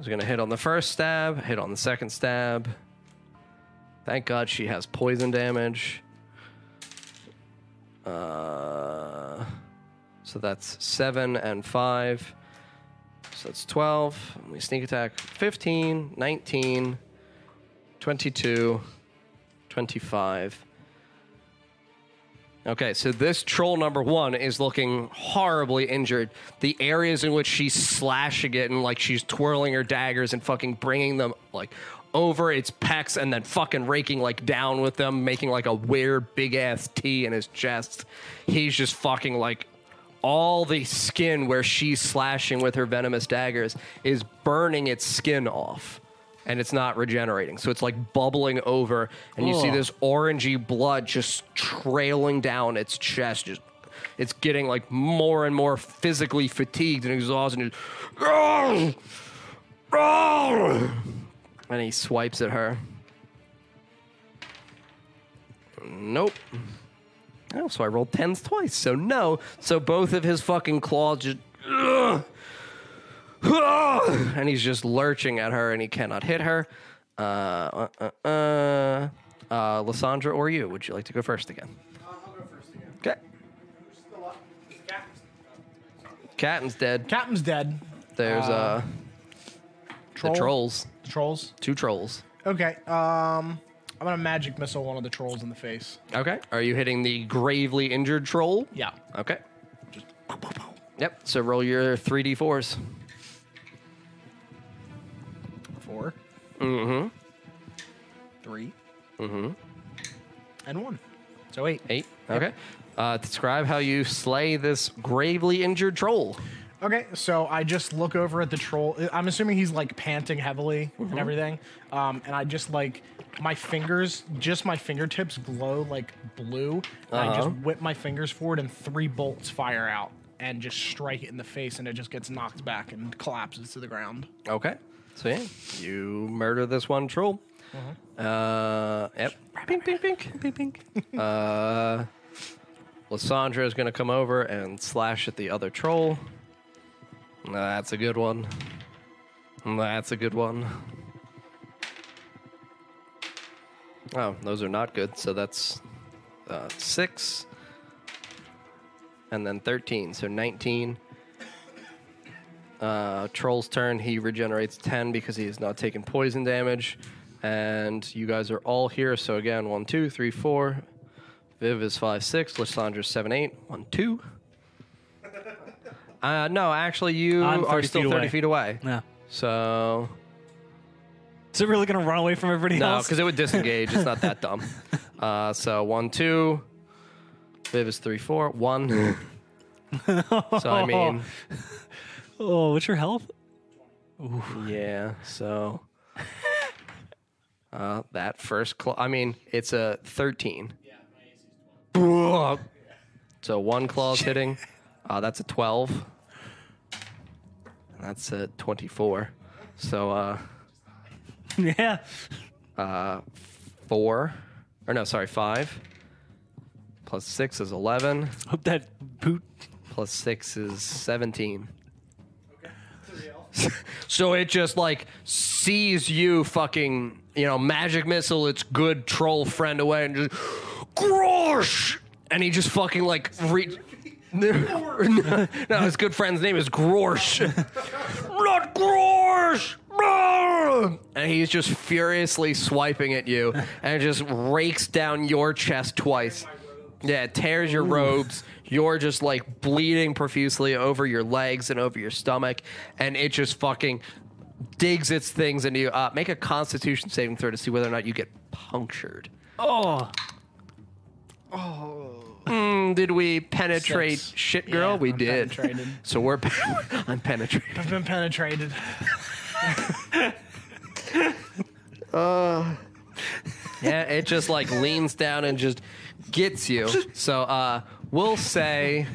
[SPEAKER 4] is going to hit on the first stab, hit on the second stab. Thank God she has poison damage. Uh, so that's seven and five. So that's 12. And we sneak attack 15, 19, 22, 25. Okay, so this troll number one is looking horribly injured. The areas in which she's slashing it and like she's twirling her daggers and fucking bringing them like over its pecs and then fucking raking like down with them, making like a weird big ass T in his chest. He's just fucking like all the skin where she's slashing with her venomous daggers is burning its skin off and it's not regenerating. So it's like bubbling over, and you see
[SPEAKER 2] Ugh.
[SPEAKER 4] this orangey blood just trailing down its chest. Just it's getting like more and more physically fatigued and exhausted. And, just, "Argh! Argh!" and he swipes at her. Nope. Oh, so I rolled tens twice. So no. So both of his fucking claws just. Ugh. Ugh. and he's just lurching at her, and he cannot hit her. Uh, uh, uh, uh, uh, Lysandra or you? Would you like to go first again? Okay. Captain's dead.
[SPEAKER 1] Captain's dead.
[SPEAKER 4] There's uh,
[SPEAKER 1] troll?
[SPEAKER 4] the trolls.
[SPEAKER 1] The trolls.
[SPEAKER 4] Two trolls.
[SPEAKER 1] Okay. Um, I'm gonna magic missile one of the trolls in the face.
[SPEAKER 4] Okay. Are you hitting the gravely injured troll?
[SPEAKER 1] Yeah.
[SPEAKER 4] Okay. Yep. So roll your three d fours.
[SPEAKER 1] Four. Mm-hmm. Three. Mm-hmm. And one. So eight.
[SPEAKER 4] Eight. Okay. Uh, describe how you slay this gravely injured troll.
[SPEAKER 1] Okay, so I just look over at the troll. I'm assuming he's like panting heavily
[SPEAKER 4] Mm-hmm.
[SPEAKER 1] and everything. Um, and I just like my fingers, just my fingertips glow like blue. And I
[SPEAKER 4] Uh-huh.
[SPEAKER 1] just whip my fingers forward, and three bolts fire out and just strike it in the face, and it just gets knocked back and collapses to the ground.
[SPEAKER 4] Okay. So yeah, you murder this one troll. Uh, yep. Pink, pink, pink, pink, pink. uh, Lysandra is going to come over and slash at the other troll. That's a good one. That's a good one. Oh, those are not good. So that's uh, six, and then thirteen. So nineteen. Uh, troll's turn. He regenerates 10 because he has not taken poison damage. And you guys are all here. So again, one, two, three, four. Viv is 5, 6. Lysandra's 7, 8. 1, 2. Uh, no, actually, you
[SPEAKER 2] I'm
[SPEAKER 4] are
[SPEAKER 2] 30
[SPEAKER 4] still
[SPEAKER 2] feet
[SPEAKER 4] 30
[SPEAKER 2] away.
[SPEAKER 4] feet away.
[SPEAKER 2] Yeah.
[SPEAKER 4] So.
[SPEAKER 2] Is it really going to run away from everybody
[SPEAKER 4] No,
[SPEAKER 2] else?
[SPEAKER 4] because it would disengage. it's not that dumb. Uh, so 1, 2. Viv is 3, 4. 1. so I mean.
[SPEAKER 2] Oh, what's your health?
[SPEAKER 4] Yeah, so uh, that first claw. I mean, it's a thirteen. Yeah, my AC is twelve. So one claw's hitting. Uh, that's a twelve. That's a 24. So, uh,
[SPEAKER 2] yeah.
[SPEAKER 4] uh, four, or no, sorry, five. Plus six is 11.
[SPEAKER 2] Hope that boot.
[SPEAKER 4] Plus six is 17. so it just like sees you fucking, you know, magic missile, its good troll friend away and just, Grosh! And he just fucking like, re- no, no, his good friend's name is Grosh. Not Grosh! Brrr! And he's just furiously swiping at you and just rakes down your chest twice. Yeah, it tears your robes. You're just like bleeding profusely over your legs and over your stomach, and it just fucking digs its things into you. Uh, make a Constitution saving throw to see whether or not you get punctured.
[SPEAKER 2] Oh,
[SPEAKER 4] Mm, did we penetrate
[SPEAKER 1] Six.
[SPEAKER 4] shit girl?
[SPEAKER 1] Yeah,
[SPEAKER 4] we
[SPEAKER 1] I'm
[SPEAKER 4] did.
[SPEAKER 1] penetrated.
[SPEAKER 4] So we're I'm penetrated.
[SPEAKER 1] I've been penetrated.
[SPEAKER 4] Yeah, it just like leans down and just gets you. So uh, we'll say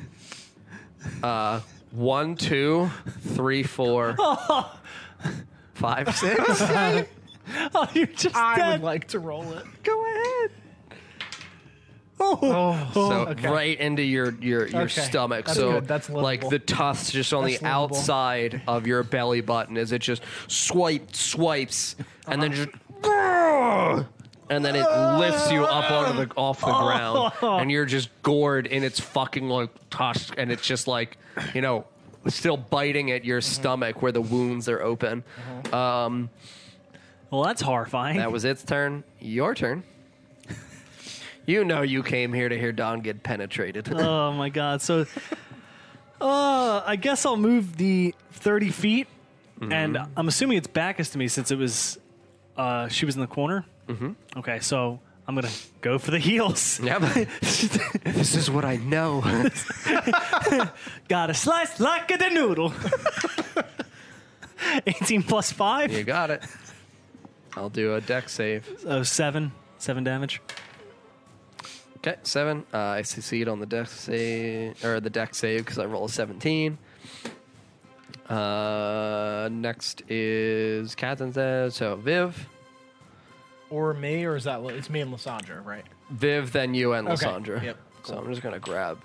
[SPEAKER 4] uh, one, two, three, four, five, six.
[SPEAKER 2] oh, you're just
[SPEAKER 1] I
[SPEAKER 2] dead.
[SPEAKER 1] would like to roll it.
[SPEAKER 2] Go ahead. Oh,
[SPEAKER 4] So
[SPEAKER 1] okay.
[SPEAKER 4] right into your your, your
[SPEAKER 1] Okay.
[SPEAKER 4] stomach.
[SPEAKER 1] That's
[SPEAKER 4] so
[SPEAKER 1] good. That's livable.
[SPEAKER 4] like the tufts just on
[SPEAKER 1] That's
[SPEAKER 4] the
[SPEAKER 1] livable.
[SPEAKER 4] outside of your belly button as it just swipe swipes and then just
[SPEAKER 1] Uh-huh.
[SPEAKER 4] and then it lifts you up onto the off the
[SPEAKER 1] Oh.
[SPEAKER 4] ground and you're just gored in its fucking like tusk and it's just like you know still biting at your
[SPEAKER 1] Mm-hmm.
[SPEAKER 4] stomach where the wounds are open.
[SPEAKER 1] Uh-huh.
[SPEAKER 4] Um,
[SPEAKER 2] well, that's horrifying.
[SPEAKER 4] that was its turn. Your turn. You know you came here to hear Don get penetrated.
[SPEAKER 2] oh my god. So, uh, I guess I'll move the thirty feet, and I'm assuming its back is to me since it was, uh, she was in the corner. Mm-hmm. Okay, so I'm gonna go for the heels.
[SPEAKER 4] Yeah. this is what I know.
[SPEAKER 2] Got a slice like a noodle. 18 plus 5,
[SPEAKER 4] you got it. I'll do a deck save.
[SPEAKER 2] so 7. 7 Oh, damage.
[SPEAKER 4] Okay, seven. Uh, I succeed on the deck save or the deck save because I roll a seventeen. Uh, next is Katan's there. So Viv,
[SPEAKER 1] Or me, or is that it's me and Lissandra, right?
[SPEAKER 4] Viv, then you and
[SPEAKER 1] Okay,
[SPEAKER 4] Lissandra.
[SPEAKER 1] yep,
[SPEAKER 4] So I'm just gonna grab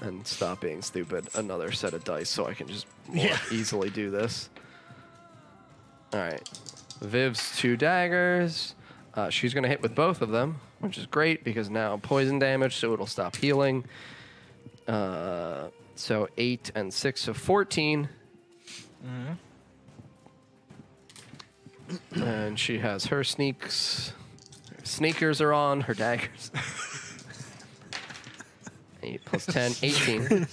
[SPEAKER 4] and stop being stupid. Another set of dice so I can just more easily do this. All right, Viv's two daggers. Uh, she's gonna hit with both of them, which is great because now poison damage, so it'll stop healing. Uh, so eight and six, so 14 And she has her sneaks. Her sneakers are on. Her daggers. Eight plus 10, 18.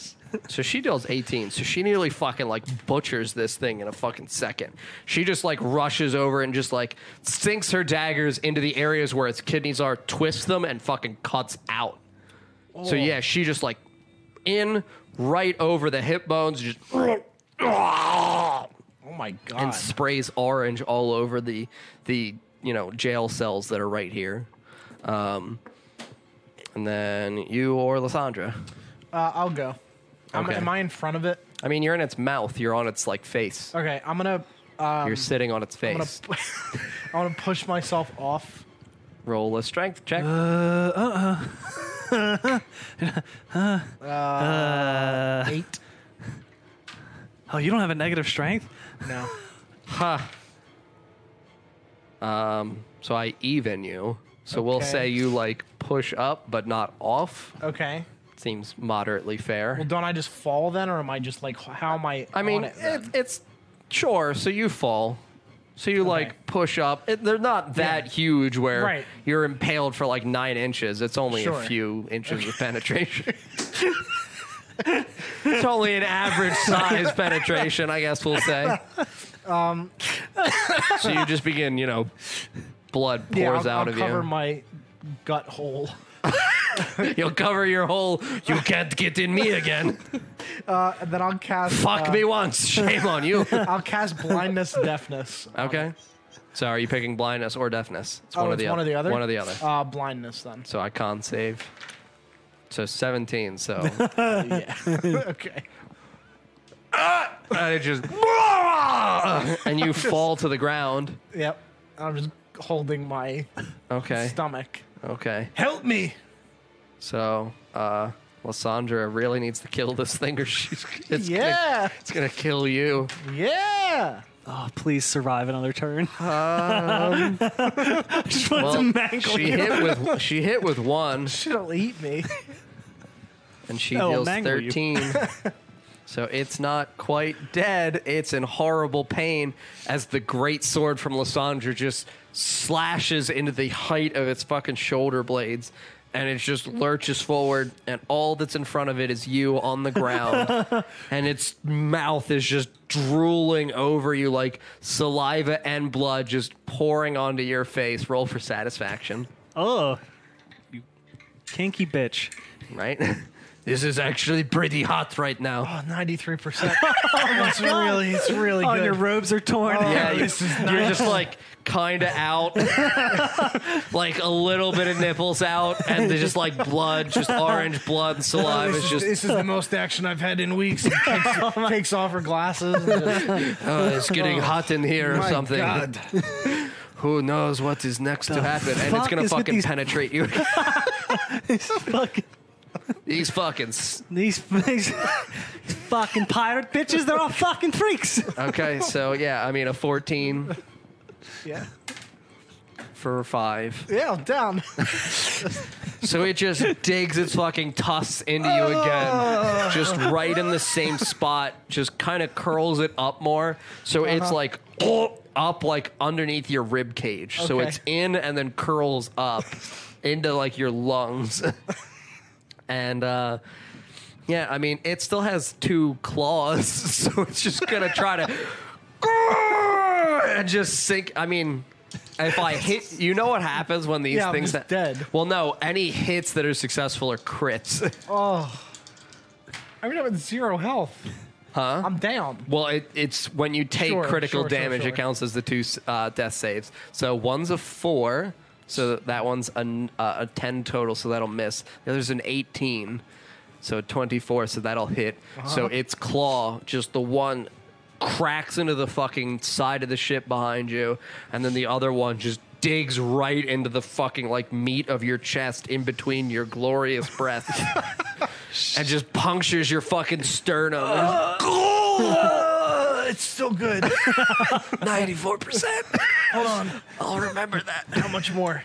[SPEAKER 4] So she deals 18. So she nearly fucking like butchers this thing in a fucking second. She just like rushes over and just like sinks her daggers into the areas where its kidneys are, twists them, and fucking cuts out. So yeah, she just like in right over the hip bones, just
[SPEAKER 1] Oh my god.
[SPEAKER 4] and sprays orange all over the the you know jail cells that are right here. Um, and then you or Lissandra.
[SPEAKER 1] uh, I'll go. I'm,
[SPEAKER 4] Okay.
[SPEAKER 1] Am I in front of it?
[SPEAKER 4] I mean, you're in its mouth. You're on its like face.
[SPEAKER 1] Okay, I'm gonna.
[SPEAKER 4] you're sitting on its
[SPEAKER 1] Um, I'm gonna,
[SPEAKER 4] face.
[SPEAKER 1] I want to push myself off.
[SPEAKER 4] Roll a strength check.
[SPEAKER 1] Eight.
[SPEAKER 2] Oh, you don't have a negative strength?
[SPEAKER 1] No.
[SPEAKER 4] so I even you. So we'll
[SPEAKER 1] Okay.
[SPEAKER 4] say you like push up but not off.
[SPEAKER 1] Okay.
[SPEAKER 4] Seems moderately fair.
[SPEAKER 1] Well, don't I just fall then, or am I just like? h- How am I?
[SPEAKER 4] I mean,
[SPEAKER 1] on it then?
[SPEAKER 4] it, it's sure. So you fall. So you like push up. It, they're not that huge where
[SPEAKER 1] Right.
[SPEAKER 4] you're impaled for like nine inches. It's only
[SPEAKER 1] Sure.
[SPEAKER 4] a few inches of penetration. it's only an average size penetration, I guess we'll say. Um. so you just begin, you know, blood pours
[SPEAKER 1] yeah, I'll,
[SPEAKER 4] out
[SPEAKER 1] I'll
[SPEAKER 4] of
[SPEAKER 1] cover
[SPEAKER 4] you.
[SPEAKER 1] my gut hole.
[SPEAKER 4] You'll cover your whole. You can't get in me again.
[SPEAKER 1] Uh, and then I'll cast.
[SPEAKER 4] Fuck
[SPEAKER 1] uh,
[SPEAKER 4] me once. Shame on you.
[SPEAKER 1] I'll cast blindness, deafness.
[SPEAKER 4] Okay. So are you picking blindness or deafness? It's
[SPEAKER 1] Oh,
[SPEAKER 4] one
[SPEAKER 1] it's one
[SPEAKER 4] oth-
[SPEAKER 1] or the other.
[SPEAKER 4] One or the other.
[SPEAKER 1] Uh, blindness then.
[SPEAKER 4] so I con save. So 17. So
[SPEAKER 1] yeah. okay.
[SPEAKER 4] and it just ah! and you fall to the ground.
[SPEAKER 1] Yep. I'm just holding my
[SPEAKER 4] Okay.
[SPEAKER 1] stomach.
[SPEAKER 4] Okay.
[SPEAKER 1] Help me!
[SPEAKER 4] So, uh, Lysandra really needs to kill this thing, or she's it's gonna,
[SPEAKER 1] yeah!
[SPEAKER 4] it's gonna kill you.
[SPEAKER 1] Yeah!
[SPEAKER 2] Oh, please survive another turn. I just wanted to
[SPEAKER 4] Well,
[SPEAKER 2] mangle
[SPEAKER 4] she
[SPEAKER 2] you.
[SPEAKER 4] hit with she hit with one,
[SPEAKER 1] She'll eat me.
[SPEAKER 4] and she
[SPEAKER 2] Oh,
[SPEAKER 4] deals
[SPEAKER 2] mangle you.
[SPEAKER 4] thirteen. so it's not quite dead. It's in horrible pain as the great sword from Lysandra just slashes into the height of its fucking shoulder blades. And it just lurches forward, and all that's in front of it is you on the ground. and its mouth is just drooling over you like saliva and blood just pouring onto your face. Roll for satisfaction.
[SPEAKER 2] Oh, you kinky bitch.
[SPEAKER 4] right? This is actually pretty hot right now.
[SPEAKER 1] Oh, 93%. it's really, it's really
[SPEAKER 2] Oh,
[SPEAKER 1] good.
[SPEAKER 2] your robes are torn.
[SPEAKER 4] Yeah, you, are just like kind of out, like a little bit of nipples out, and there's just like blood, just orange blood and saliva.
[SPEAKER 1] this,
[SPEAKER 4] It's
[SPEAKER 1] is,
[SPEAKER 4] just
[SPEAKER 1] this is the most action I've had in weeks. And takes, takes off her glasses. and just-
[SPEAKER 4] oh, it's getting hot in here or
[SPEAKER 1] my
[SPEAKER 4] something.
[SPEAKER 1] God.
[SPEAKER 4] Who knows what is next to happen? And it's
[SPEAKER 2] fuck
[SPEAKER 4] gonna
[SPEAKER 2] is with
[SPEAKER 4] fucking
[SPEAKER 2] these-
[SPEAKER 4] penetrate you.
[SPEAKER 2] fucking
[SPEAKER 4] These fucking s-
[SPEAKER 2] these, these fucking pirate bitches. They're all fucking freaks.
[SPEAKER 4] okay. So yeah, I mean a 14
[SPEAKER 1] yeah.
[SPEAKER 4] for five.
[SPEAKER 1] Yeah, I'm down.
[SPEAKER 4] So it just digs its fucking tusks into you again, just right in the same spot. Just kind of curls it up more, so it's like up like underneath your rib cage. So
[SPEAKER 1] Okay.
[SPEAKER 4] it's in and then curls up into like your lungs, and uh, yeah, I mean it still has two claws, so it's just gonna try to and just sink. I mean. If I hit, you know what happens when these
[SPEAKER 1] Yeah, I'm
[SPEAKER 4] things
[SPEAKER 1] just
[SPEAKER 4] that-
[SPEAKER 1] dead.
[SPEAKER 4] well, no, any hits that are successful are crits.
[SPEAKER 1] Oh. I mean, I'm at zero health. Huh? I'm down.
[SPEAKER 4] well, it, it's when you take
[SPEAKER 1] Sure,
[SPEAKER 4] critical
[SPEAKER 1] sure, sure,
[SPEAKER 4] damage,
[SPEAKER 1] sure.
[SPEAKER 4] it counts as the two uh, death saves. So one's a four, so that one's a, n- uh, a 10 total, so that'll miss. The other's an 18, so 24, so that'll hit.
[SPEAKER 1] Uh-huh.
[SPEAKER 4] So its claw, just the one cracks into the fucking side of the ship behind you, and then the other one just digs right into the fucking like meat of your chest in between your glorious breasts and just punctures your fucking sternum.
[SPEAKER 1] Uh, it's so good.
[SPEAKER 4] 94%.
[SPEAKER 1] Hold on.
[SPEAKER 4] I'll remember that.
[SPEAKER 1] How much more?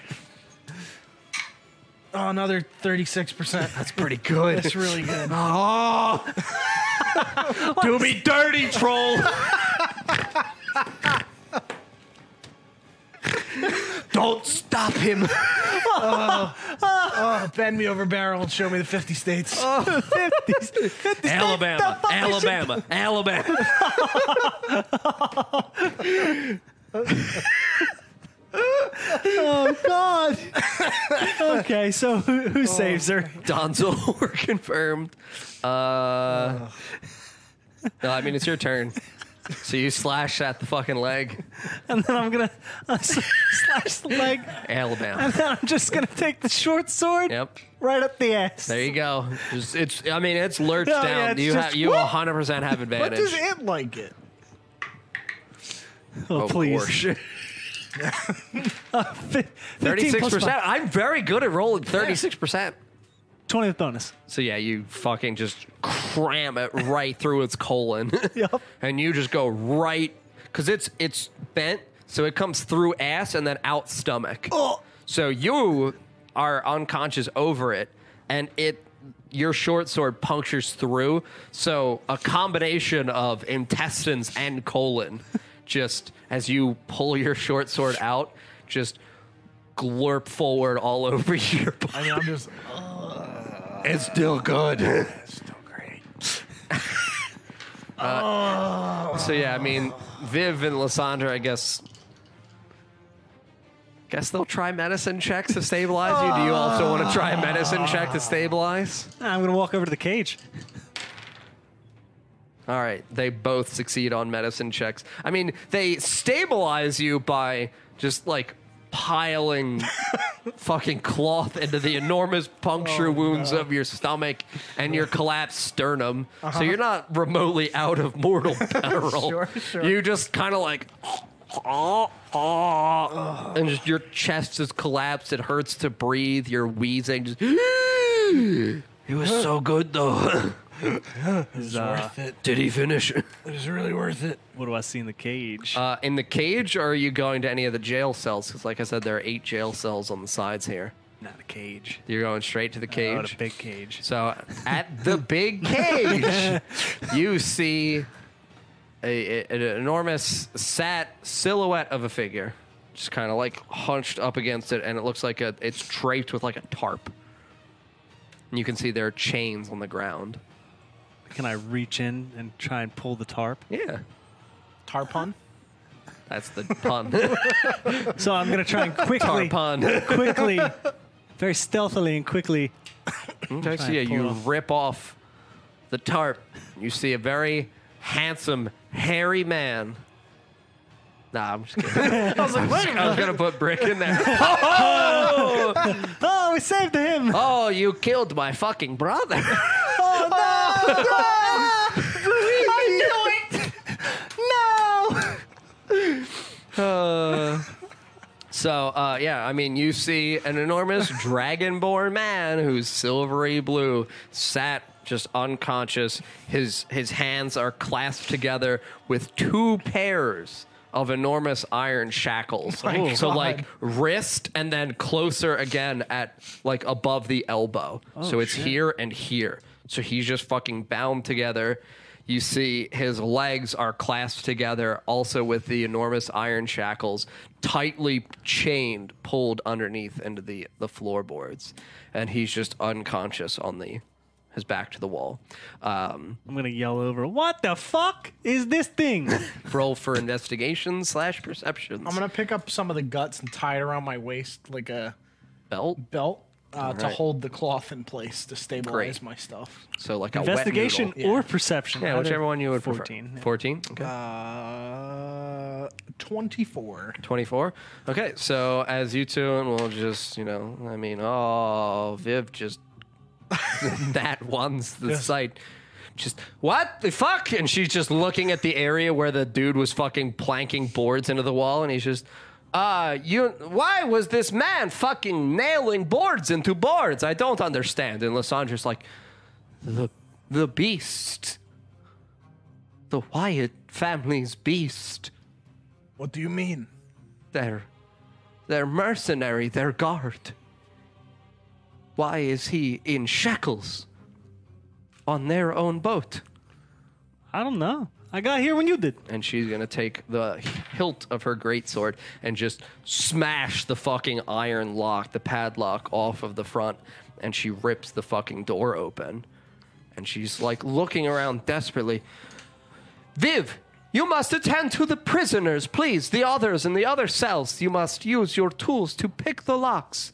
[SPEAKER 1] Oh, another 36%.
[SPEAKER 4] That's pretty good.
[SPEAKER 1] That's really good.
[SPEAKER 4] Oh! Do me dirty, troll! Don't stop him!
[SPEAKER 1] Bend me over barrel and show me the 50 states.
[SPEAKER 4] Alabama, Alabama, Alabama.
[SPEAKER 2] Oh God. Oh. okay, so who, who saves her?
[SPEAKER 4] Donzel, we're confirmed. Uh, no, I mean, it's your turn. So you slash at the fucking leg.
[SPEAKER 2] And then I'm gonna uh, s- slash the leg.
[SPEAKER 4] Alabama.
[SPEAKER 2] Then I'm just gonna take the short sword
[SPEAKER 4] Yep.
[SPEAKER 2] right up the ass.
[SPEAKER 4] There you go. Just- It's, I mean, it's lurched
[SPEAKER 2] Oh,
[SPEAKER 4] down.
[SPEAKER 2] yeah, it's
[SPEAKER 4] you
[SPEAKER 2] just-
[SPEAKER 4] ha- you
[SPEAKER 2] What?
[SPEAKER 4] 100% have
[SPEAKER 1] What
[SPEAKER 4] advantage.
[SPEAKER 1] does it like it?
[SPEAKER 2] oh,
[SPEAKER 4] Of
[SPEAKER 2] please. Uh,
[SPEAKER 4] course.
[SPEAKER 2] Fi- 15
[SPEAKER 4] Thirty-six
[SPEAKER 2] plus
[SPEAKER 4] percent.
[SPEAKER 2] five.
[SPEAKER 4] I'm very good at rolling thirty-six percent.
[SPEAKER 2] 20th bonus.
[SPEAKER 4] So yeah, you fucking just cram it right through its colon.
[SPEAKER 2] Yep.
[SPEAKER 4] And you just go right because it's it's bent, so it comes through ass and then out stomach.
[SPEAKER 2] Oh.
[SPEAKER 4] So you are unconscious over it, and it your short sword punctures through. So a combination of intestines and colon, just as you pull your short sword out, just glurp forward all over your body.
[SPEAKER 1] I mean, I'm just.
[SPEAKER 4] It's still good.
[SPEAKER 1] still great.
[SPEAKER 4] So yeah, I mean, Viv and Lysandra, I guess. Guess they'll try medicine check to stabilize you. Do you also want to try a medicine check to stabilize?
[SPEAKER 2] I'm gonna walk over to the cage.
[SPEAKER 4] All right, they both succeed on medicine checks. I mean, they stabilize you by just like piling fucking cloth into the enormous
[SPEAKER 1] Oh,
[SPEAKER 4] puncture wounds of your stomach and your collapsed sternum. So you're not remotely out of mortal peril.
[SPEAKER 1] Uh-huh. Sure, sure.
[SPEAKER 4] You just kind of like. And just your chest is collapsed. It hurts to breathe. You're wheezing. Just, it was so good though.
[SPEAKER 2] Is, uh,
[SPEAKER 4] Did he finish?
[SPEAKER 2] what do I see in the cage?
[SPEAKER 4] Uh, in the cage, or are you going to any of the jail cells? Because, like I said, there are eight jail cells on the sides here.
[SPEAKER 2] Not a cage.
[SPEAKER 4] You're going straight to the
[SPEAKER 2] Oh,
[SPEAKER 4] cage.
[SPEAKER 2] the big cage.
[SPEAKER 4] So at the big cage, you see a, a- an enormous sat silhouette of a figure, just kind of like hunched up against it, and it looks like a, it's draped with like a tarp. And you can see there are chains on the ground.
[SPEAKER 2] Can I reach in and try and pull the tarp?
[SPEAKER 4] Yeah,
[SPEAKER 1] Tarpon.
[SPEAKER 4] that's the pun.
[SPEAKER 2] So I'm gonna try and quickly,
[SPEAKER 4] Tarp pun.
[SPEAKER 2] quickly, very stealthily and quickly.
[SPEAKER 4] Okay, so yeah,
[SPEAKER 2] pull
[SPEAKER 4] you
[SPEAKER 2] off.
[SPEAKER 4] rip off the tarp. You see a very handsome, hairy man. Nah, I'm just kidding. I was like, wait, I was gonna put brick in there. Oh,
[SPEAKER 2] Oh, we saved him!
[SPEAKER 4] oh, you killed my fucking brother. Uh, so uh, yeah, I mean, you see an enormous dragonborn man who's silvery blue, sat just unconscious. His his hands are clasped together with two pairs of enormous iron shackles.
[SPEAKER 2] Oh
[SPEAKER 4] so
[SPEAKER 1] God.
[SPEAKER 4] like wrist and then closer again at like above the elbow. so it's here and here. So he's just fucking bound together. You see his legs are clasped together also with the enormous iron shackles tightly chained pulled underneath into the the floorboards and he's just unconscious on the his back to the wall. Um,
[SPEAKER 2] I'm gonna yell over, what the fuck is this thing?
[SPEAKER 4] roll for investigation slash perceptions.
[SPEAKER 1] I'm gonna pick up some of the guts and tie it around my waist like a
[SPEAKER 4] belt.
[SPEAKER 1] belt uh, to
[SPEAKER 4] Alright.
[SPEAKER 1] hold the cloth in place to stabilize
[SPEAKER 4] Great.
[SPEAKER 1] my stuff.
[SPEAKER 4] So like a wet
[SPEAKER 2] Investigation
[SPEAKER 4] noodle.
[SPEAKER 2] or perception?
[SPEAKER 4] Yeah,
[SPEAKER 2] Either-
[SPEAKER 4] whichever one you would
[SPEAKER 2] 14.
[SPEAKER 4] prefer.
[SPEAKER 2] yeah.
[SPEAKER 4] 14. Okay.
[SPEAKER 1] Uh, 24.
[SPEAKER 4] 24. Okay, so as you two, and we'll just, you know, I mean, oh, Viv just, that one's the site. Just, what the fuck? And she's just looking at the area where the dude was fucking planking boards into the wall, and he's just, uh, you, why was this man fucking nailing boards into boards? I don't understand. And Lissandra's like, the, the beast. The Wyatt family's beast.
[SPEAKER 1] What do you mean?
[SPEAKER 4] They're they're mercenary, they're guard. Why is he in shackles on their own boat?
[SPEAKER 2] I don't know. I got here when you did.
[SPEAKER 4] And she's gonna take the hilt of her greatsword and just smash the fucking iron lock, the padlock off of the front, and she rips the fucking door open. And she's like looking around desperately. Viv, you must attend to the prisoners, please. The others in the other cells, you must use your tools to pick the locks.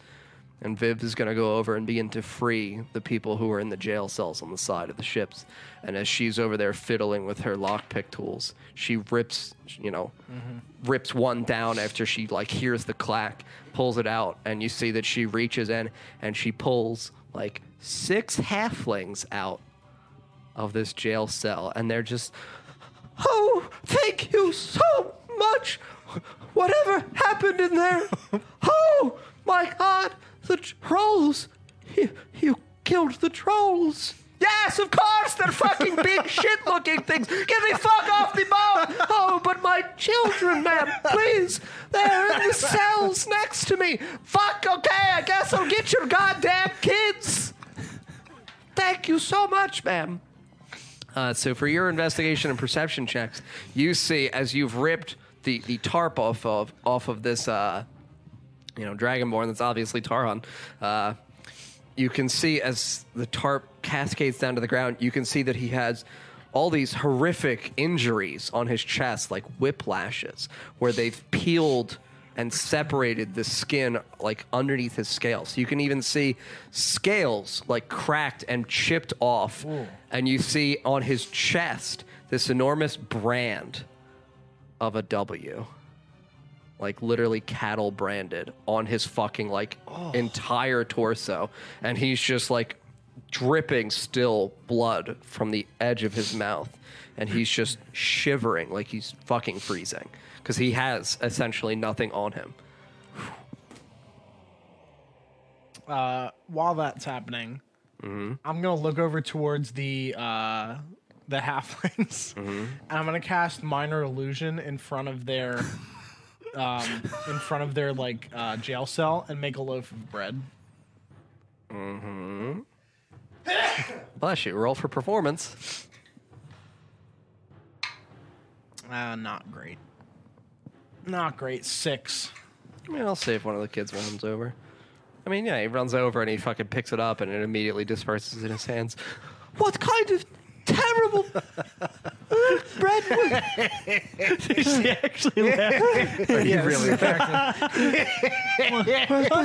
[SPEAKER 4] And Viv is going to go over and begin to free the people who are in the jail cells on the side of the ships. And as she's over there fiddling with her lockpick tools, she rips, you know, rips one down after she like hears the clack, pulls it out, and you see that she reaches in and she pulls like six halflings out of this jail cell, and they're just, oh, thank you so much. Whatever happened in there, oh my God, the trolls. You, you killed the trolls. Yes, of course, they're fucking big shit looking things. Get the fuck off the boat. Oh, but my children, ma'am, please. They're in the cells next to me. Fuck, okay, I guess I'll get your goddamn kids. Thank you so much, ma'am. Uh, so for your investigation and perception checks, you see as you've ripped the, the tarp off of off of this uh, you know dragonborn that's obviously Tarhan. Uh, you can see as the tarp cascades down to the ground, you can see that he has all these horrific injuries on his chest, like whiplashes, where they've peeled and separated the skin like underneath his scales. You can even see scales like cracked and chipped off. And you see on his chest this enormous brand of a W. like literally cattle branded on his fucking like entire torso, and he's just like dripping still blood from the edge of his mouth, and he's just shivering like he's fucking freezing because he has essentially nothing on him.
[SPEAKER 1] uh, while that's happening,
[SPEAKER 4] Mm-hmm.
[SPEAKER 1] I'm gonna look over towards the uh, the halflings,
[SPEAKER 4] Mm-hmm.
[SPEAKER 1] and I'm gonna cast minor illusion in front of their um, in front of their like uh, jail cell and make a loaf of bread.
[SPEAKER 4] Bless you. Roll for performance.
[SPEAKER 1] Uh, not great. Not great. Six.
[SPEAKER 4] I mean, I'll see if one of the kids runs over. I mean, yeah, he runs over and he fucking picks it up and it immediately disperses in his hands. What kind of terrible bread was
[SPEAKER 2] she actually laughed.
[SPEAKER 1] Yeah, really.
[SPEAKER 2] What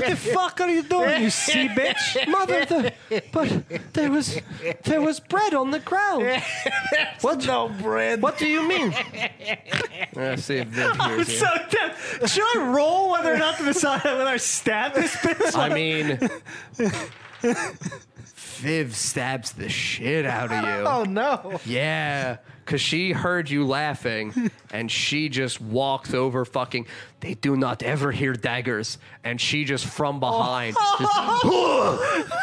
[SPEAKER 2] the fuck are you doing, you sea bitch?
[SPEAKER 4] mother? The, but there was there was bread on the ground. What?
[SPEAKER 1] no bread.
[SPEAKER 4] What do you mean? Let's see if Viv hears
[SPEAKER 2] So
[SPEAKER 4] you.
[SPEAKER 2] dead. Should I roll whether or not to decide whether I stab this bitch?
[SPEAKER 4] I mean, Viv stabs the shit out of you.
[SPEAKER 1] Oh no.
[SPEAKER 4] Yeah, because she heard you laughing and she just walks over fucking. They do not ever hear daggers. And she just from behind. just-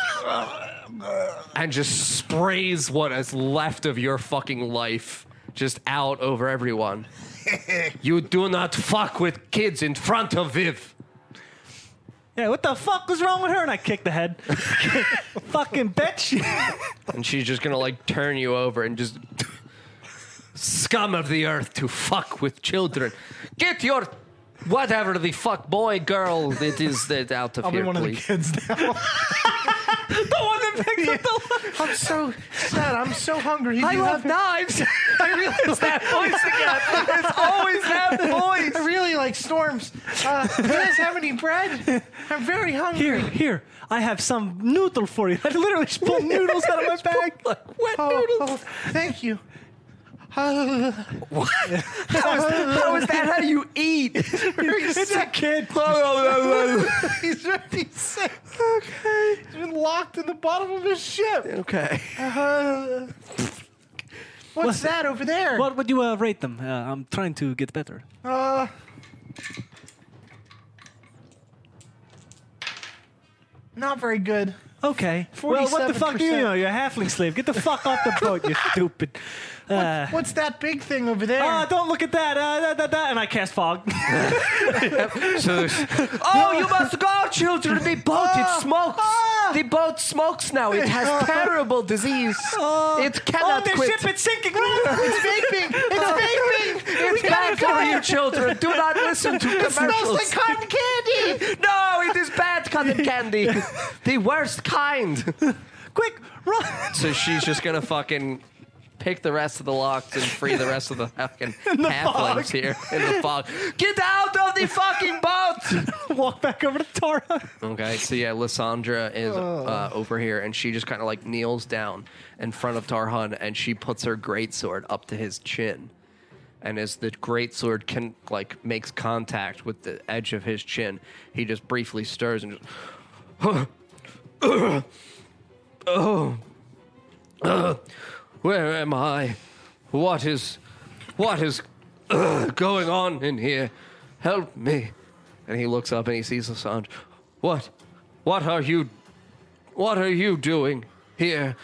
[SPEAKER 4] and just sprays what is left of your fucking life just out over everyone. you do not fuck with kids in front of Viv.
[SPEAKER 2] Yeah, what the fuck was wrong with her? And I kicked the head. Fucking bitch.
[SPEAKER 4] And she's just gonna like turn you over and just scum of the earth to fuck with children. Get your whatever the fuck boy girl it is that out of
[SPEAKER 1] I'll be
[SPEAKER 4] here,
[SPEAKER 1] one of the
[SPEAKER 4] please.
[SPEAKER 1] kids now. I'm so sad. I'm so hungry. You
[SPEAKER 4] I love
[SPEAKER 1] haven't-
[SPEAKER 4] knives. I realized that voice again. It's always that voice.
[SPEAKER 1] I really like storms. Uh, do you guys have any bread? I'm very hungry.
[SPEAKER 2] Here, here. I have some noodle for you. I literally just pulled noodles out of my bag.
[SPEAKER 4] Like wet
[SPEAKER 1] Oh,
[SPEAKER 4] noodles.
[SPEAKER 1] oh, thank you. Uh,
[SPEAKER 4] How is that how you eat?
[SPEAKER 2] It's a kid.
[SPEAKER 1] He's really sick. Okay. He's been locked in the bottom of his ship.
[SPEAKER 4] okay.
[SPEAKER 1] Uh, what's that over there?
[SPEAKER 2] What would you uh, rate them? Uh, I'm trying to get better.
[SPEAKER 1] Uh, not very good.
[SPEAKER 2] Okay. Well, what the fuck do you
[SPEAKER 1] 47%.
[SPEAKER 2] know? You're a halfling slave. Get the fuck off the boat, you stupid. Uh,
[SPEAKER 1] What's that big thing over there?
[SPEAKER 2] Ah, don't look at that. Uh, da, da, da. And I cast fog.
[SPEAKER 4] So there's- oh, you must go, children. The boat, it smokes. The boat smokes now. It has terrible disease. It
[SPEAKER 2] oh,
[SPEAKER 4] cannot
[SPEAKER 2] the
[SPEAKER 4] quit.
[SPEAKER 2] ship is sinking. it's vaping. It's vaping.
[SPEAKER 4] It's bad for you, children. Do not listen to commercials.
[SPEAKER 1] It's like cotton candy.
[SPEAKER 4] no, it is bad cotton candy. the worst kind.
[SPEAKER 2] Quick, run.
[SPEAKER 4] So she's just gonna fucking pick the rest of the locks and free the rest of the fucking halflings here in the fog. Get out of the fucking boat!
[SPEAKER 2] Walk back over to Tara.
[SPEAKER 4] Okay, so yeah, Lissandra is uh, over here, and she just kind of like kneels down in front of Tarhan, and she puts her greatsword up to his chin, and as the greatsword can like makes contact with the edge of his chin, he just briefly stirs and just. Where am I? What is, what is going on in here? Help me! And he looks up and he sees Assange. What, what are you, what are you doing here?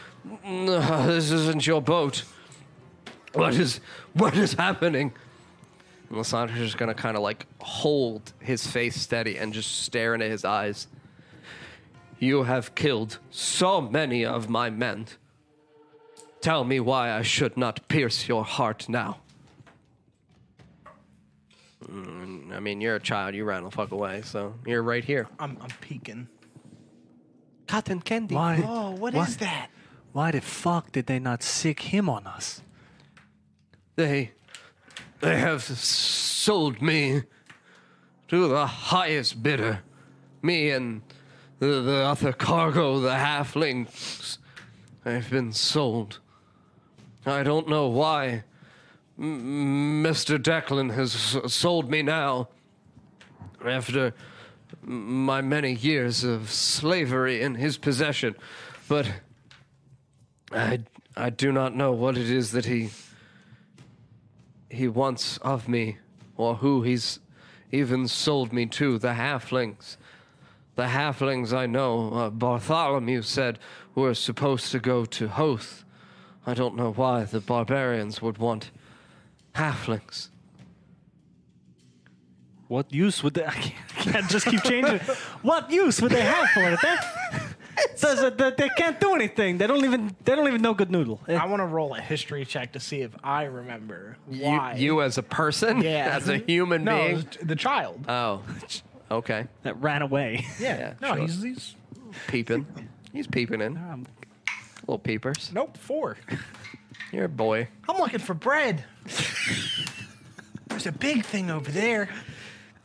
[SPEAKER 4] No, this isn't your boat. What is, what is happening? And Lysandre's just gonna kind of like hold his face steady and just stare into his eyes. You have killed so many of my men. Tell me why I should not pierce your heart now. Mm, I mean, you're a child. You ran the fuck away, so you're right here.
[SPEAKER 1] I'm, I'm peeking.
[SPEAKER 4] Cotton candy.
[SPEAKER 1] Oh,
[SPEAKER 2] What?
[SPEAKER 1] what? is that?
[SPEAKER 2] Why the fuck did they not sick him on us?
[SPEAKER 4] They, they have sold me to the highest bidder. Me and the, the other cargo, the halflings. I've been sold. I don't know why M- Mr. Declan has s- sold me now. after m- my many years of slavery in his possession, but I, I do not know what it is that he he wants of me, or who he's even sold me to. The halflings, the halflings I know, uh, Bartholomew said were supposed to go to Hoth. I don't know why the barbarians would want halflings.
[SPEAKER 2] What use would they? I can't, I can't just keep changing. it. what use would they have for it? Eh? Does it- they, they can't do anything. They don't even. They don't even know good noodle. Eh,
[SPEAKER 1] I want to roll a history check to see if I remember
[SPEAKER 4] You,
[SPEAKER 1] why.
[SPEAKER 4] you as a person,
[SPEAKER 1] Yeah.
[SPEAKER 4] as a human
[SPEAKER 1] no, it
[SPEAKER 4] being.
[SPEAKER 1] was the child.
[SPEAKER 4] Oh, okay.
[SPEAKER 2] That ran away.
[SPEAKER 1] yeah.
[SPEAKER 4] yeah,
[SPEAKER 1] No,
[SPEAKER 4] sure.
[SPEAKER 1] he's, he's
[SPEAKER 4] Peeping. He's peeping in.
[SPEAKER 2] Um,
[SPEAKER 4] Little peepers.
[SPEAKER 1] nope four.
[SPEAKER 4] You're a boy.
[SPEAKER 1] I'm looking for bread. There's a big thing over there.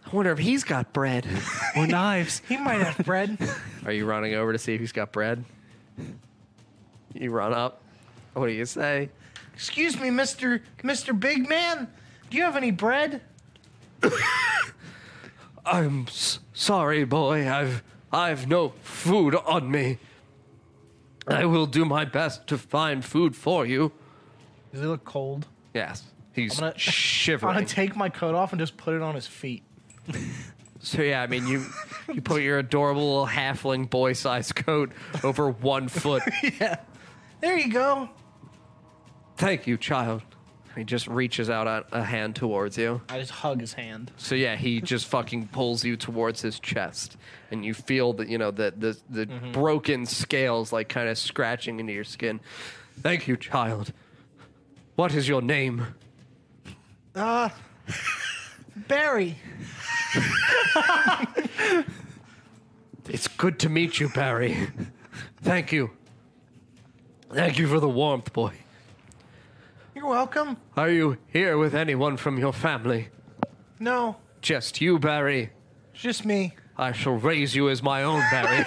[SPEAKER 4] I wonder if he's got bread.
[SPEAKER 2] or knives.
[SPEAKER 1] He might have bread.
[SPEAKER 4] Are you running over to see if he's got bread? You run up. What do you say?
[SPEAKER 1] Excuse me, Mister Mister Big Man. Do you have any bread?
[SPEAKER 4] I'm s- sorry, boy. I've I've no food on me. I will do my best to find food for you.
[SPEAKER 1] Does he look cold?
[SPEAKER 4] Yes, he's
[SPEAKER 1] I'm gonna- I'm
[SPEAKER 4] shivering.
[SPEAKER 1] gonna take my coat off and just put it on his feet.
[SPEAKER 4] So yeah, I mean you you put your adorable little halfling boy sized coat over one foot.
[SPEAKER 1] There you go.
[SPEAKER 4] Thank you, child. He just reaches out a, a hand towards you.
[SPEAKER 1] I just hug his hand.
[SPEAKER 4] So yeah, he just fucking pulls you towards his chest, and you feel that you know the the the broken scales like kind of scratching into your skin. Thank you, child. What is your name?
[SPEAKER 1] Uh, Barry.
[SPEAKER 4] It's good to meet you, Barry. Thank you. Thank you for the warmth, boy.
[SPEAKER 1] You're welcome.
[SPEAKER 4] Are you here with anyone from your family?
[SPEAKER 1] No,
[SPEAKER 4] Just you, Barry.
[SPEAKER 1] it's just me.
[SPEAKER 4] I shall raise you as my own, Barry.
[SPEAKER 1] We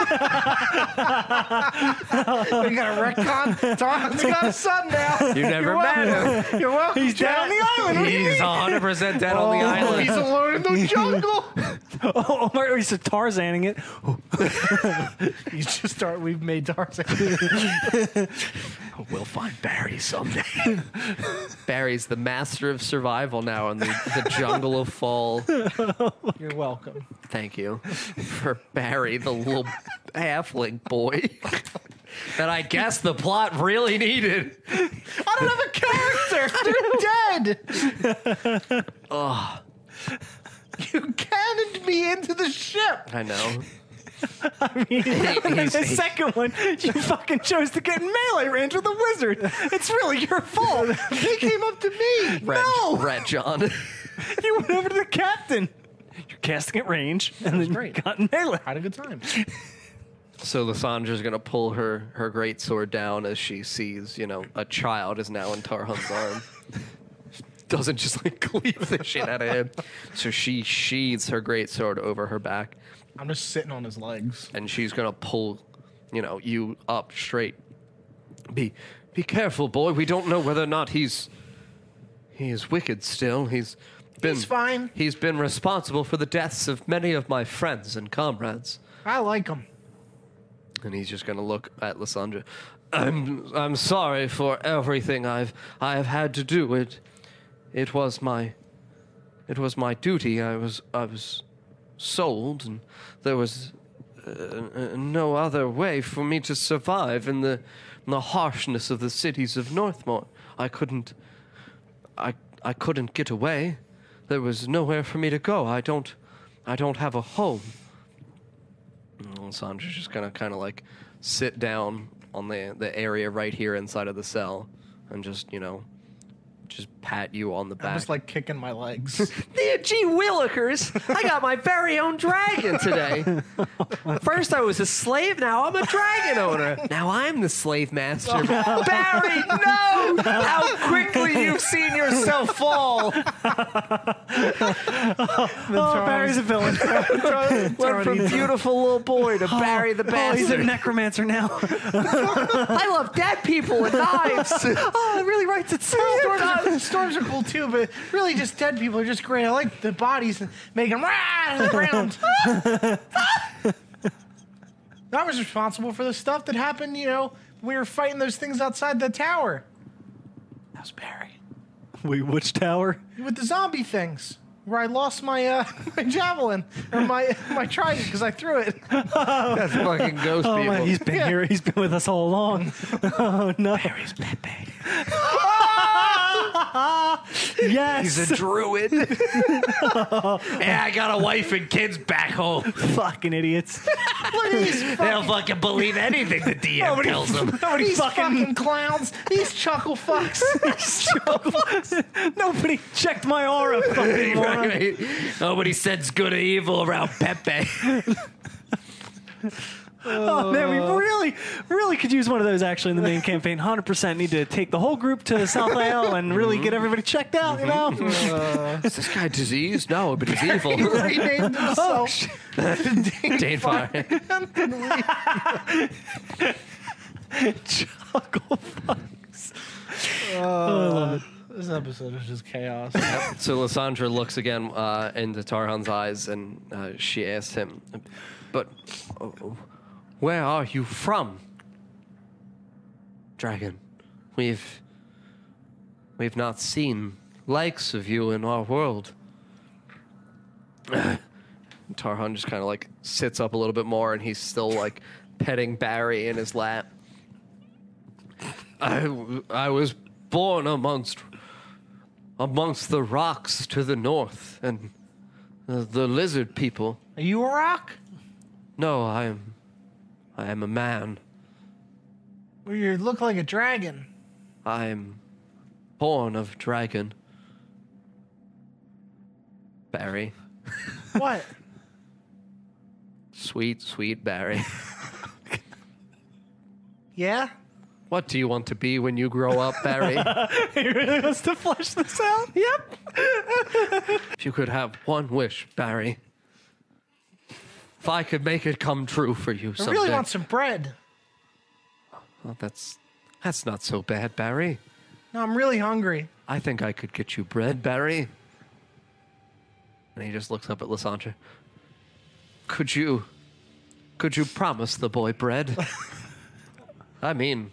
[SPEAKER 1] got a retcon. Tom's got a son now.
[SPEAKER 4] You never met him.
[SPEAKER 1] You're welcome. He's down on the island. What do you
[SPEAKER 4] He's
[SPEAKER 1] mean?
[SPEAKER 4] 100% dead on the island.
[SPEAKER 1] Oh. He's alone in the jungle.
[SPEAKER 2] Oh, Omar, he's a Tarzaning it.
[SPEAKER 1] you just start. We've made Tarzan.
[SPEAKER 4] We'll find Barry someday. Barry's the master of survival now in the, the jungle of fall.
[SPEAKER 1] You're welcome.
[SPEAKER 4] Thank you for Barry, the little halfling boy that I guess the plot really needed.
[SPEAKER 1] I don't have a character. They're dead. Oh. You cannoned me into the ship.
[SPEAKER 4] I know.
[SPEAKER 2] and the
[SPEAKER 4] he's-
[SPEAKER 2] second one, you fucking chose to get in melee range with a wizard. It's really your fault.
[SPEAKER 1] They came up to me.
[SPEAKER 4] Red,
[SPEAKER 2] No!
[SPEAKER 4] Red John.
[SPEAKER 2] you went over to the captain. You're casting at range, and then
[SPEAKER 1] great.
[SPEAKER 2] you got in melee.
[SPEAKER 1] Had a good time.
[SPEAKER 4] So Lysandra's gonna pull her her great sword down as she sees, you know, a child is now in Tarhan's arm. Doesn't just like cleave the shit out of him. So she sheathes her great sword over her back.
[SPEAKER 1] I'm just sitting on his legs.
[SPEAKER 4] and she's gonna pull, you know, you up straight. Be, be careful, boy. We don't know whether or not he's, he is wicked. Still, he's been.
[SPEAKER 1] He's fine.
[SPEAKER 4] He's been responsible for the deaths of many of my friends and comrades.
[SPEAKER 1] I like him.
[SPEAKER 4] And he's just gonna look at Lysandra. I'm, I'm sorry for everything I've, I have had to do. It, it was my, it was my duty. I was, I was sold, and there was uh, no other way for me to survive in the in the harshness of the cities of Northmore. I couldn't I I couldn't get away. There was nowhere for me to go. I don't I don't have a home. And Sandra's just gonna kinda like sit down on the the area right here inside of the cell and just, you know, just pat you on the back.
[SPEAKER 1] I'm just like kicking my legs.
[SPEAKER 4] Yeah, gee willikers, I got my very own dragon today. First I was a slave, now I'm a dragon owner. Now I'm the slave master. Barry, no! How quickly you've seen yourself fall.
[SPEAKER 2] Oh, Barry's a villain.
[SPEAKER 4] Went from beautiful little boy to Barry the
[SPEAKER 2] Oh, he's a
[SPEAKER 4] bastard.
[SPEAKER 2] necromancer now.
[SPEAKER 4] I love dead people and knives.
[SPEAKER 2] oh, it really writes itself.
[SPEAKER 4] Swords
[SPEAKER 1] yeah, the storms are cool too, but really just dead people are just great. I like the bodies and make them rah out of the ground. I was responsible for the stuff that happened, you know, when we were fighting those things outside the tower. That was Barry.
[SPEAKER 2] Wait, which tower?
[SPEAKER 1] With the zombie things. Where I lost my uh, my javelin or my my trident because I threw it.
[SPEAKER 4] That's fucking ghost
[SPEAKER 2] Oh, man,
[SPEAKER 4] people.
[SPEAKER 2] he's been
[SPEAKER 1] Yeah.
[SPEAKER 2] here. He's been with us all along. oh no! Barry's Pepe. yes.
[SPEAKER 4] He's a druid. yeah, I got a wife and kids back home.
[SPEAKER 2] fucking idiots.
[SPEAKER 1] Look at these
[SPEAKER 4] They don't fucking believe anything the DM tells them.
[SPEAKER 2] Nobody
[SPEAKER 1] These
[SPEAKER 2] fucking.
[SPEAKER 1] fucking clowns. These chuckle fucks.
[SPEAKER 2] Nobody checked my aura. Fucking moron.
[SPEAKER 4] Nobody sends good or evil around Pepe.
[SPEAKER 2] Oh man, we really, really could use one of those actually in the main campaign. Hundred percent need to take the whole group to South AL and really get everybody checked out. You know.
[SPEAKER 4] Is this guy diseased? No, but he's evil.
[SPEAKER 1] Renamed himself.
[SPEAKER 4] Dane Fire.
[SPEAKER 2] Chuckle fucks.
[SPEAKER 1] Uh, This episode is just chaos.
[SPEAKER 4] So Lysandra looks again uh, into Tarhan's eyes and uh, she asks him, But uh, where are you from? Dragon, we've we've not seen likes of you in our world. Tarhan just kind of like sits up a little bit more and he's still like petting Barry in his lap. I, w- I was born amongst amongst the rocks to the north and the, the lizard people.
[SPEAKER 1] Are you a rock?
[SPEAKER 4] No, I am I am a man.
[SPEAKER 1] Or you look like a dragon?
[SPEAKER 4] I am born of dragon. Barry.
[SPEAKER 1] What?
[SPEAKER 4] Sweet, sweet Barry.
[SPEAKER 1] yeah?
[SPEAKER 4] What do you want to be when you grow up, Barry?
[SPEAKER 2] He really wants to flesh this out. Yep.
[SPEAKER 4] if you could have one wish, Barry. If I could make it come true for you
[SPEAKER 1] I
[SPEAKER 4] someday.
[SPEAKER 1] really want some bread.
[SPEAKER 4] Oh, that's that's not so bad, Barry.
[SPEAKER 1] No, I'm really hungry.
[SPEAKER 4] I think I could get you bread, Barry. And he just looks up at Lysandra. Could you, could you promise the boy bread? I mean,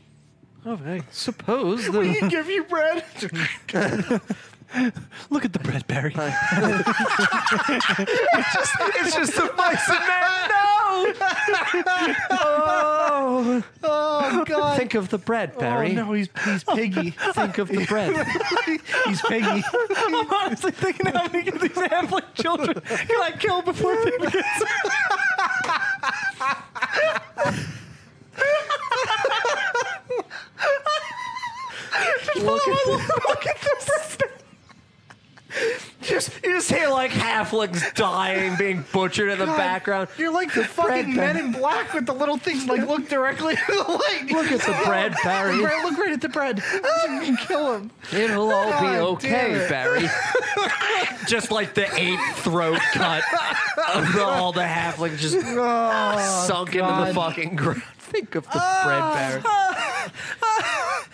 [SPEAKER 2] Oh, hey.
[SPEAKER 4] suppose the,
[SPEAKER 1] You give you bread?
[SPEAKER 2] Look at the bread, Barry.
[SPEAKER 4] it's just a bison man. No.
[SPEAKER 1] oh, God.
[SPEAKER 4] Think of the bread, Barry.
[SPEAKER 1] Oh, no, he's, he's piggy.
[SPEAKER 4] Think of the bread.
[SPEAKER 1] he's piggy.
[SPEAKER 2] I'm honestly thinking how many of these ambling children can I kill before they begin.
[SPEAKER 4] look at Just you just hear like halflings dying, being butchered in the background.
[SPEAKER 1] You're like the fucking men in black with the little things like look directly at the light.
[SPEAKER 4] Look at the bread, Barry.
[SPEAKER 1] Right, look right at the bread. You can kill him.
[SPEAKER 4] It'll all be
[SPEAKER 1] God damn
[SPEAKER 4] okay,
[SPEAKER 1] it.
[SPEAKER 4] Barry. just like the eight throat cut of the, all the halflings just Oh,
[SPEAKER 2] Oh,
[SPEAKER 4] sunk into the fucking ground. Think of the bread, Barry.
[SPEAKER 2] Ah.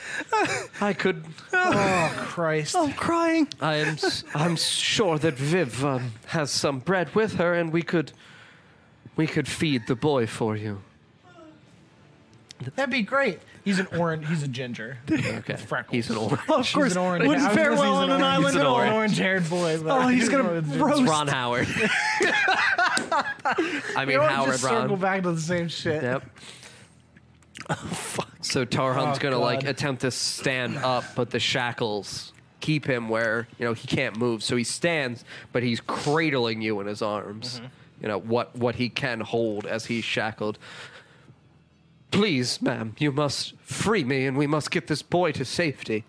[SPEAKER 4] I could.
[SPEAKER 1] Oh, Christ.
[SPEAKER 2] I'm crying.
[SPEAKER 4] I am. s- I'm sure that Viv um, has some bread with her, and we could. We could feed the boy for you.
[SPEAKER 1] That'd be great. He's an orange. He's a ginger.
[SPEAKER 4] Okay.
[SPEAKER 1] Freckles.
[SPEAKER 4] He's an old.
[SPEAKER 2] Oh, of course,
[SPEAKER 1] He's an orange. I
[SPEAKER 2] wouldn't
[SPEAKER 1] was gonna
[SPEAKER 2] fare
[SPEAKER 1] say
[SPEAKER 2] well
[SPEAKER 1] he's
[SPEAKER 2] on
[SPEAKER 1] an
[SPEAKER 2] an
[SPEAKER 1] orange.
[SPEAKER 2] island
[SPEAKER 4] He's
[SPEAKER 2] at
[SPEAKER 4] an
[SPEAKER 2] all.
[SPEAKER 4] orange.
[SPEAKER 1] orange-haired boy. but
[SPEAKER 2] Oh,
[SPEAKER 1] I
[SPEAKER 2] he's
[SPEAKER 1] don't
[SPEAKER 2] gonna
[SPEAKER 1] know.
[SPEAKER 2] roast.
[SPEAKER 4] Ron Howard. I mean,
[SPEAKER 1] You know what?
[SPEAKER 4] Howard
[SPEAKER 1] just circle
[SPEAKER 4] Ron.
[SPEAKER 1] back to the same shit.
[SPEAKER 4] Yep. So Tarhan's
[SPEAKER 1] Oh,
[SPEAKER 4] gonna like
[SPEAKER 1] God.
[SPEAKER 4] attempt to stand up, but the shackles keep him where you know he can't move. So he stands, but he's cradling you in his arms.
[SPEAKER 1] Mm-hmm.
[SPEAKER 4] You know what what he can hold as he's shackled. Please, ma'am, you must free me, and we must get this boy to safety.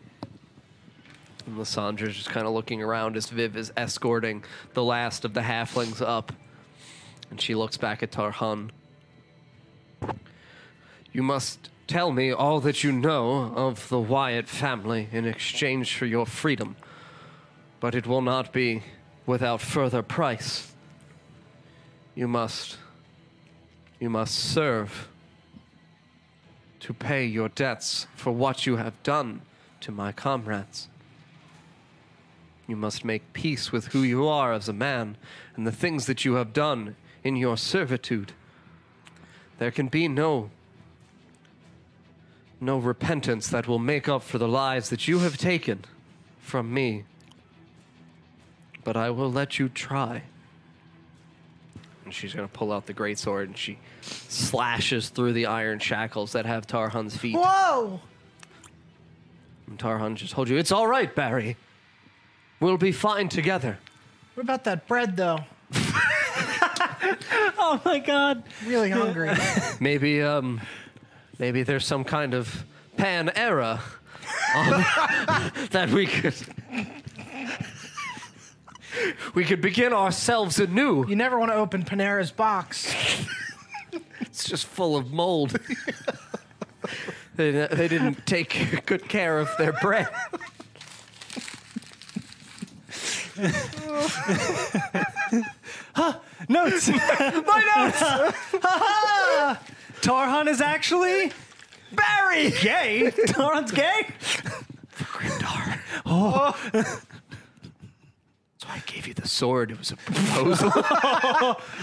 [SPEAKER 4] And Lysandra's just kind of looking around as Viv is escorting the last of the halflings up. And she looks back at Tarhan. You must tell me all that you know of the Wyatt family in exchange for your freedom. But it will not be without further price. You must. You must serve to pay your debts for what you have done to my comrades. You must make peace with who you are as a man and the things that you have done in your servitude. There can be no no repentance that will make up for the lives that you have taken from me. But I will let you try. And she's going to pull out the great sword and she slashes through the iron shackles that have Tarhan's feet.
[SPEAKER 1] Whoa!
[SPEAKER 4] And Tarhan just told you, It's all right, Barry. We'll be fine together.
[SPEAKER 1] What about that bread, though?
[SPEAKER 2] Oh my god.
[SPEAKER 1] Really hungry.
[SPEAKER 4] Maybe, um, maybe there's some kind of pan era um, that we could. We could begin ourselves anew.
[SPEAKER 1] you never want to open Panera's box.
[SPEAKER 4] It's just full of mold. they, they didn't take good care of their bread.
[SPEAKER 2] Notes. my notes. Tarhan is actually Barry. Gay. Tarhan's gay.
[SPEAKER 4] That's why I gave you the sword. It was a proposal.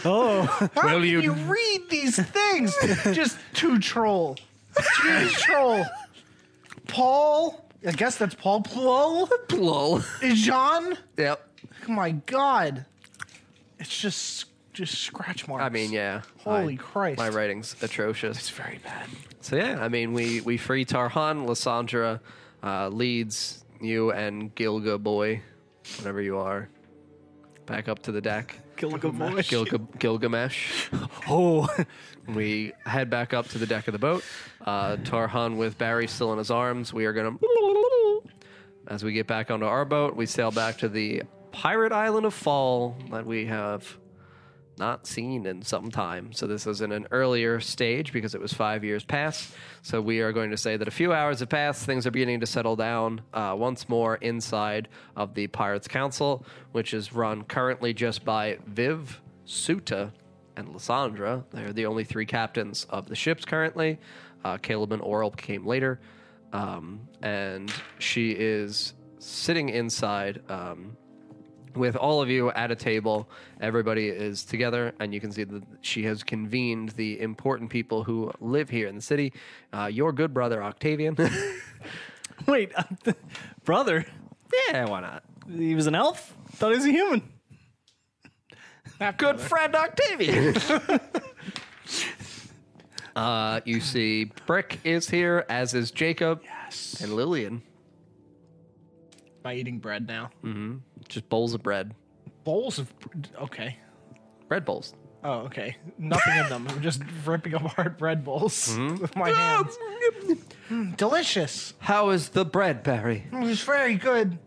[SPEAKER 4] oh. Will you,
[SPEAKER 1] You read these things. Just two troll. Two troll. Paul. I guess that's Paul. Paul.
[SPEAKER 4] Lol.
[SPEAKER 1] Jean.
[SPEAKER 4] Yep.
[SPEAKER 1] Oh my god. It's just just scratch marks.
[SPEAKER 4] I mean, yeah.
[SPEAKER 1] Holy
[SPEAKER 4] my,
[SPEAKER 1] Christ.
[SPEAKER 4] My writing's atrocious.
[SPEAKER 1] It's very bad.
[SPEAKER 4] So yeah, I mean, we we free Tarhan, Lissandra, uh, leads you and Gilga boy, whatever you are, back up to the deck.
[SPEAKER 2] Gilgamesh.
[SPEAKER 4] Gilga, Gilgamesh.
[SPEAKER 2] Oh.
[SPEAKER 4] We head back up to the deck of the boat. Uh, Tarhan with Barry still in his arms. We are gonna. As we get back onto our boat, we sail back to the pirate island of Fall that we have not seen in some time. So this is in an earlier stage because it was five years past. So we are going to say that a few hours have passed. Things are beginning to settle down uh, once more inside of the Pirates Council, which is run currently just by Viv, Suta, and Lissandra. They're the only three captains of the ships currently. Uh, Caleb and Oral came later. Um, and she is sitting inside. Um, with all of you at a table. Everybody is together, and you can see that she has convened the important people who live here in the city. Uh, your good brother Octavian.
[SPEAKER 2] Wait, uh, brother.
[SPEAKER 4] yeah, why not?
[SPEAKER 2] He was an elf. Thought he was a human.
[SPEAKER 4] good friend Octavian. uh, you see, Brick is here, as is Jacob
[SPEAKER 1] Yes.
[SPEAKER 4] and Lillian.
[SPEAKER 1] Am I eating bread now?
[SPEAKER 4] Mm. Just bowls of bread,
[SPEAKER 1] Bowls of bread. Okay.
[SPEAKER 4] bread bowls.
[SPEAKER 1] Oh, okay. Nothing in them. I'm just ripping apart bread bowls
[SPEAKER 4] Mm-hmm.
[SPEAKER 1] with my hands. Mm, delicious.
[SPEAKER 4] How is the bread, Barry?
[SPEAKER 1] It was very good.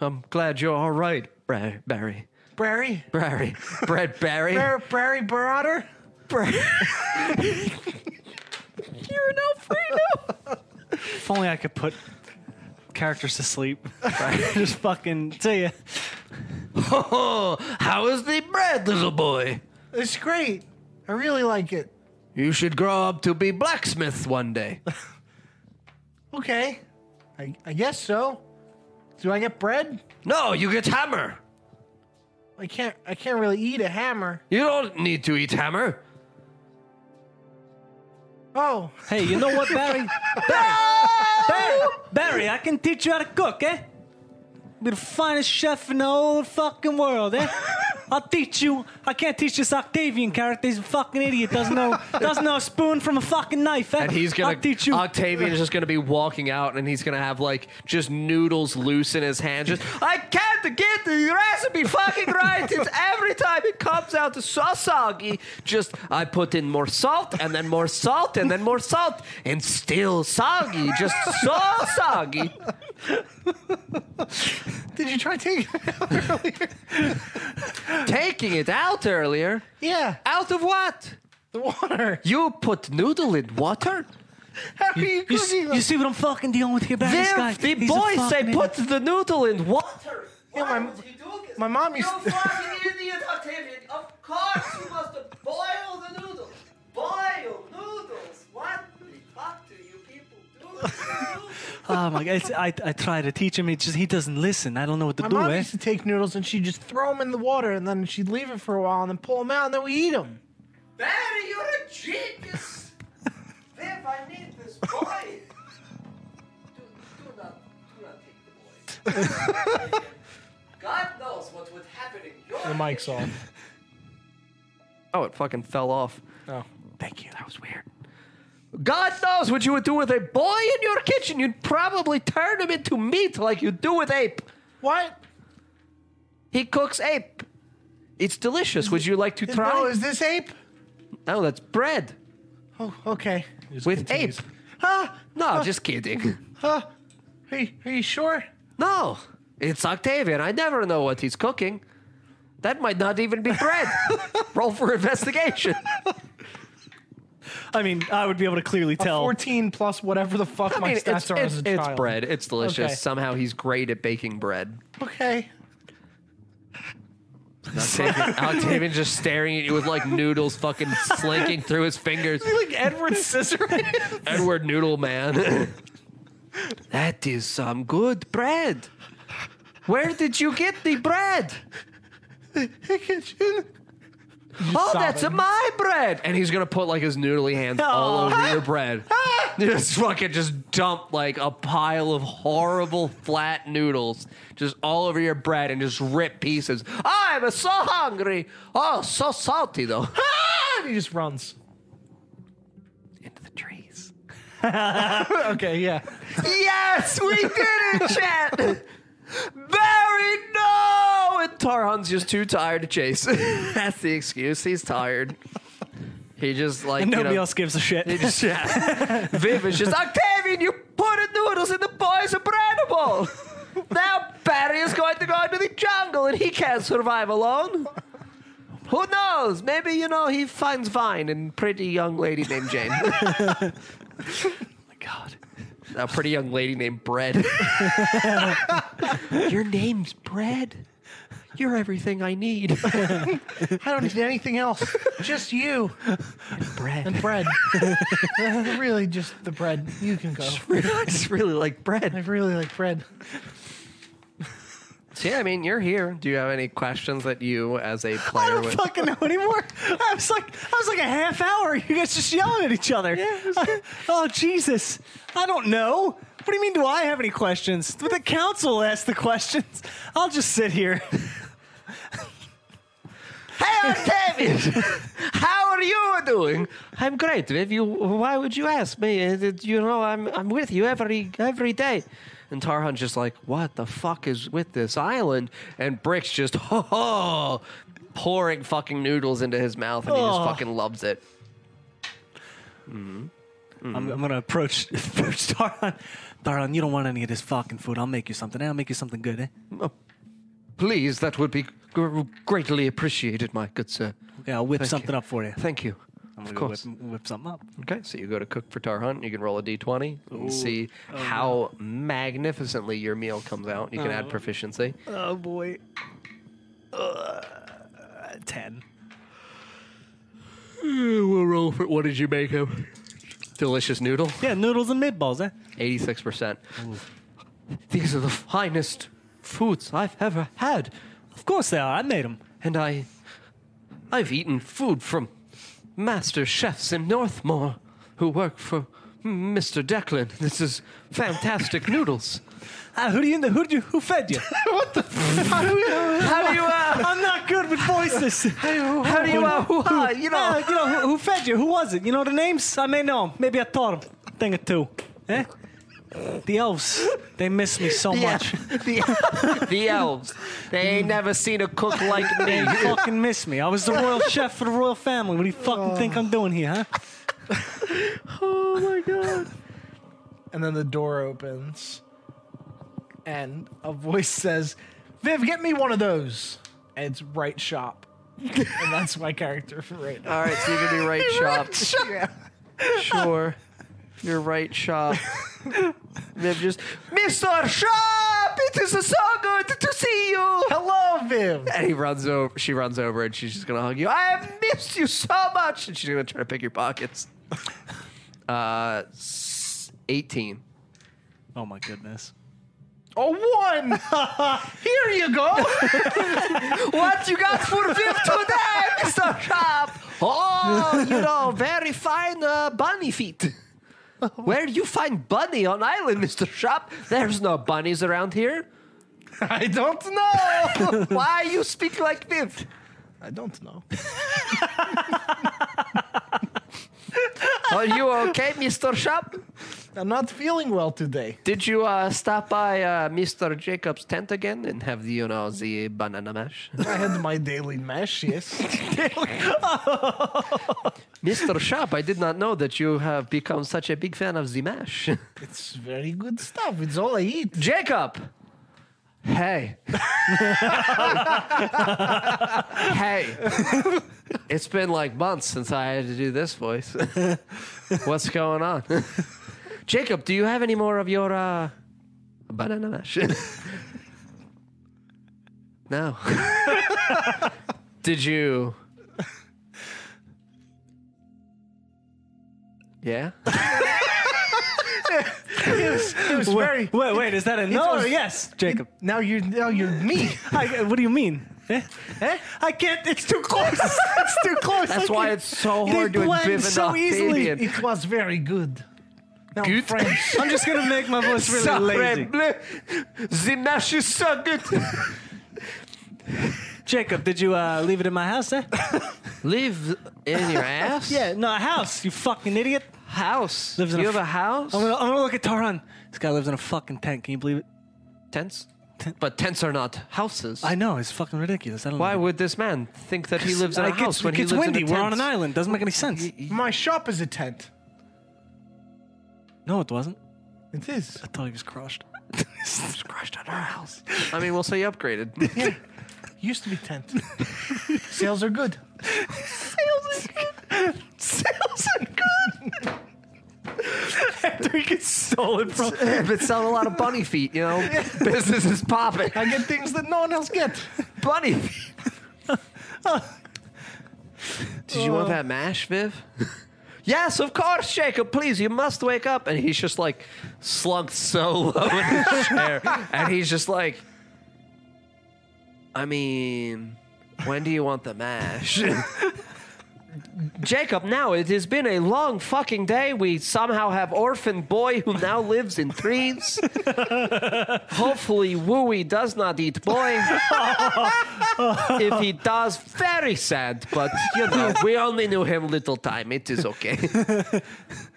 [SPEAKER 4] I'm glad you're all right, Bra- Barry.
[SPEAKER 1] Brary?
[SPEAKER 4] Barry, bread, Barry.
[SPEAKER 1] Bra- Brary Barotter?
[SPEAKER 4] You're no freedom.
[SPEAKER 2] If only I could put characters to sleep. Just fucking tell you.
[SPEAKER 4] Oh, how is the bread, little boy?
[SPEAKER 1] It's great. I really like it.
[SPEAKER 4] You should grow up to be blacksmith one day.
[SPEAKER 1] Okay. I, I guess so. Do I get bread?
[SPEAKER 4] No, you get hammer.
[SPEAKER 1] I can't I can't really eat a hammer.
[SPEAKER 4] You don't need to eat hammer.
[SPEAKER 1] Oh,
[SPEAKER 2] Hey, you know what, Barry? Barry, Barry, Barry, I can teach you how to cook, eh? Be the finest chef in the whole fucking world, eh? I'll teach you. I can't teach this Octavian character. He's a fucking idiot. Doesn't know. Doesn't know a spoon from a fucking knife, eh?
[SPEAKER 4] And he's gonna.
[SPEAKER 2] I'll teach you.
[SPEAKER 4] Octavian is just gonna be walking out, and he's gonna have like just noodles loose in his hand. Just I can't get the recipe fucking right. It's every time it comes out so soggy. Just I put in more salt, and then more salt, and then more salt, and still soggy. Just so soggy.
[SPEAKER 1] did you try taking
[SPEAKER 4] Taking it out earlier.
[SPEAKER 1] Yeah,
[SPEAKER 4] Out of what?
[SPEAKER 1] the water.
[SPEAKER 4] You put noodle in water?
[SPEAKER 1] How are you
[SPEAKER 2] you, s-
[SPEAKER 1] cooking
[SPEAKER 2] you see what I'm fucking dealing with here, Barry? This guy,
[SPEAKER 4] the
[SPEAKER 2] he's a
[SPEAKER 4] boys say
[SPEAKER 2] fucking
[SPEAKER 4] put
[SPEAKER 2] idiot.
[SPEAKER 4] the noodle in water.
[SPEAKER 3] Why
[SPEAKER 1] my-
[SPEAKER 3] would you do this?
[SPEAKER 1] my mom used-
[SPEAKER 3] You fucking idiot, Octavian. Of course you must have boiled the noodles. Boil noodles. What the fuck do you people do? with the noodles?
[SPEAKER 2] Oh my god! It's, I I try to teach him. It just he doesn't listen. I don't know what to
[SPEAKER 1] My
[SPEAKER 2] do.
[SPEAKER 1] mom
[SPEAKER 2] eh?
[SPEAKER 1] used to take noodles and she'd just throw them in the water and then she'd leave it for a while and then pull them out and then we eat them.
[SPEAKER 3] Barry, you're a genius! Viv, I need this boy! Do, do not, do not take the boy. God knows what would happen in your
[SPEAKER 1] The mic's off.
[SPEAKER 4] Oh, it fucking fell off.
[SPEAKER 1] Oh.
[SPEAKER 4] Thank you. That was weird. God knows what you would do with a boy in your kitchen. You'd probably turn him into meat like you do with ape.
[SPEAKER 1] What?
[SPEAKER 4] He cooks ape. It's delicious. Would you like to try?
[SPEAKER 1] Oh, is this ape?
[SPEAKER 4] No, that's bread
[SPEAKER 1] Oh, okay.
[SPEAKER 4] with ape.
[SPEAKER 1] Ah,
[SPEAKER 4] No, just kidding.
[SPEAKER 1] ah. Are you, are you sure?
[SPEAKER 4] No, it's Octavian. I never know what he's cooking. That might not even be bread. Roll for investigation.
[SPEAKER 2] I mean, I would be able to clearly tell.
[SPEAKER 1] 14 plus whatever the fuck
[SPEAKER 4] I
[SPEAKER 1] my
[SPEAKER 4] mean,
[SPEAKER 1] stats
[SPEAKER 4] it's,
[SPEAKER 1] are
[SPEAKER 4] it's,
[SPEAKER 1] as a
[SPEAKER 4] it's
[SPEAKER 1] child.
[SPEAKER 4] bread. It's delicious.
[SPEAKER 1] Okay.
[SPEAKER 4] Somehow he's great at baking bread.
[SPEAKER 1] Okay.
[SPEAKER 4] Octavian, Octavian just staring at you with like noodles fucking slinking through his fingers.
[SPEAKER 1] Like Edward Scissorhands.
[SPEAKER 4] Edward Noodle Man. that is some good bread. Where did you get the bread?
[SPEAKER 1] kitchen.
[SPEAKER 4] oh, that's
[SPEAKER 1] sobbing.
[SPEAKER 4] my bread. And he's gonna put like his noodly hands all over your bread. just fucking just dump like a pile of horrible flat noodles just all over your bread and just rip pieces. I'm so hungry. Oh, so salty though.
[SPEAKER 1] And he just runs.
[SPEAKER 4] Into the trees.
[SPEAKER 1] Okay, yeah.
[SPEAKER 4] Yes, we did it, chat. Barry, no! And Tarhan's just too tired to chase. That's the excuse. He's tired. He just like
[SPEAKER 2] and
[SPEAKER 4] you
[SPEAKER 2] nobody
[SPEAKER 4] know,
[SPEAKER 2] else gives a shit.
[SPEAKER 4] He just, yeah. Viv is just Octavian. You put the noodles in the boy's breadable. now Barry is going to go into the jungle, and he can't survive alone. Who knows? Maybe you know he finds Vine and pretty young lady named Jane.
[SPEAKER 2] Oh my god.
[SPEAKER 4] a pretty young lady named Bread. Your name's Bread. You're everything I need.
[SPEAKER 1] I don't need anything else. Just you and
[SPEAKER 4] Bread.
[SPEAKER 1] bread. really, just the bread. You can go.
[SPEAKER 4] I just really like
[SPEAKER 1] I
[SPEAKER 4] bread.
[SPEAKER 1] really like bread.
[SPEAKER 4] So yeah, I mean, you're here. Do you have any questions that you, as a
[SPEAKER 2] I
[SPEAKER 4] player,
[SPEAKER 2] don't
[SPEAKER 4] would?
[SPEAKER 2] fucking know anymore. I was like, I was like a half hour. You guys just yelling at each other. oh Jesus! I don't know. What do you mean? Do I have any questions? The council asked the questions. I'll just sit here.
[SPEAKER 4] Mm-hmm. Hey, Octavius! How are you doing? I'm great. If you, why would you ask me? Uh, that- You know, I'm I'm with you every every day. And Tarhan's just like, what the fuck is with this island? And Brick's just, ho ho, pouring fucking noodles into his mouth, and he just
[SPEAKER 2] Oh.
[SPEAKER 4] fucking loves it.
[SPEAKER 2] I'm, I'm gonna approach approach Daron. Daron, you don't want any of this fucking food. I'll make you something. I'll make you something good. Eh?
[SPEAKER 4] Please, that would be gr- greatly appreciated, my good sir.
[SPEAKER 2] Okay, I'll whip
[SPEAKER 4] Thank
[SPEAKER 2] something
[SPEAKER 4] you.
[SPEAKER 2] up for you.
[SPEAKER 4] Thank you.
[SPEAKER 2] I'm
[SPEAKER 4] Of
[SPEAKER 2] gonna
[SPEAKER 4] course.
[SPEAKER 2] Whip, whip something up.
[SPEAKER 4] Okay, so you go to cook for Tarhunt. You can roll a d20 and see how magnificently your meal comes out. You can add proficiency.
[SPEAKER 2] Oh boy. Uh, Ten.
[SPEAKER 4] We'll roll for what did you make him? Delicious noodle,
[SPEAKER 2] Yeah, noodles and meatballs. Eh?
[SPEAKER 4] eighty-six percent. These are the finest foods I've ever had,
[SPEAKER 2] Of course they are. I made them.
[SPEAKER 4] and I, I've eaten food from master chefs in Northmore who work for Mr. Declan. This is fantastic noodles.
[SPEAKER 2] Ah, who do you know? Who, do you, who fed you?
[SPEAKER 4] How do you? Uh,
[SPEAKER 2] I'm not good with voices.
[SPEAKER 4] how do you? Uh, hoo-ha, you know.
[SPEAKER 2] Ah, you know who, who fed you? Who was it? You know the names? I may know 'em. Maybe I taught them a thing or two. Eh? The elves, they miss me so
[SPEAKER 4] Yeah,
[SPEAKER 2] much.
[SPEAKER 4] the, the elves. They ain't never seen a cook like
[SPEAKER 2] They
[SPEAKER 4] me.
[SPEAKER 2] fucking miss me. I was the royal chef for the royal family. What do you fucking think I'm doing here, huh?
[SPEAKER 4] Oh my god.
[SPEAKER 1] And then the door opens, and a voice says, "Viv, get me one of those." And it's right shop, and that's my character for right now.
[SPEAKER 4] All right, so you're gonna be right shop.
[SPEAKER 1] Yeah.
[SPEAKER 4] Sure. You're right shop. Viv just, Mr. Shop, it is so good to see you.
[SPEAKER 1] Hello, Viv.
[SPEAKER 4] And he runs over. She runs over, and she's just gonna hug you. I have missed you so much. And she's gonna try to pick your pockets. Uh, s- eighteen.
[SPEAKER 2] Oh my goodness.
[SPEAKER 1] Oh, one! Here you go!
[SPEAKER 4] What you got for gift today, Mr. Sharp? Oh, you know, very fine uh, bunny feet. Where you find bunny on island, Mr. Sharp? There's no bunnies around here.
[SPEAKER 1] I don't know!
[SPEAKER 4] Why you speak like this?
[SPEAKER 1] I don't know.
[SPEAKER 4] Are you okay, Mr. Sharp?
[SPEAKER 1] I'm not feeling well today.
[SPEAKER 4] Did you uh, stop by uh, Mr. Jacob's tent again and have the, you know, the banana mash?
[SPEAKER 1] I had my daily mesh, yes.
[SPEAKER 4] Mr. Sharp, I did not know that you have become such a big fan of the mash.
[SPEAKER 1] It's very good stuff. It's all I eat.
[SPEAKER 4] Jacob. Hey. hey. It's been like months since I had to do this voice. What's going on? Jacob, do you have any more of your uh, banana mash? no. Did you? Yeah.
[SPEAKER 1] It was very.
[SPEAKER 2] Wait, wait, is that a no? Or yes, Jacob.
[SPEAKER 1] Now you're now you're me.
[SPEAKER 2] I, what do you mean? Eh?
[SPEAKER 1] Eh? I can't. It's too close. it's too close.
[SPEAKER 4] That's
[SPEAKER 1] I
[SPEAKER 4] why
[SPEAKER 1] can't-
[SPEAKER 4] it's so
[SPEAKER 2] They
[SPEAKER 4] hard to
[SPEAKER 2] blend
[SPEAKER 4] imbibe
[SPEAKER 2] so
[SPEAKER 4] an
[SPEAKER 2] easily.
[SPEAKER 4] Octavian.
[SPEAKER 1] It was very good. Now I'm
[SPEAKER 4] Good?
[SPEAKER 1] French.
[SPEAKER 2] I'm just gonna make my voice really lazy.
[SPEAKER 4] The mash is so good.
[SPEAKER 2] Jacob, did you uh, leave it in my house? Eh?
[SPEAKER 4] Live in your ass?
[SPEAKER 2] yeah, no, a house. You fucking idiot.
[SPEAKER 4] House.
[SPEAKER 2] Lives in
[SPEAKER 4] you
[SPEAKER 2] a
[SPEAKER 4] have a
[SPEAKER 2] f-
[SPEAKER 4] house?
[SPEAKER 2] I'm gonna, I'm gonna look at Taran. This guy lives in a fucking tent. Can you believe it?
[SPEAKER 4] Tents? But tents are not houses.
[SPEAKER 2] I know it's fucking ridiculous. I don't.
[SPEAKER 4] Why
[SPEAKER 2] know.
[SPEAKER 4] would this man think that he lives in a
[SPEAKER 2] It gets-
[SPEAKER 4] house when
[SPEAKER 2] it
[SPEAKER 4] he
[SPEAKER 2] gets
[SPEAKER 4] lives
[SPEAKER 2] windy.
[SPEAKER 4] in a
[SPEAKER 2] We're on
[SPEAKER 4] tent?
[SPEAKER 2] an island. Doesn't make any sense.
[SPEAKER 1] My shop is a tent.
[SPEAKER 2] No, it wasn't.
[SPEAKER 1] It is.
[SPEAKER 2] I thought he was crushed.
[SPEAKER 4] It's crushed on our house. I mean, we'll say you upgraded.
[SPEAKER 1] Used to be tent. Sales are good.
[SPEAKER 4] Sales are good.
[SPEAKER 2] After he gets stolen from.
[SPEAKER 4] Been selling a lot of bunny feet, you know? Business is popping.
[SPEAKER 1] I get things that no one else get.
[SPEAKER 4] Bunny feet. Did you want that mash, Viv? Uh. yes, of course, Jacob. Please, you must wake up. And he's just like slumped so low in his chair, and he's just like, I mean, when do you want the mash? Jacob, now it has been a long fucking day. We somehow have orphan boy who now lives in trees. Hopefully, Wooey does not eat boy. if he does, very sad. But you know, we only knew him little time. It is okay.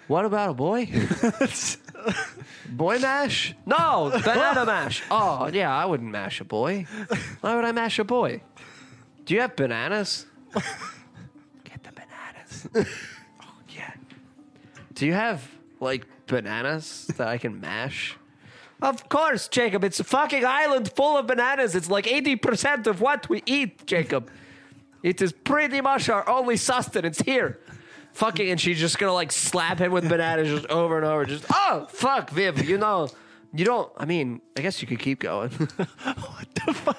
[SPEAKER 4] what about a boy? boy mash? No, banana mash. Oh yeah, I wouldn't mash a boy. Why would I mash a boy? Do you have bananas? Get the bananas. oh yeah. Do you have like bananas that I can mash? Of course, Jacob. It's a fucking island full of bananas. It's like 80% of what we eat, Jacob. It is pretty much our only sustenance here. Fucking, and she's just gonna like slap him with bananas just over and over. Just, oh, fuck, Viv, you know, you don't, I mean, I guess you could keep going. what the fuck?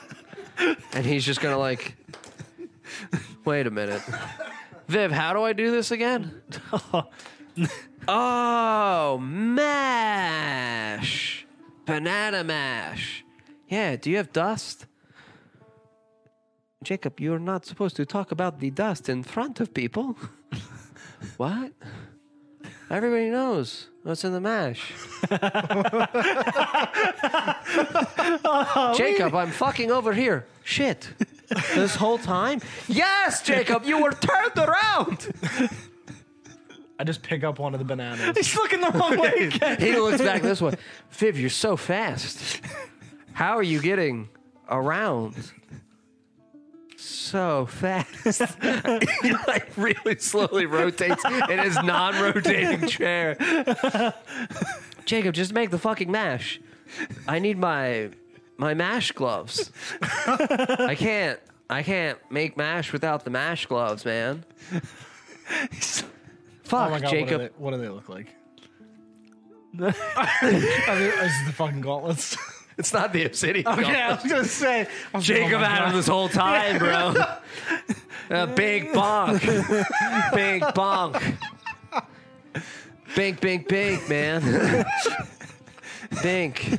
[SPEAKER 4] And he's just gonna like, wait a minute. Viv, how do I do this again? Oh, mash. Banana mash. Yeah, do you have dust? Jacob, you're not supposed to talk about the dust in front of people. what? Everybody knows what's in the mash. Jacob, I'm fucking over here. Shit. This whole time? Yes, Jacob, you were turned around.
[SPEAKER 1] I just pick up one of the bananas.
[SPEAKER 2] He's looking the wrong way again.
[SPEAKER 4] He looks back this way. Viv, you're so fast. How are you getting around so fast? he like really slowly rotates in his non-rotating chair. Jacob, just make the fucking mash. I need my my mash gloves. I can't I can't make mash without the mash gloves, man. Fuck,
[SPEAKER 1] Oh my god,
[SPEAKER 4] Jacob.
[SPEAKER 1] What, do they, what do they look like? I mean, this is the fucking gauntlets.
[SPEAKER 4] It's not the obsidian. gloves.
[SPEAKER 1] yeah, I was gonna say. I was like, oh
[SPEAKER 4] Jacob
[SPEAKER 1] my
[SPEAKER 4] had him
[SPEAKER 1] God.
[SPEAKER 4] this whole time, bro. A big bonk. big bonk. Bink, bink, bink, man. Bink.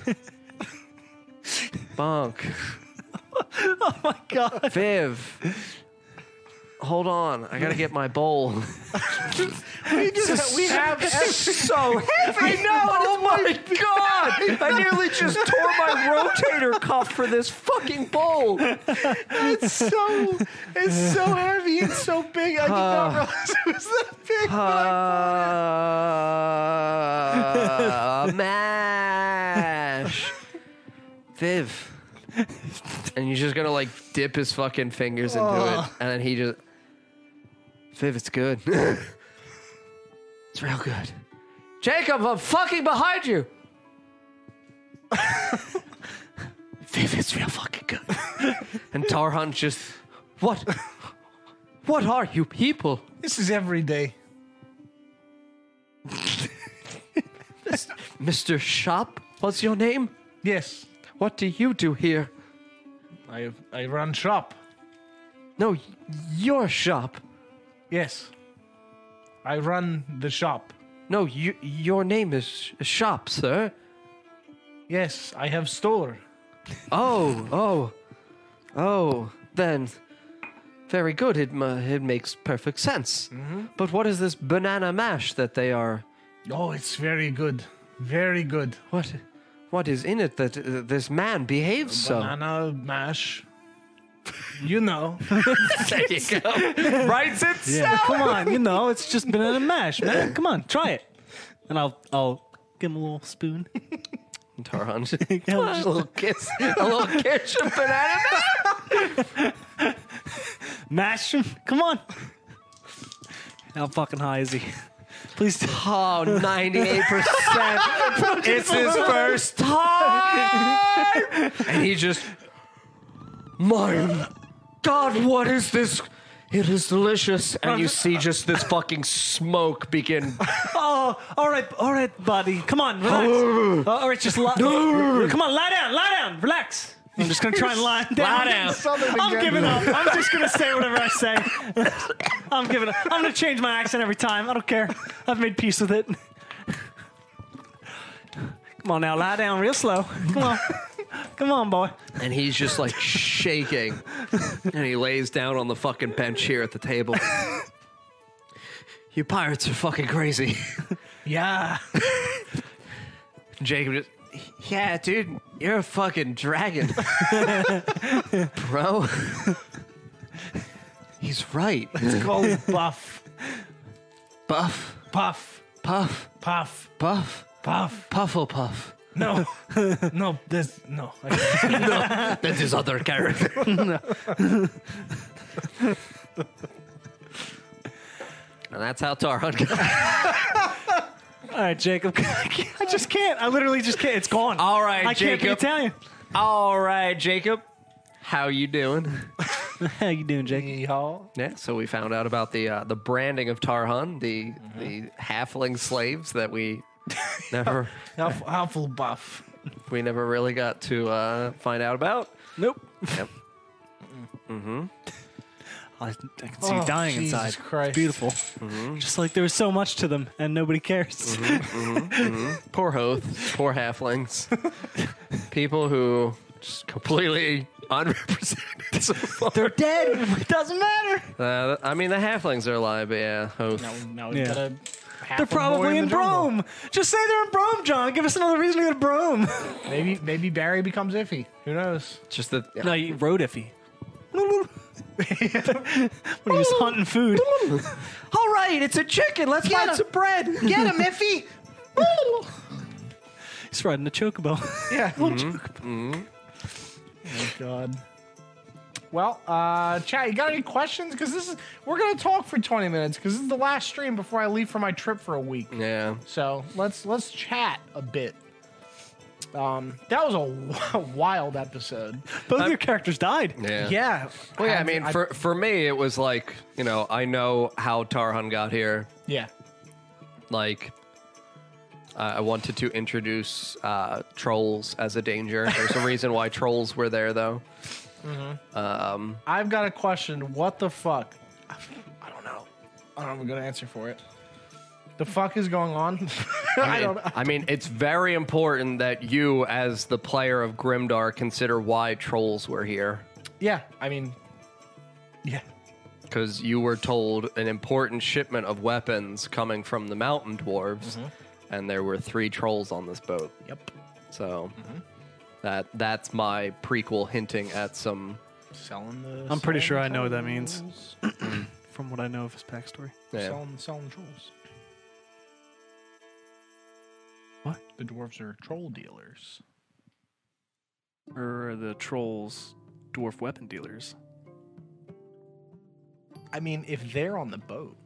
[SPEAKER 4] Bunk.
[SPEAKER 2] Oh my god.
[SPEAKER 4] Viv. Hold on. I gotta get my bowl.
[SPEAKER 1] we have
[SPEAKER 4] so heavy. I know. Oh my god! I nearly just tore my rotator cuff for this fucking bowl.
[SPEAKER 1] it's so it's so heavy and so big. I did not
[SPEAKER 4] Ah.
[SPEAKER 1] realize it was that big. but I
[SPEAKER 4] Uh, mash. Viv. And he's just gonna like dip his fucking fingers into it. And then he just. Viv, it's good. it's real good. Jacob, I'm fucking behind you. Viv, it's real fucking good. and Tarhan just. What? What are you people?
[SPEAKER 1] thought, This is every day.
[SPEAKER 4] Mr. Shop? What's your name?
[SPEAKER 1] Yes,
[SPEAKER 4] What do you do here?
[SPEAKER 1] I I run shop.
[SPEAKER 4] No, your shop.
[SPEAKER 1] Yes, I run the shop.
[SPEAKER 4] No, you, your name is sh- shop, sir.
[SPEAKER 1] Yes, I have store.
[SPEAKER 4] Oh, oh, oh. Then, very good. It ma- it makes perfect sense. But what is this banana mash that they are?
[SPEAKER 1] Oh, it's very good, very good.
[SPEAKER 4] What, what is in it that uh, this man behaves so?
[SPEAKER 1] Banana mash. You know,
[SPEAKER 4] There you go. Writes it.
[SPEAKER 2] Yeah, come on. You know, it's just banana mash, man. Come on, try it. And I'll I'll give him a little spoon.
[SPEAKER 4] Taran, a little kiss, a little kiss of banana mash.
[SPEAKER 2] Mash him. Come on. How fucking high is he? Please. T-
[SPEAKER 4] Oh, 98%. it's his first time. And he just, my God, what is this? It is delicious. And you see just this fucking smoke begin.
[SPEAKER 2] oh, all right, all right, buddy. Come on, relax. Oh, all right, just lie. Come on, lie down, lie down, relax. I'm just gonna try and lie down.
[SPEAKER 4] Lie down.
[SPEAKER 1] Southern
[SPEAKER 2] I'm
[SPEAKER 1] again.
[SPEAKER 2] giving up. I'm just gonna say whatever I say. I'm giving up. I'm gonna change my accent every time. I don't care. I've made peace with it. Come on now, lie down real slow. Come on. Come on, boy.
[SPEAKER 4] And he's just like shaking. And he lays down on the fucking bench here at the table. You pirates are fucking crazy.
[SPEAKER 2] Yeah.
[SPEAKER 4] Jacob just, yeah, dude, you're a fucking dragon, bro. He's right.
[SPEAKER 1] go buff,
[SPEAKER 4] Buff,
[SPEAKER 1] puff,
[SPEAKER 4] puff,
[SPEAKER 1] puff,
[SPEAKER 4] buff,
[SPEAKER 1] puff.
[SPEAKER 4] puffle puff.
[SPEAKER 1] No, no, this no. I can't.
[SPEAKER 4] That's his other character. and that's how Tarhan got.
[SPEAKER 2] All right, Jacob. I just can't. I literally just can't. It's gone.
[SPEAKER 4] All right,
[SPEAKER 2] I can't be
[SPEAKER 4] Jacob.
[SPEAKER 2] Italian.
[SPEAKER 4] All right, Jacob. How you doing?
[SPEAKER 2] How you doing, Jacob?
[SPEAKER 1] Yeehaw.
[SPEAKER 4] Yeah, so we found out about the uh, the branding of Tarhan, the
[SPEAKER 2] Mm-hmm.
[SPEAKER 4] the halfling slaves that we never
[SPEAKER 1] Huff- Hufflepuff.
[SPEAKER 4] we never really got to uh, find out about.
[SPEAKER 2] Nope.
[SPEAKER 4] Yep.
[SPEAKER 2] Mm-hmm. I, I can see
[SPEAKER 1] Oh,
[SPEAKER 2] you dying
[SPEAKER 1] Jesus
[SPEAKER 2] inside.
[SPEAKER 1] Christ.
[SPEAKER 2] It's beautiful. Just like there was so much to them, and nobody cares.
[SPEAKER 4] Poor Hoth, poor halflings, people who just completely unrepresented. So far.
[SPEAKER 2] They're dead. It doesn't matter.
[SPEAKER 4] Uh, I mean, the halflings are alive, but yeah, Hoth.
[SPEAKER 1] Now, now we
[SPEAKER 2] Yeah.
[SPEAKER 1] gotta. half
[SPEAKER 2] They're
[SPEAKER 1] a boy
[SPEAKER 2] probably in,
[SPEAKER 1] the jungle.
[SPEAKER 2] Brome. Just say they're in Brome, John. Give us another reason to go to Brome.
[SPEAKER 1] Maybe maybe Barry becomes iffy. Who knows?
[SPEAKER 4] Just the
[SPEAKER 2] no, you road iffy. when he was hunting food.
[SPEAKER 4] all right, it's a chicken. Let's
[SPEAKER 1] Get him.
[SPEAKER 4] bread.
[SPEAKER 1] Get him, iffy.
[SPEAKER 2] He's riding a chocobo.
[SPEAKER 1] Yeah. Mm-hmm. Oh God. Well, uh, chat, you got any questions? Because this is we're gonna talk for 20 minutes because this is the last stream before I leave for my trip for a week.
[SPEAKER 4] Yeah,
[SPEAKER 1] So let's let's chat a bit. Um, that was a w- wild episode.
[SPEAKER 2] Both of your characters died.
[SPEAKER 4] yeah,
[SPEAKER 1] Yeah.
[SPEAKER 4] Well, yeah. I
[SPEAKER 1] I've-
[SPEAKER 4] mean,
[SPEAKER 1] I've-
[SPEAKER 4] for for me, it was like you know, I know how Tarhan got here.
[SPEAKER 1] yeah.
[SPEAKER 4] like uh, I wanted to introduce uh, trolls as a danger. There's a reason why trolls were there, though.
[SPEAKER 1] I've got a question. What the fuck? I don't know. I don't have a good answer for it. The fuck is going on? I
[SPEAKER 4] I mean,
[SPEAKER 1] don't.
[SPEAKER 4] I mean, it's very important that you, as the player of Grimdar, consider why trolls were here.
[SPEAKER 1] Yeah, I mean, yeah,
[SPEAKER 4] Because you were told an important shipment of weapons coming from the mountain dwarves,
[SPEAKER 1] Mm-hmm.
[SPEAKER 4] and there were three trolls on this boat.
[SPEAKER 1] yep.
[SPEAKER 4] So
[SPEAKER 1] Mm-hmm.
[SPEAKER 4] that that's my prequel hinting at some.
[SPEAKER 1] Selling the.
[SPEAKER 2] I'm pretty
[SPEAKER 1] selling
[SPEAKER 2] sure I
[SPEAKER 1] the
[SPEAKER 2] know what that
[SPEAKER 1] trolls.
[SPEAKER 2] means. From what I know of his backstory.
[SPEAKER 4] yeah.
[SPEAKER 1] Selling, selling trolls.
[SPEAKER 2] What?
[SPEAKER 1] The dwarves are troll dealers.
[SPEAKER 2] Or the trolls, dwarf weapon dealers.
[SPEAKER 1] I mean, if they're on the boat,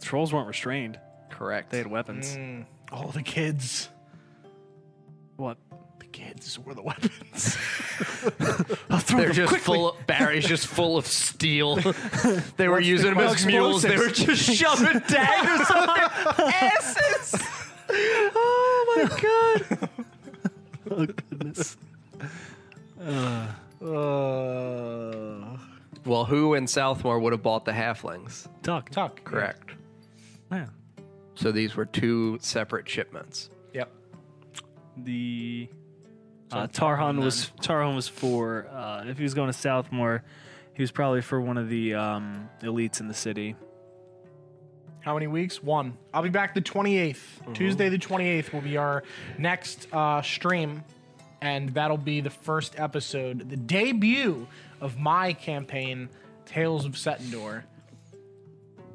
[SPEAKER 2] Trolls weren't restrained.
[SPEAKER 4] correct.
[SPEAKER 2] They had weapons. Oh,
[SPEAKER 1] all the kids.
[SPEAKER 2] What?
[SPEAKER 1] The kids were the weapons.
[SPEAKER 2] I'll throw
[SPEAKER 4] They're
[SPEAKER 2] them
[SPEAKER 4] just
[SPEAKER 2] quickly.
[SPEAKER 4] full. Of, Barry's just full of steel. they were using them
[SPEAKER 2] well,
[SPEAKER 4] as mules. They were just shoving daggers up their asses. Oh my god!
[SPEAKER 2] oh goodness.
[SPEAKER 1] uh,
[SPEAKER 4] Well, who in Southmore would have bought the halflings?
[SPEAKER 2] Duck.
[SPEAKER 1] Tuck.
[SPEAKER 4] Correct.
[SPEAKER 2] Yeah.
[SPEAKER 4] So these were two separate shipments.
[SPEAKER 1] Yep.
[SPEAKER 2] The uh, Tarhan was Tarhan was for uh, if he was going to Southmore, he was probably for one of the um, elites in the city.
[SPEAKER 1] How many weeks? One. I'll be back the 28th. Tuesday the 28th will be our next uh, stream, and that'll be the first episode, the debut of my campaign, Tales of Setendor.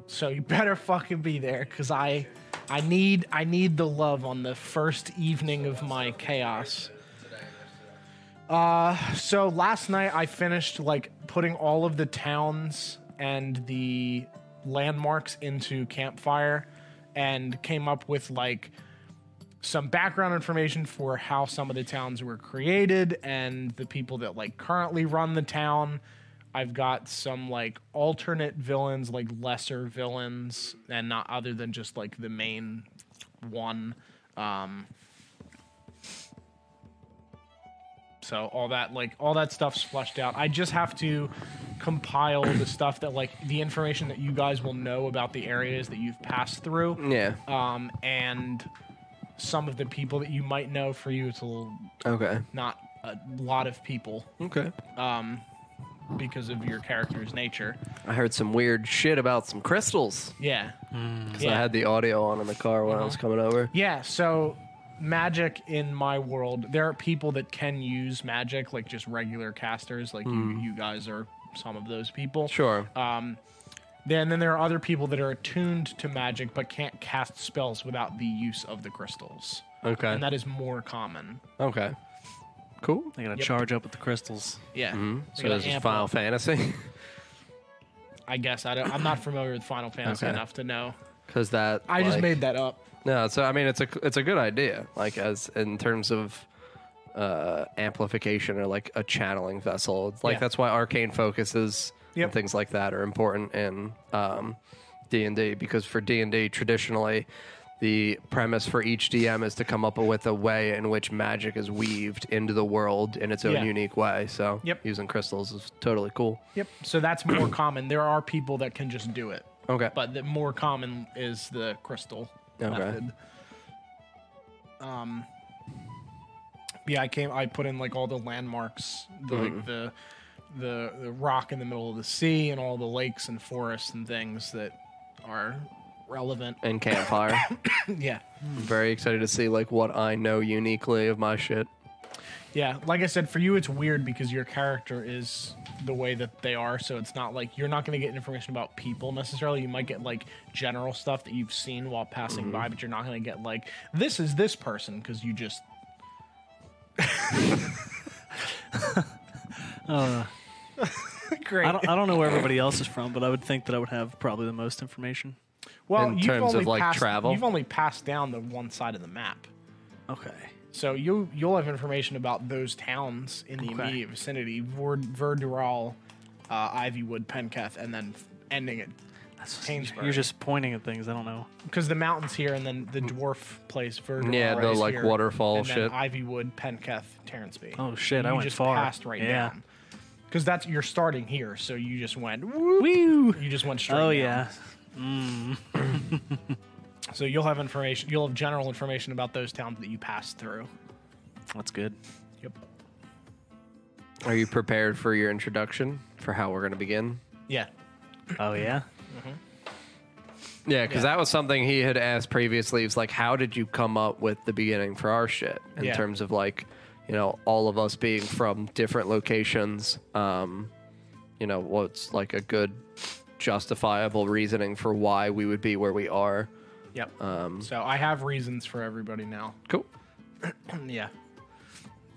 [SPEAKER 1] So you better fucking be there, cause I, I need, I need the love on the first evening of my chaos. So last night I finished like putting all of the towns and the landmarks into campfire and came up with like some background information for how some of the towns were created and the people that like currently run the town. I've got some like alternate villains, like lesser villains and not other than just like the main one. Um So all that like all that stuff's flushed out. I just have to compile the stuff that like the information that you guys will know about the areas that you've passed through.
[SPEAKER 4] Yeah.
[SPEAKER 1] Um and some of the people that you might know for you it's a little
[SPEAKER 4] Okay.
[SPEAKER 1] not a lot of people
[SPEAKER 4] Okay.
[SPEAKER 1] because of your character's nature.
[SPEAKER 4] I heard some weird shit about some crystals.
[SPEAKER 1] Yeah.
[SPEAKER 4] 'cause I
[SPEAKER 1] Yeah.
[SPEAKER 4] had the audio on in the car when I was coming over.
[SPEAKER 1] yeah, so magic in my world, there are people that can use magic, like just regular casters, like you, you guys are some of those people.
[SPEAKER 4] Mm. Sure.
[SPEAKER 1] Then then there are other people that are attuned to magic but can't cast spells without the use of the crystals.
[SPEAKER 4] okay.
[SPEAKER 1] And that is more common.
[SPEAKER 4] okay. Cool.
[SPEAKER 2] They gotta charge up with the crystals.
[SPEAKER 1] Yeah.
[SPEAKER 4] Mm-hmm. So this is Final Fantasy,
[SPEAKER 1] I guess I don't I'm not familiar with Final Fantasy
[SPEAKER 4] Okay.
[SPEAKER 1] enough to know.
[SPEAKER 4] because that
[SPEAKER 1] I just
[SPEAKER 4] like-
[SPEAKER 1] made that up.
[SPEAKER 4] no. So I mean, it's a it's a good idea, like as in terms of uh, amplification or like a channeling vessel. It's Like
[SPEAKER 1] Yeah.
[SPEAKER 4] that's why arcane focuses
[SPEAKER 1] Yep.
[SPEAKER 4] and things like that are important in um, D and D because for D and D traditionally. The premise for each DM is to come up with a way in which magic is weaved into the world in its own
[SPEAKER 1] Yeah.
[SPEAKER 4] unique way. So,
[SPEAKER 1] Yep.
[SPEAKER 4] using crystals is totally cool.
[SPEAKER 1] Yep. So that's more common. There are people that can just do it.
[SPEAKER 4] Okay.
[SPEAKER 1] But the more common is the crystal
[SPEAKER 4] Okay.
[SPEAKER 1] method. Um Yeah, I came I put in like all the landmarks, the
[SPEAKER 4] Mm-hmm.
[SPEAKER 1] like the the the rock in the middle of the sea and all the lakes and forests and things that are relevant.
[SPEAKER 4] and campfire.
[SPEAKER 1] yeah.
[SPEAKER 4] very excited to see like what I know uniquely of my shit.
[SPEAKER 1] Yeah, like I said, for you it's weird because your character is the way that they are, so it's not like you're not going to get information about people necessarily. You might get like general stuff that you've seen while passing
[SPEAKER 4] Mm-hmm.
[SPEAKER 1] by, but you're not going to get like this is this person because you just great.
[SPEAKER 2] Uh. I don't, I don't know where everybody else is from, but I would think that I would have probably the most information.
[SPEAKER 1] well,
[SPEAKER 4] in
[SPEAKER 1] you've
[SPEAKER 4] terms of,
[SPEAKER 1] only
[SPEAKER 4] like,
[SPEAKER 1] passed-
[SPEAKER 4] travel.
[SPEAKER 1] you've only passed down the one side of the map,
[SPEAKER 2] Okay.
[SPEAKER 1] so you you'll have information about those towns in the
[SPEAKER 2] Okay.
[SPEAKER 1] immediate vicinity: Vord, Verdural, uh, Ivywood, Penketh, and then f- ending it
[SPEAKER 2] That's
[SPEAKER 1] Painsburg.
[SPEAKER 2] You're just pointing at things. I don't know.
[SPEAKER 1] because the mountains here and then the
[SPEAKER 2] Mm.
[SPEAKER 1] dwarf place Verdure
[SPEAKER 4] Yeah, the,
[SPEAKER 1] is
[SPEAKER 4] like,
[SPEAKER 1] here,
[SPEAKER 4] waterfall
[SPEAKER 1] and then
[SPEAKER 4] shit.
[SPEAKER 1] Ivywood, Penketh, Terrence Bay.
[SPEAKER 2] Oh, shit, I
[SPEAKER 1] You
[SPEAKER 2] went
[SPEAKER 1] just
[SPEAKER 2] far.
[SPEAKER 1] Passed right
[SPEAKER 2] Yeah.
[SPEAKER 1] down. Because that's you're starting here, so you just went. whoop,
[SPEAKER 2] Woo!
[SPEAKER 1] You just went straight.
[SPEAKER 2] Oh
[SPEAKER 1] down.
[SPEAKER 2] yeah.
[SPEAKER 1] so you'll have information. You'll have general information about those towns that you passed through.
[SPEAKER 2] That's good.
[SPEAKER 1] Yep.
[SPEAKER 4] Are you prepared for your introduction for how we're going to begin?
[SPEAKER 1] Yeah.
[SPEAKER 2] Oh yeah.
[SPEAKER 4] Yeah, because that was something he had asked previously. It's like, how did you come up with the beginning for our shit in
[SPEAKER 1] Yeah.
[SPEAKER 4] terms of like, you know, all of us being from different locations? Um, you know, what's like a good justifiable reasoning for why we would be where we are?
[SPEAKER 1] Yep.
[SPEAKER 4] Um,
[SPEAKER 1] so I have reasons for everybody now.
[SPEAKER 4] Cool.
[SPEAKER 1] yeah.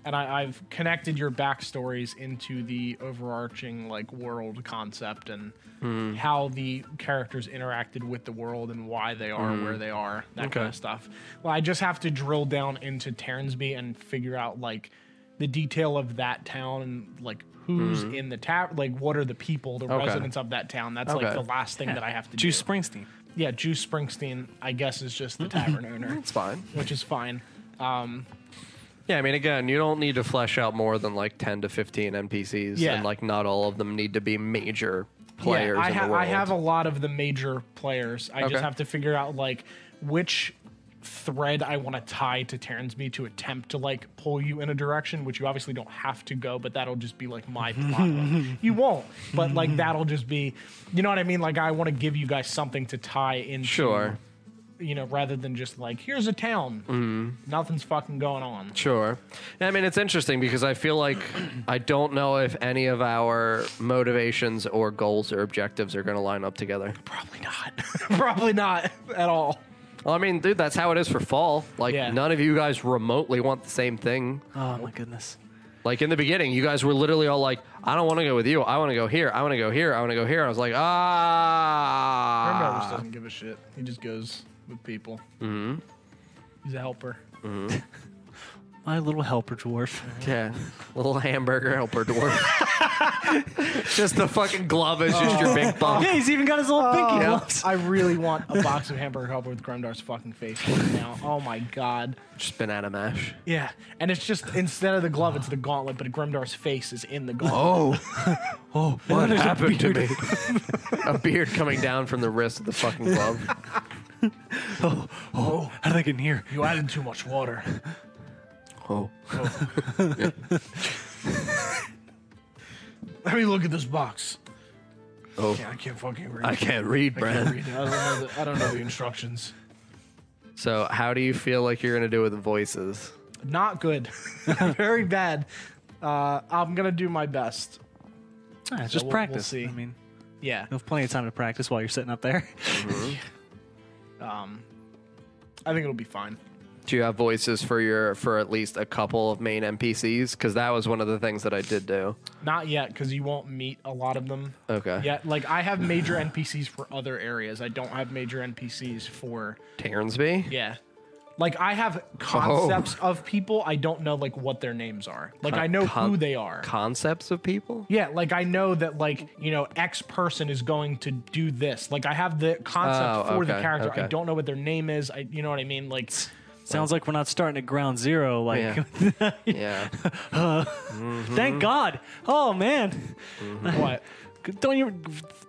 [SPEAKER 1] And I, I've connected your backstories into the overarching like world concept and
[SPEAKER 4] Hmm.
[SPEAKER 1] how the characters interacted with the world and why they are where they are, that kind
[SPEAKER 4] Hmm. Okay.
[SPEAKER 1] of stuff. Well, I just have to drill down into Terransby and figure out like the detail of that town and like who's
[SPEAKER 4] Hmm.
[SPEAKER 1] in the town, like what are the people, the residents of that town. That's like
[SPEAKER 4] Okay.
[SPEAKER 1] the last thing that I have to
[SPEAKER 2] Juice
[SPEAKER 1] do.
[SPEAKER 2] Springsteen.
[SPEAKER 1] yeah, Juice Springsteen, I guess, is just the tavern owner,
[SPEAKER 4] It's fine.
[SPEAKER 1] which is fine.
[SPEAKER 4] Yeah, I mean, again, you don't need to flesh out more than like 10 to 15 NPCs,
[SPEAKER 1] Yeah.
[SPEAKER 4] and like, not all of them need to be major players
[SPEAKER 1] Yeah, I,
[SPEAKER 4] in
[SPEAKER 1] ha-
[SPEAKER 4] the world.
[SPEAKER 1] I have a lot of the major players. I
[SPEAKER 4] Okay.
[SPEAKER 1] just have to figure out like which thread I want to tie to Terransby to attempt to like pull you in a direction, which you obviously don't have to go, but that'll just be like my plot. line. you won't, but like that'll just be, you know what I mean? Like I want to give you guys something to tie into,
[SPEAKER 4] Sure,
[SPEAKER 1] you know, rather than just like here's a town,
[SPEAKER 4] Mm-hmm.
[SPEAKER 1] nothing's fucking going on.
[SPEAKER 4] sure. Yeah, I mean, it's interesting because I feel like I don't know if any of our motivations or goals or objectives are going to line up together.
[SPEAKER 1] Probably not. Probably not at all.
[SPEAKER 4] Well, I mean, dude, that's how it is for fall. Like,
[SPEAKER 1] Yeah.
[SPEAKER 4] none of you guys remotely want the same thing.
[SPEAKER 2] Oh my goodness.
[SPEAKER 4] Like in the beginning, you guys were literally all like, "I don't want to go with you. I want to go here. I want to go here. I want to go here." I was like,
[SPEAKER 1] Grimdark just
[SPEAKER 4] "Ah."
[SPEAKER 1] doesn't give a shit. He just goes with people. Mm-hmm. He's a helper.
[SPEAKER 2] My little helper dwarf.
[SPEAKER 4] Yeah, little hamburger helper dwarf. just the fucking glove is just your big bump.
[SPEAKER 2] Yeah, he's even got his little
[SPEAKER 1] Oh,
[SPEAKER 2] pinky gloves.
[SPEAKER 1] I really want a box of hamburger helper with Grimdar's fucking face right now. Oh my god.
[SPEAKER 4] Just banana mash.
[SPEAKER 1] Yeah. And it's just instead of the glove, it's the gauntlet, but Grimdar's face is in the gauntlet.
[SPEAKER 4] Oh, oh, what happened to me? a beard coming down from the wrist of the fucking glove.
[SPEAKER 2] How did I Oh, get in here?
[SPEAKER 1] You added too much water.
[SPEAKER 4] Oh,
[SPEAKER 1] Let me look at this box.
[SPEAKER 4] oh,
[SPEAKER 1] Yeah, I can't fucking read.
[SPEAKER 4] I can't read,
[SPEAKER 1] can't
[SPEAKER 4] Brad.
[SPEAKER 1] read. I don't know the, I don't know the instructions.
[SPEAKER 4] So, how do you feel like you're gonna do with the voices?
[SPEAKER 1] Not good. Very bad. Uh, I'm gonna do my best.
[SPEAKER 2] Ah, it's
[SPEAKER 1] So
[SPEAKER 2] just
[SPEAKER 1] we'll- we'll
[SPEAKER 2] practice.
[SPEAKER 1] see.
[SPEAKER 2] I mean,
[SPEAKER 1] Yeah.
[SPEAKER 2] you have plenty of time to practice while you're sitting up there.
[SPEAKER 1] Um, I think it'll be fine.
[SPEAKER 4] Do you have voices for your for at least a couple of main NPCs? Because that was one of the things that I did do.
[SPEAKER 1] Not yet, because you won't meet a lot of them.
[SPEAKER 4] Okay.
[SPEAKER 1] Yeah, like I have major NPCs for other areas. I don't have major NPCs for
[SPEAKER 4] Terransby.
[SPEAKER 1] yeah. Like I have concepts of people. I don't know like what their names are. Like I know
[SPEAKER 4] Oh. Uh, Con-
[SPEAKER 1] who they are.
[SPEAKER 4] Concepts of people.
[SPEAKER 1] yeah, like I know that like you know X person is going to do this. Like I have the concept
[SPEAKER 4] Oh,
[SPEAKER 1] for the
[SPEAKER 4] okay,
[SPEAKER 1] character. I
[SPEAKER 4] okay.
[SPEAKER 1] don't know what their name is. I you know what I mean. Like
[SPEAKER 2] Sounds like we're not starting at ground zero. Like,
[SPEAKER 4] Yeah. Yeah.
[SPEAKER 2] thank God. Oh man,
[SPEAKER 1] what?
[SPEAKER 2] don't you?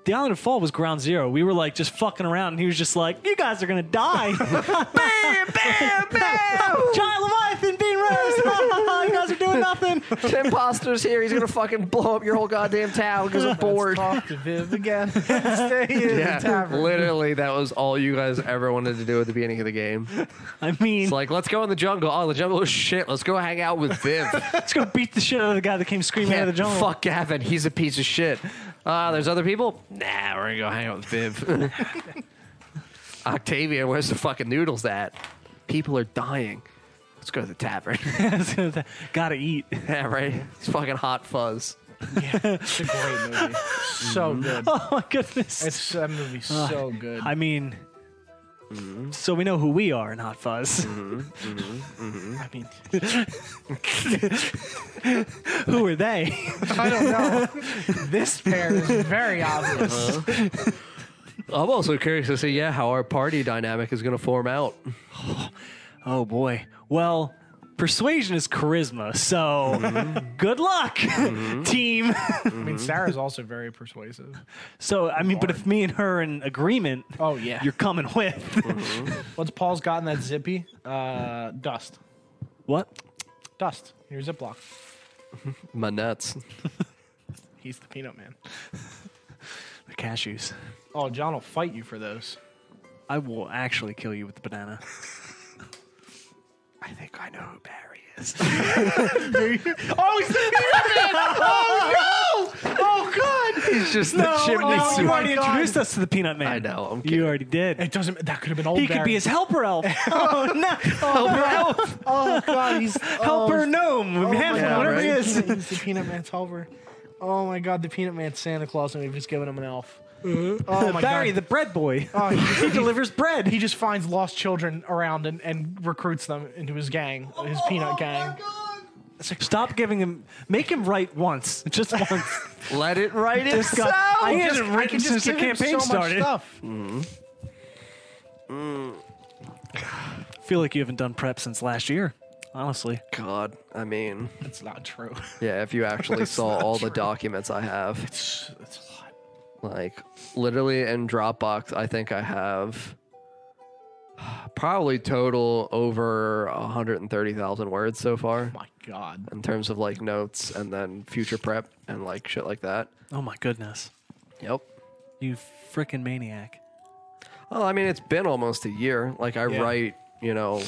[SPEAKER 2] The Island of Fall was ground zero. We were like just fucking around, and he was just like, "You guys are gonna die." bam, bam, bam! Giant Leviathan being raised. you guys are doing nothing.
[SPEAKER 4] Imposter's here. He's gonna fucking blow up your whole goddamn town because I'm bored.
[SPEAKER 1] Talk to Viv again. Stay in the tavern.
[SPEAKER 4] Literally, that was all you guys ever wanted to do at the beginning of the game.
[SPEAKER 2] I mean,
[SPEAKER 4] It's like, let's go in the jungle. Oh, the jungle is shit. Let's go hang out with Viv.
[SPEAKER 2] let's go beat the shit out of the guy that came screaming out of the jungle.
[SPEAKER 4] Fuck Gavin. He's a piece of shit. Uh, there's other people? Nah, we're gonna go hang out with Viv. Octavia, where's the fucking noodles at? People are dying. Let's go to the tavern.
[SPEAKER 2] Gotta eat.
[SPEAKER 4] yeah, right? It's fucking hot fuzz.
[SPEAKER 1] It's a great movie. So
[SPEAKER 4] Mm-hmm.
[SPEAKER 1] good.
[SPEAKER 2] Oh my goodness.
[SPEAKER 1] It's that movie's so good.
[SPEAKER 2] I mean,
[SPEAKER 1] Mm-hmm.
[SPEAKER 2] so we know who we are in Hot Fuzz.
[SPEAKER 1] I mean,
[SPEAKER 2] who are they?
[SPEAKER 1] I don't know. mm-hmm. this pair is very obvious.
[SPEAKER 4] Uh-huh. I'm also curious to see, yeah, how our party dynamic is gonna form out.
[SPEAKER 2] oh boy. Well, Persuasion is charisma, so
[SPEAKER 1] Mm-hmm.
[SPEAKER 2] good luck, team.
[SPEAKER 1] I
[SPEAKER 4] Mm-hmm.
[SPEAKER 1] mean, Sarah's also very persuasive.
[SPEAKER 2] so I mean, but if me and her in agreement,
[SPEAKER 1] Oh, yeah.
[SPEAKER 2] you're coming with
[SPEAKER 1] What's Paul's got in that zippy? Uh, dust.
[SPEAKER 2] what?
[SPEAKER 1] Dust. Your Ziploc.
[SPEAKER 4] My nuts.
[SPEAKER 1] He's the peanut man.
[SPEAKER 2] The cashews.
[SPEAKER 1] Oh, John will fight you for those.
[SPEAKER 2] I will actually kill you with the banana. I think I know who Barry is.
[SPEAKER 1] Oh, he's the peanut man! Oh, no! Oh, God!
[SPEAKER 4] He's just the chimney
[SPEAKER 2] no,
[SPEAKER 4] sweep.
[SPEAKER 2] you already introduced us to the peanut man.
[SPEAKER 4] I know, I'm
[SPEAKER 2] Oh, you
[SPEAKER 4] kidding.
[SPEAKER 2] already did.
[SPEAKER 1] It doesn't. That could have been old.
[SPEAKER 2] He could be
[SPEAKER 1] Barry.
[SPEAKER 2] his helper elf. oh oh, no! Helper elf.
[SPEAKER 1] Oh God, he's Oh
[SPEAKER 2] Helper gnome. half-
[SPEAKER 4] God,
[SPEAKER 2] whatever
[SPEAKER 4] right?
[SPEAKER 2] he is.
[SPEAKER 1] He's the peanut man's helper. Oh my God, the peanut man's Santa Claus, and we've just given him an elf. Oh my
[SPEAKER 2] Barry,
[SPEAKER 1] God.
[SPEAKER 2] the bread boy.
[SPEAKER 1] oh, he,
[SPEAKER 2] he delivers bread.
[SPEAKER 1] he just finds lost children around and, and recruits them into his gang, his peanut gang.
[SPEAKER 2] Stop giving him. Make him write once, just once.
[SPEAKER 4] Let it right
[SPEAKER 2] This
[SPEAKER 4] itself.
[SPEAKER 2] guy- I
[SPEAKER 4] I,
[SPEAKER 2] can't- hasn't written since the
[SPEAKER 1] give him
[SPEAKER 2] campaign
[SPEAKER 1] so much
[SPEAKER 2] started.
[SPEAKER 1] stuff.
[SPEAKER 2] Feel like you haven't done prep since last year. Honestly,
[SPEAKER 4] God, I mean,
[SPEAKER 1] That's not true.
[SPEAKER 4] yeah. If you actually saw all the documents I have,
[SPEAKER 1] It's, it's a lot.
[SPEAKER 4] like literally in Dropbox, I think I have probably total over 130,000 words so far
[SPEAKER 1] My God.
[SPEAKER 4] in terms of like notes and then future prep and like shit like that.
[SPEAKER 2] oh my goodness,
[SPEAKER 4] Yep.
[SPEAKER 2] you freaking maniac!
[SPEAKER 4] Well, I mean, it's been almost a year. Like I
[SPEAKER 1] Yeah.
[SPEAKER 4] write, you know,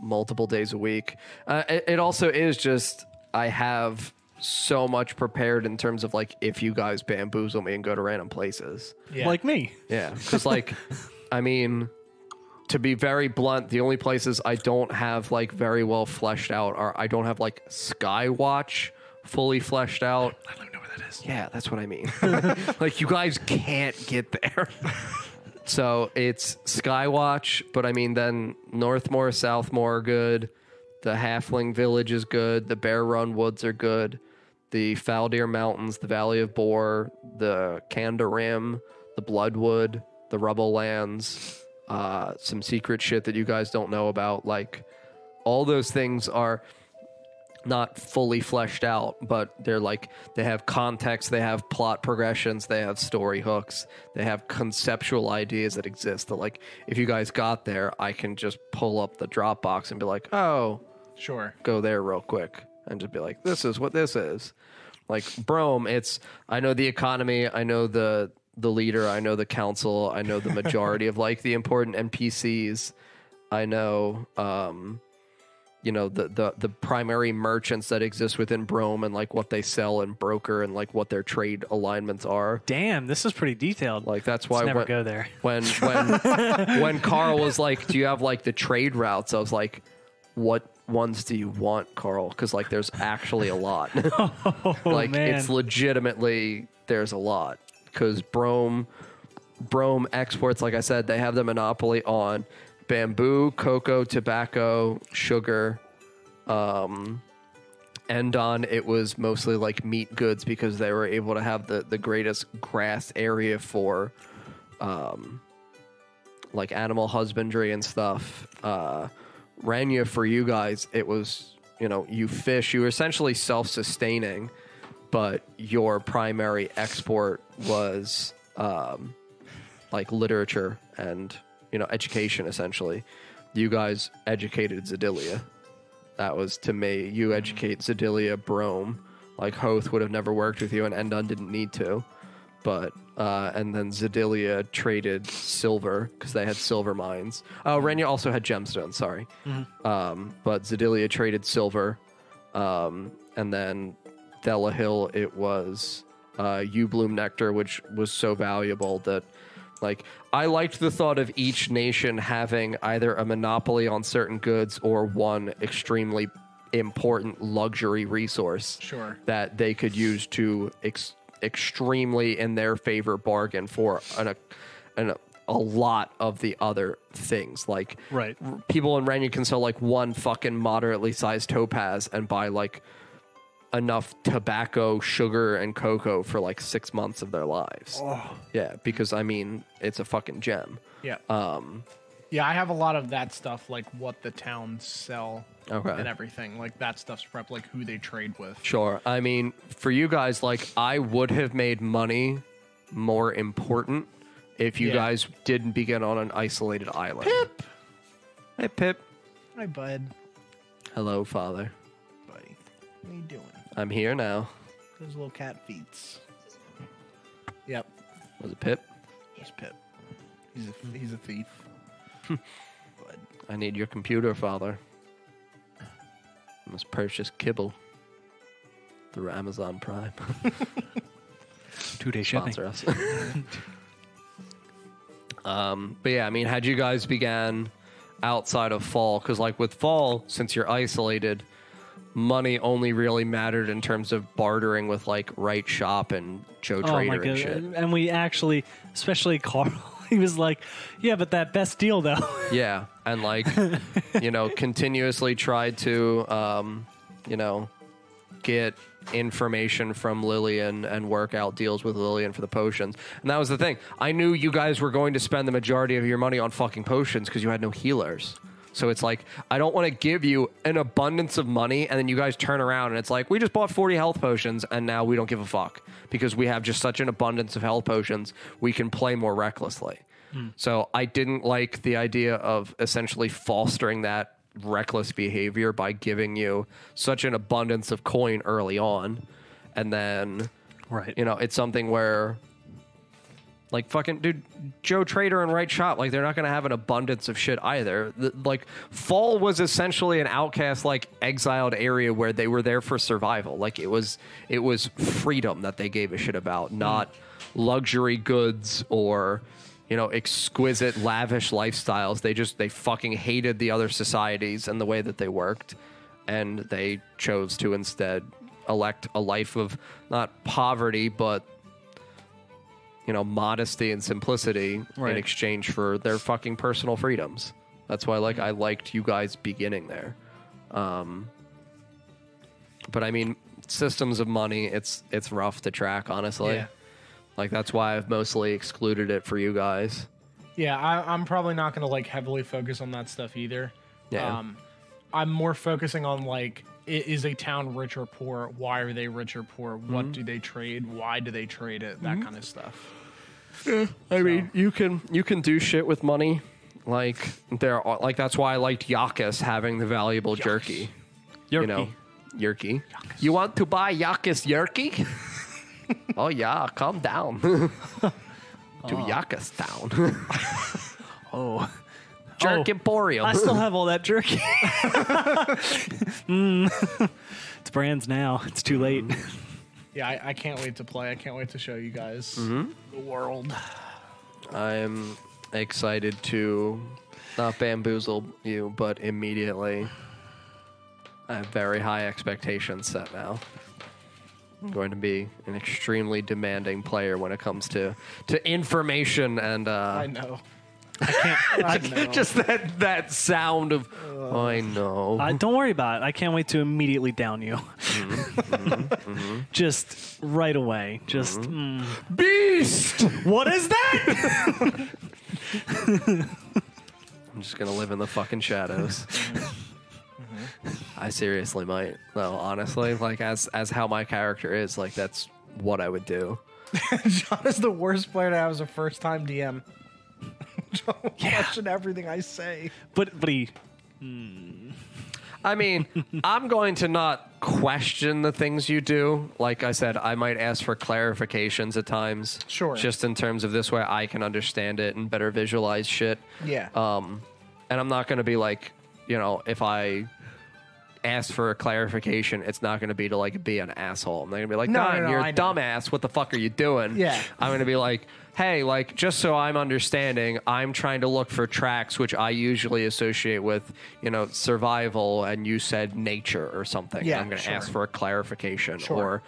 [SPEAKER 4] multiple days a week. Uh, it, it also is just I have so much prepared in terms of like if you guys bamboozle me and go to random places.
[SPEAKER 1] Yeah.
[SPEAKER 2] Like me.
[SPEAKER 4] Yeah, because like, I mean, to be very blunt, the only places I don't have like very well fleshed out are I don't have like Skywatch fully fleshed out.
[SPEAKER 2] I don't even know where that is.
[SPEAKER 4] Yeah, that's what I mean. like you guys can't get there. so it's Skywatch, but I mean then Northmore, Southmore are good. The Halfling Village is good. The Bear Run Woods are good. The Faldir Mountains, the Valley of Boar, the Candarim, the Bloodwood, the Rubble Lands, uh, some secret shit that you guys don't know about. Like all those things are not fully fleshed out, but they're like they have context, they have plot progressions, they have story hooks, they have conceptual ideas that exist. That like if you guys got there, I can just pull up the Dropbox and be like, oh,
[SPEAKER 1] Sure.
[SPEAKER 4] go there real quick, and just be like, this is what this is. Like Brome, it's I know the economy, I know the the leader, I know the council, I know the majority of like the important NPCs, I know um you know the, the the primary merchants that exist within Brome and like what they sell and broker and like what their trade alignments are.
[SPEAKER 2] Damn, this is pretty detailed.
[SPEAKER 4] Like that's why
[SPEAKER 2] Let's never
[SPEAKER 4] when,
[SPEAKER 2] go there.
[SPEAKER 4] when when when Carl was like, "Do you have like the trade routes?" I was like, "What ones do you want, Carl?" Because like there's actually a lot. like
[SPEAKER 2] man.
[SPEAKER 4] it's legitimately there's a lot because Brome Brome exports, like I said, they have the monopoly on bamboo, cocoa, tobacco, sugar. Um, and on it was mostly like meat goods because they were able to have the, the greatest grass area for um, like animal husbandry and stuff. Uh, Rania, for you guys, it was you know you fish. You were essentially self-sustaining, but your primary export was um, like literature and you know education. Essentially, you guys educated Zedilia. That was to me. You educate Zedilia Brome. Like Hoth would have never worked with you, and Endon didn't need to. But uh, and then Zedilia traded silver because they had silver mines. Oh, Renya also had gemstones. Sorry, um, but Zedilia traded silver, um, and then Thela Hill. It was uh, U Bloom nectar, which was so valuable that like I liked the thought of each nation having either a monopoly on certain goods or one extremely important luxury resource
[SPEAKER 1] Sure.
[SPEAKER 4] that they could use to ex- extremely in their favor bargain for an, an a lot of the other things like
[SPEAKER 2] Right.
[SPEAKER 4] r- people in Renyon can sell like one fucking moderately sized topaz and buy like enough tobacco, sugar, and cocoa for like six months of their lives. Yeah, because I mean, it's a fucking gem.
[SPEAKER 1] Yeah. Um. Yeah, I have a lot of that stuff, like what the towns sell.
[SPEAKER 4] Okay.
[SPEAKER 1] and everything. Like that stuff's prep, like who they trade with.
[SPEAKER 4] Sure. I mean, for you guys, like, I would have made money more important if you
[SPEAKER 1] Yeah.
[SPEAKER 4] guys didn't begin on an isolated island. Pip! Hey, Pip.
[SPEAKER 1] Hi, bud,
[SPEAKER 4] Hello, Father.
[SPEAKER 1] buddy. What are you doing?
[SPEAKER 4] I'm here now.
[SPEAKER 1] Those little cat feets. Yep,
[SPEAKER 4] Was it Pip?
[SPEAKER 1] there's Pip. He's
[SPEAKER 4] Mm-hmm.
[SPEAKER 1] a he's a thief. bud.
[SPEAKER 4] I need your computer, Father. I must purchase kibble through Amazon Prime.
[SPEAKER 2] Two day shipping.
[SPEAKER 4] Sponsor us. um, but yeah, I mean, had you guys began outside of fall, because like with fall, since you're isolated, money only really mattered in terms of bartering with like right shop and Joe
[SPEAKER 2] Oh my
[SPEAKER 4] Trader and
[SPEAKER 2] god!
[SPEAKER 4] shit.
[SPEAKER 2] And we actually, especially Carl, he was like, "Yeah, but that best deal though."
[SPEAKER 4] Yeah, and like you know, continuously tried to um, you know get information from Lillian and work out deals with Lillian for the potions. And that was the thing. I knew you guys were going to spend the majority of your money on fucking potions because you had no healers. So it's like I don't want to give you an abundance of money and then you guys turn around and it's like we just bought 40 health potions and now we don't give a fuck because we have just such an abundance of health potions, we can play more recklessly. So I didn't like the idea of essentially fostering that reckless behavior by giving you such an abundance of coin early on. And then,
[SPEAKER 2] Right.
[SPEAKER 4] you know, it's something where, like, fucking, dude, Joe Trader and Right Shop, like, they're not going to have an abundance of shit either. The, like, Fall was essentially an outcast, like, exiled area where they were there for survival. Like, it was, it was freedom that they gave a shit about, not luxury goods or you know exquisite lavish lifestyles they just they fucking hated the other societies and the way that they worked and they chose to instead elect a life of not poverty but you know modesty and simplicity
[SPEAKER 2] Right.
[SPEAKER 4] in exchange for their fucking personal freedoms that's why like i liked you guys beginning there um but i mean systems of money it's it's rough to track honestly
[SPEAKER 1] Yeah.
[SPEAKER 4] like that's why I've mostly excluded it for you guys.
[SPEAKER 1] Yeah, I, I'm probably not gonna like heavily focus on that stuff either.
[SPEAKER 4] Yeah.
[SPEAKER 1] Um, I'm more focusing on like, i- is a town rich or poor? Why are they rich or poor?
[SPEAKER 4] Mm-hmm.
[SPEAKER 1] What do they trade? Why do they trade it? That kind of stuff.
[SPEAKER 4] I mean, you can you can do shit with money. Like there are like that's why I liked Yakas having the valuable jerky. You know, yerky. You want to buy Yakas yerky? oh yeah, calm down. to Yakas town.
[SPEAKER 2] Oh,
[SPEAKER 4] Jerk
[SPEAKER 2] Oh.
[SPEAKER 4] Emporium.
[SPEAKER 2] I still have all that jerky. Mm. it's brands now. It's too late.
[SPEAKER 4] Mm-hmm.
[SPEAKER 1] Yeah, I, I can't wait to play. I can't wait to show you guys
[SPEAKER 2] Mm-hmm.
[SPEAKER 1] the world.
[SPEAKER 4] I'm excited to not bamboozle you, but immediately I have very high expectations set now.
[SPEAKER 2] Hmm.
[SPEAKER 4] I'm going to be an extremely demanding player when it comes to to information and
[SPEAKER 1] I
[SPEAKER 4] uh,
[SPEAKER 1] know. I can't. I know.
[SPEAKER 4] just that that sound of I know.
[SPEAKER 2] Uh, don't worry about it. I can't wait to immediately down you.
[SPEAKER 4] Mm-hmm.
[SPEAKER 2] Just right away. Just
[SPEAKER 4] Mm-hmm.
[SPEAKER 2] mm.
[SPEAKER 4] Beast.
[SPEAKER 2] what is that?
[SPEAKER 4] I'm just gonna live in the fucking shadows. I seriously might. No, honestly, like as as how my character is, like that's what I would do.
[SPEAKER 1] John is the worst player to have as a first time DM. John will question everything I say.
[SPEAKER 2] but but he
[SPEAKER 4] I mean, I'm going to not question the things you do. Like I said, I might ask for clarifications at times.
[SPEAKER 1] Sure.
[SPEAKER 4] Just in terms of this way I can understand it and better visualize shit.
[SPEAKER 1] Yeah.
[SPEAKER 4] Um, and I'm not going to be like, you know, if I ask for a clarification, it's not going to be to like be an asshole. I'm not going to be like,
[SPEAKER 1] No, no,
[SPEAKER 4] Don,
[SPEAKER 1] no,
[SPEAKER 4] you're
[SPEAKER 1] I
[SPEAKER 4] a
[SPEAKER 1] know.
[SPEAKER 4] dumbass. What the fuck are you doing?
[SPEAKER 1] Yeah.
[SPEAKER 4] I'm going to be like, hey, like, just so I'm understanding, I'm trying to look for tracks which I usually associate with, you know, survival, and you said nature or something.
[SPEAKER 1] Yeah,
[SPEAKER 4] I'm going to
[SPEAKER 1] sure.
[SPEAKER 4] ask for a clarification.
[SPEAKER 1] Sure.
[SPEAKER 4] Or,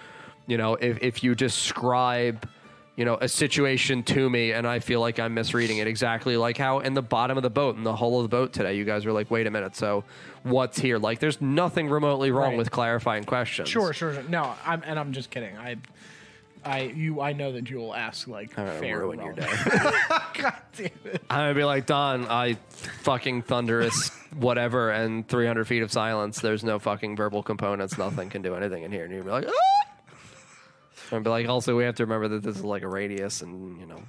[SPEAKER 4] you know, if, if you describe, you know, a situation to me and I feel like I'm misreading it exactly like how in the bottom of the boat, in the hull of the boat today, you guys were like, wait a minute, so what's here? Like, there's nothing remotely wrong
[SPEAKER 1] Right.
[SPEAKER 4] with clarifying questions.
[SPEAKER 1] Sure, sure, sure. No, I'm and I'm just kidding. I I you I know that Jewel asks like
[SPEAKER 4] I'm gonna
[SPEAKER 1] fair
[SPEAKER 4] ruin your
[SPEAKER 1] relevant-
[SPEAKER 4] day.
[SPEAKER 1] God damn it.
[SPEAKER 4] I'm gonna be like Don. I fucking thunderous whatever, and 300 feet of silence. There's no fucking verbal components. Nothing can do anything in here. And you'd be like, ah! I'd be like, also we have to remember that this is like a radius, and you know,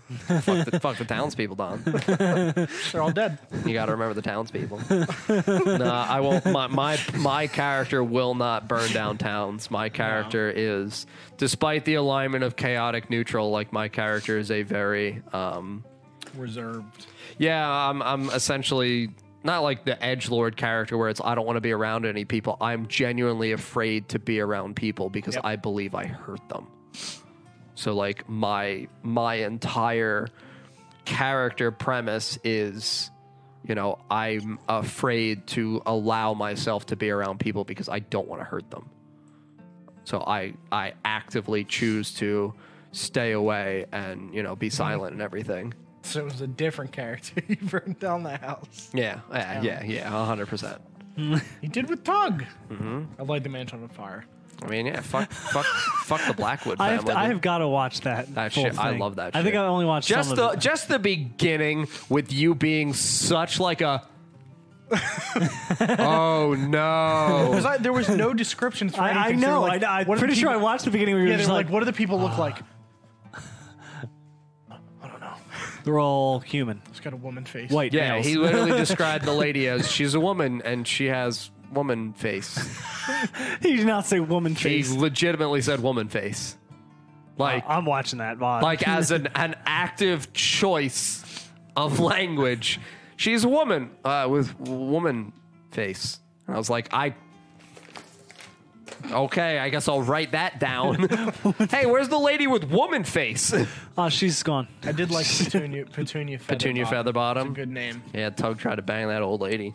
[SPEAKER 4] fuck the, fuck the townspeople, Don.
[SPEAKER 1] They're all dead.
[SPEAKER 4] You got to remember the townspeople. no, I won't. My, my my character will not burn down towns. My character is, despite the alignment of chaotic neutral, like my character is a very um,
[SPEAKER 1] Reserved.
[SPEAKER 4] yeah, I'm I'm essentially not like the edge lord character where it's I don't want to be around any people. I'm genuinely afraid to be around people because I believe I hurt them. So like my my entire character premise is you know, I'm afraid to allow myself to be around people because I don't want to hurt them. So I I actively choose to stay away and, you know, be silent and everything.
[SPEAKER 1] So it was a different character. you burned down the house.
[SPEAKER 4] Yeah, yeah, yeah, yeah, hundred percent.
[SPEAKER 1] He did with Tug.
[SPEAKER 2] Mm-hmm.
[SPEAKER 1] I light the mansion on fire.
[SPEAKER 4] I mean, yeah, fuck, fuck, fuck the Blackwood
[SPEAKER 2] I
[SPEAKER 4] family.
[SPEAKER 2] have, to, I have got to watch that.
[SPEAKER 4] That
[SPEAKER 2] full
[SPEAKER 4] shit- I
[SPEAKER 2] thing.
[SPEAKER 4] love that
[SPEAKER 2] I think
[SPEAKER 4] shit.
[SPEAKER 2] I only watched
[SPEAKER 4] just
[SPEAKER 2] some
[SPEAKER 4] the
[SPEAKER 2] of it.
[SPEAKER 4] just the beginning with you being such like a. oh no!
[SPEAKER 1] Because I, there was no description for
[SPEAKER 2] I, I
[SPEAKER 1] anything, so
[SPEAKER 2] know.
[SPEAKER 1] they're like,
[SPEAKER 2] I, I'm
[SPEAKER 1] what do the
[SPEAKER 2] pretty sure I
[SPEAKER 1] people-
[SPEAKER 2] watched the beginning. Where you
[SPEAKER 1] Yeah,
[SPEAKER 2] were
[SPEAKER 1] they're
[SPEAKER 2] just
[SPEAKER 1] like,
[SPEAKER 2] like, "Ah."
[SPEAKER 1] what do the people look like?
[SPEAKER 2] they're all human,
[SPEAKER 1] It's got a woman face.
[SPEAKER 2] white
[SPEAKER 4] Yeah,
[SPEAKER 2] males.
[SPEAKER 4] he literally described the lady as she's a woman and she has woman face.
[SPEAKER 2] he did not say woman
[SPEAKER 4] He
[SPEAKER 2] face.
[SPEAKER 4] legitimately said woman face, like
[SPEAKER 2] I'm watching that. Vaughn.
[SPEAKER 4] like as an an active choice of language. She's a woman uh, with woman face. And I was like, I. Okay, I guess I'll write that down. hey, where's the lady with woman face?
[SPEAKER 2] oh, she's gone.
[SPEAKER 1] I did like Petunia. Petunia. Featherbottom.
[SPEAKER 4] Petunia Featherbottom.
[SPEAKER 1] It's a good name.
[SPEAKER 4] Yeah, Tug tried to bang that old lady.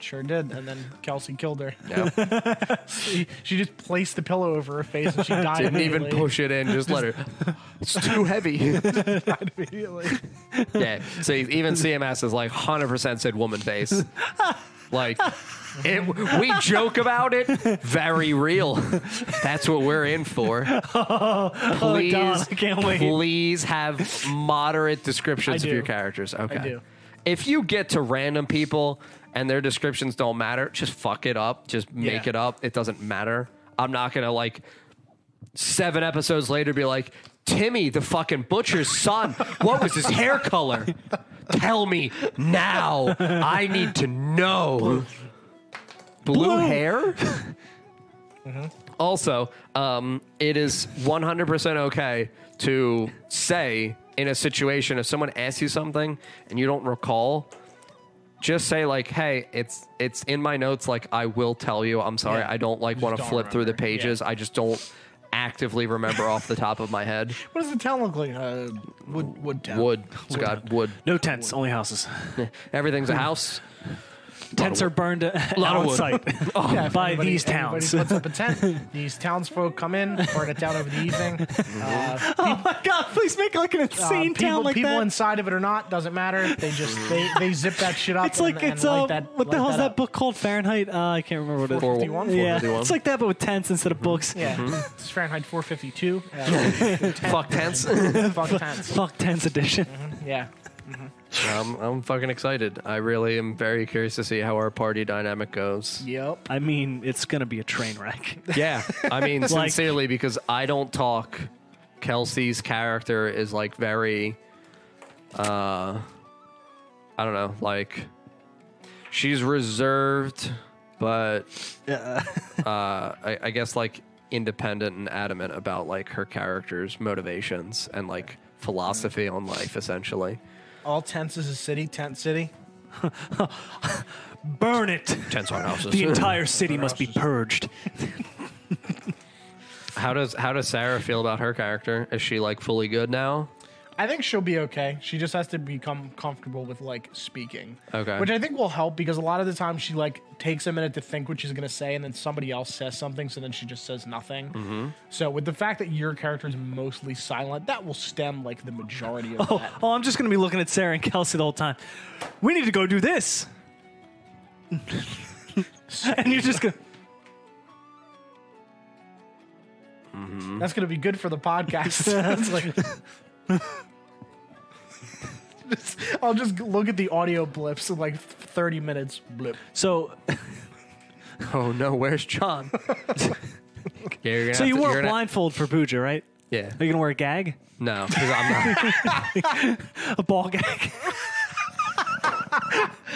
[SPEAKER 1] Sure did. And then Kelsey killed her.
[SPEAKER 4] Yeah.
[SPEAKER 1] She, she just placed the pillow over her face and she died.
[SPEAKER 4] Didn't even
[SPEAKER 1] immediately.
[SPEAKER 4] push it in, just let her. It's too heavy.
[SPEAKER 1] Immediately.
[SPEAKER 4] Yeah. So even CMS is like 100% said woman face. Like, it, we joke about it. Very real. That's what we're in for.
[SPEAKER 2] Don,
[SPEAKER 4] Please,
[SPEAKER 2] Oh, I can't wait.
[SPEAKER 4] please have moderate descriptions
[SPEAKER 1] I
[SPEAKER 4] of your
[SPEAKER 1] do.
[SPEAKER 4] characters. Okay.
[SPEAKER 1] do.
[SPEAKER 4] If you get to random people and their descriptions don't matter, just fuck it up. Just make
[SPEAKER 1] Yeah.
[SPEAKER 4] it up. It doesn't matter. I'm not going to like seven episodes later be like, Timmy, the fucking butcher's son, what was his hair color? Tell me now. I need to know. Blue, hair? Also, um, it is 100% okay to say in a situation if someone asks you something and you don't recall, just say like, "Hey, it's it's in my notes. Like, I will tell you. I'm sorry.
[SPEAKER 1] Yeah.
[SPEAKER 4] I don't like
[SPEAKER 1] Just
[SPEAKER 4] want to
[SPEAKER 1] don't
[SPEAKER 4] flip through the
[SPEAKER 1] remember. Yeah.
[SPEAKER 4] pages. I just don't actively remember off the top of my head.
[SPEAKER 1] What does the town look like? Uh, wood. Wood town.
[SPEAKER 4] Wood. It's got wood.
[SPEAKER 2] No tents, only houses.
[SPEAKER 4] Everything's a house.
[SPEAKER 2] Tents are burned
[SPEAKER 4] of
[SPEAKER 2] on
[SPEAKER 4] wood.
[SPEAKER 2] site
[SPEAKER 1] Yeah, if
[SPEAKER 2] by
[SPEAKER 1] anybody-
[SPEAKER 2] these
[SPEAKER 1] anybody
[SPEAKER 2] towns.
[SPEAKER 1] Puts up a tent. these townsfolk come in, burn it down over the evening. Uh,
[SPEAKER 2] oh my god! Please make like an
[SPEAKER 1] Uh,
[SPEAKER 2] insane
[SPEAKER 1] people,
[SPEAKER 2] town like
[SPEAKER 1] people
[SPEAKER 2] that.
[SPEAKER 1] inside of it or not doesn't matter. They just they, they zip that shit up.
[SPEAKER 2] it's like
[SPEAKER 1] and,
[SPEAKER 2] it's
[SPEAKER 1] and
[SPEAKER 2] uh,
[SPEAKER 1] light that,
[SPEAKER 2] what the
[SPEAKER 1] light
[SPEAKER 2] hell's that
[SPEAKER 1] up.
[SPEAKER 2] book called? Fahrenheit? Uh, I can't remember what it is. Mm-hmm.
[SPEAKER 4] 451?
[SPEAKER 2] Yeah, it's like that, but with tents instead of books.
[SPEAKER 1] Yeah, it's Fahrenheit 452. Yeah,
[SPEAKER 4] Fuck tents.
[SPEAKER 1] fuck tents.
[SPEAKER 2] Fuck tents edition.
[SPEAKER 1] Yeah,
[SPEAKER 4] I'm, I'm fucking excited. I really am very curious to see how our party dynamic goes.
[SPEAKER 1] yep.
[SPEAKER 2] I mean, it's gonna be a train wreck.
[SPEAKER 4] Yeah, I mean sincerely because I don't talk. Kelsey's character is like very, uh, I don't know, like she's reserved, but uh, I, I guess like independent and adamant about like her character's motivations and like philosophy on life essentially.
[SPEAKER 1] All tents is a city. Tent city.
[SPEAKER 2] Burn it.
[SPEAKER 4] Tents on houses.
[SPEAKER 2] The entire city must be purged.
[SPEAKER 4] how does how does Sarah feel about her character? Is she like fully good now?
[SPEAKER 1] I think she'll be okay. She just has to become comfortable with like speaking.
[SPEAKER 4] Okay.
[SPEAKER 1] Which I think will help because a lot of the time she like takes a minute to think what she's gonna say and then somebody else says something, so then she just says nothing. Mm-hmm. So with the fact that your character is mostly silent, that will stem like the majority of that.
[SPEAKER 2] Oh, I'm just gonna be looking at Sarah and Kelsey the whole time. We need to go do this. Mm-hmm. and you're just gonna.
[SPEAKER 1] That's gonna be good for the podcast. It's like- Just- I'll just look at the audio blips in like 30 minutes. Blip.
[SPEAKER 2] So,
[SPEAKER 4] Oh no, where's John? You're gonna
[SPEAKER 2] so
[SPEAKER 4] have
[SPEAKER 2] you
[SPEAKER 4] to-
[SPEAKER 2] wore
[SPEAKER 4] you're
[SPEAKER 2] a
[SPEAKER 4] gonna-
[SPEAKER 2] blindfold for Pooja, right?
[SPEAKER 4] Yeah.
[SPEAKER 2] Are you gonna wear a gag,
[SPEAKER 4] No, 'cause I'm not.
[SPEAKER 2] a ball gag?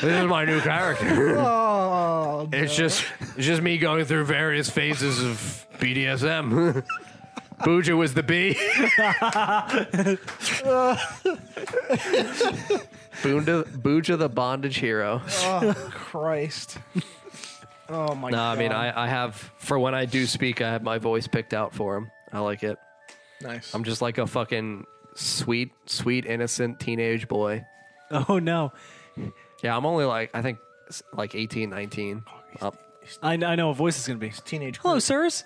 [SPEAKER 4] this is my new character.
[SPEAKER 1] Oh,
[SPEAKER 4] It's just it's just me going through various phases of BDSM. Buja was the bee. Buja, Buja the bondage hero.
[SPEAKER 1] Christ. Oh my
[SPEAKER 4] No,
[SPEAKER 1] god.
[SPEAKER 4] I mean I, I have for when I do speak, I have my voice picked out for him. I like it.
[SPEAKER 1] Nice.
[SPEAKER 4] I'm just like a fucking sweet, sweet, innocent teenage boy.
[SPEAKER 2] Oh no,
[SPEAKER 4] Yeah, I'm only like I think s- like 18, 19. Up.
[SPEAKER 2] I, I know a voice is gonna be.
[SPEAKER 1] teenage.
[SPEAKER 2] Hello, sirs.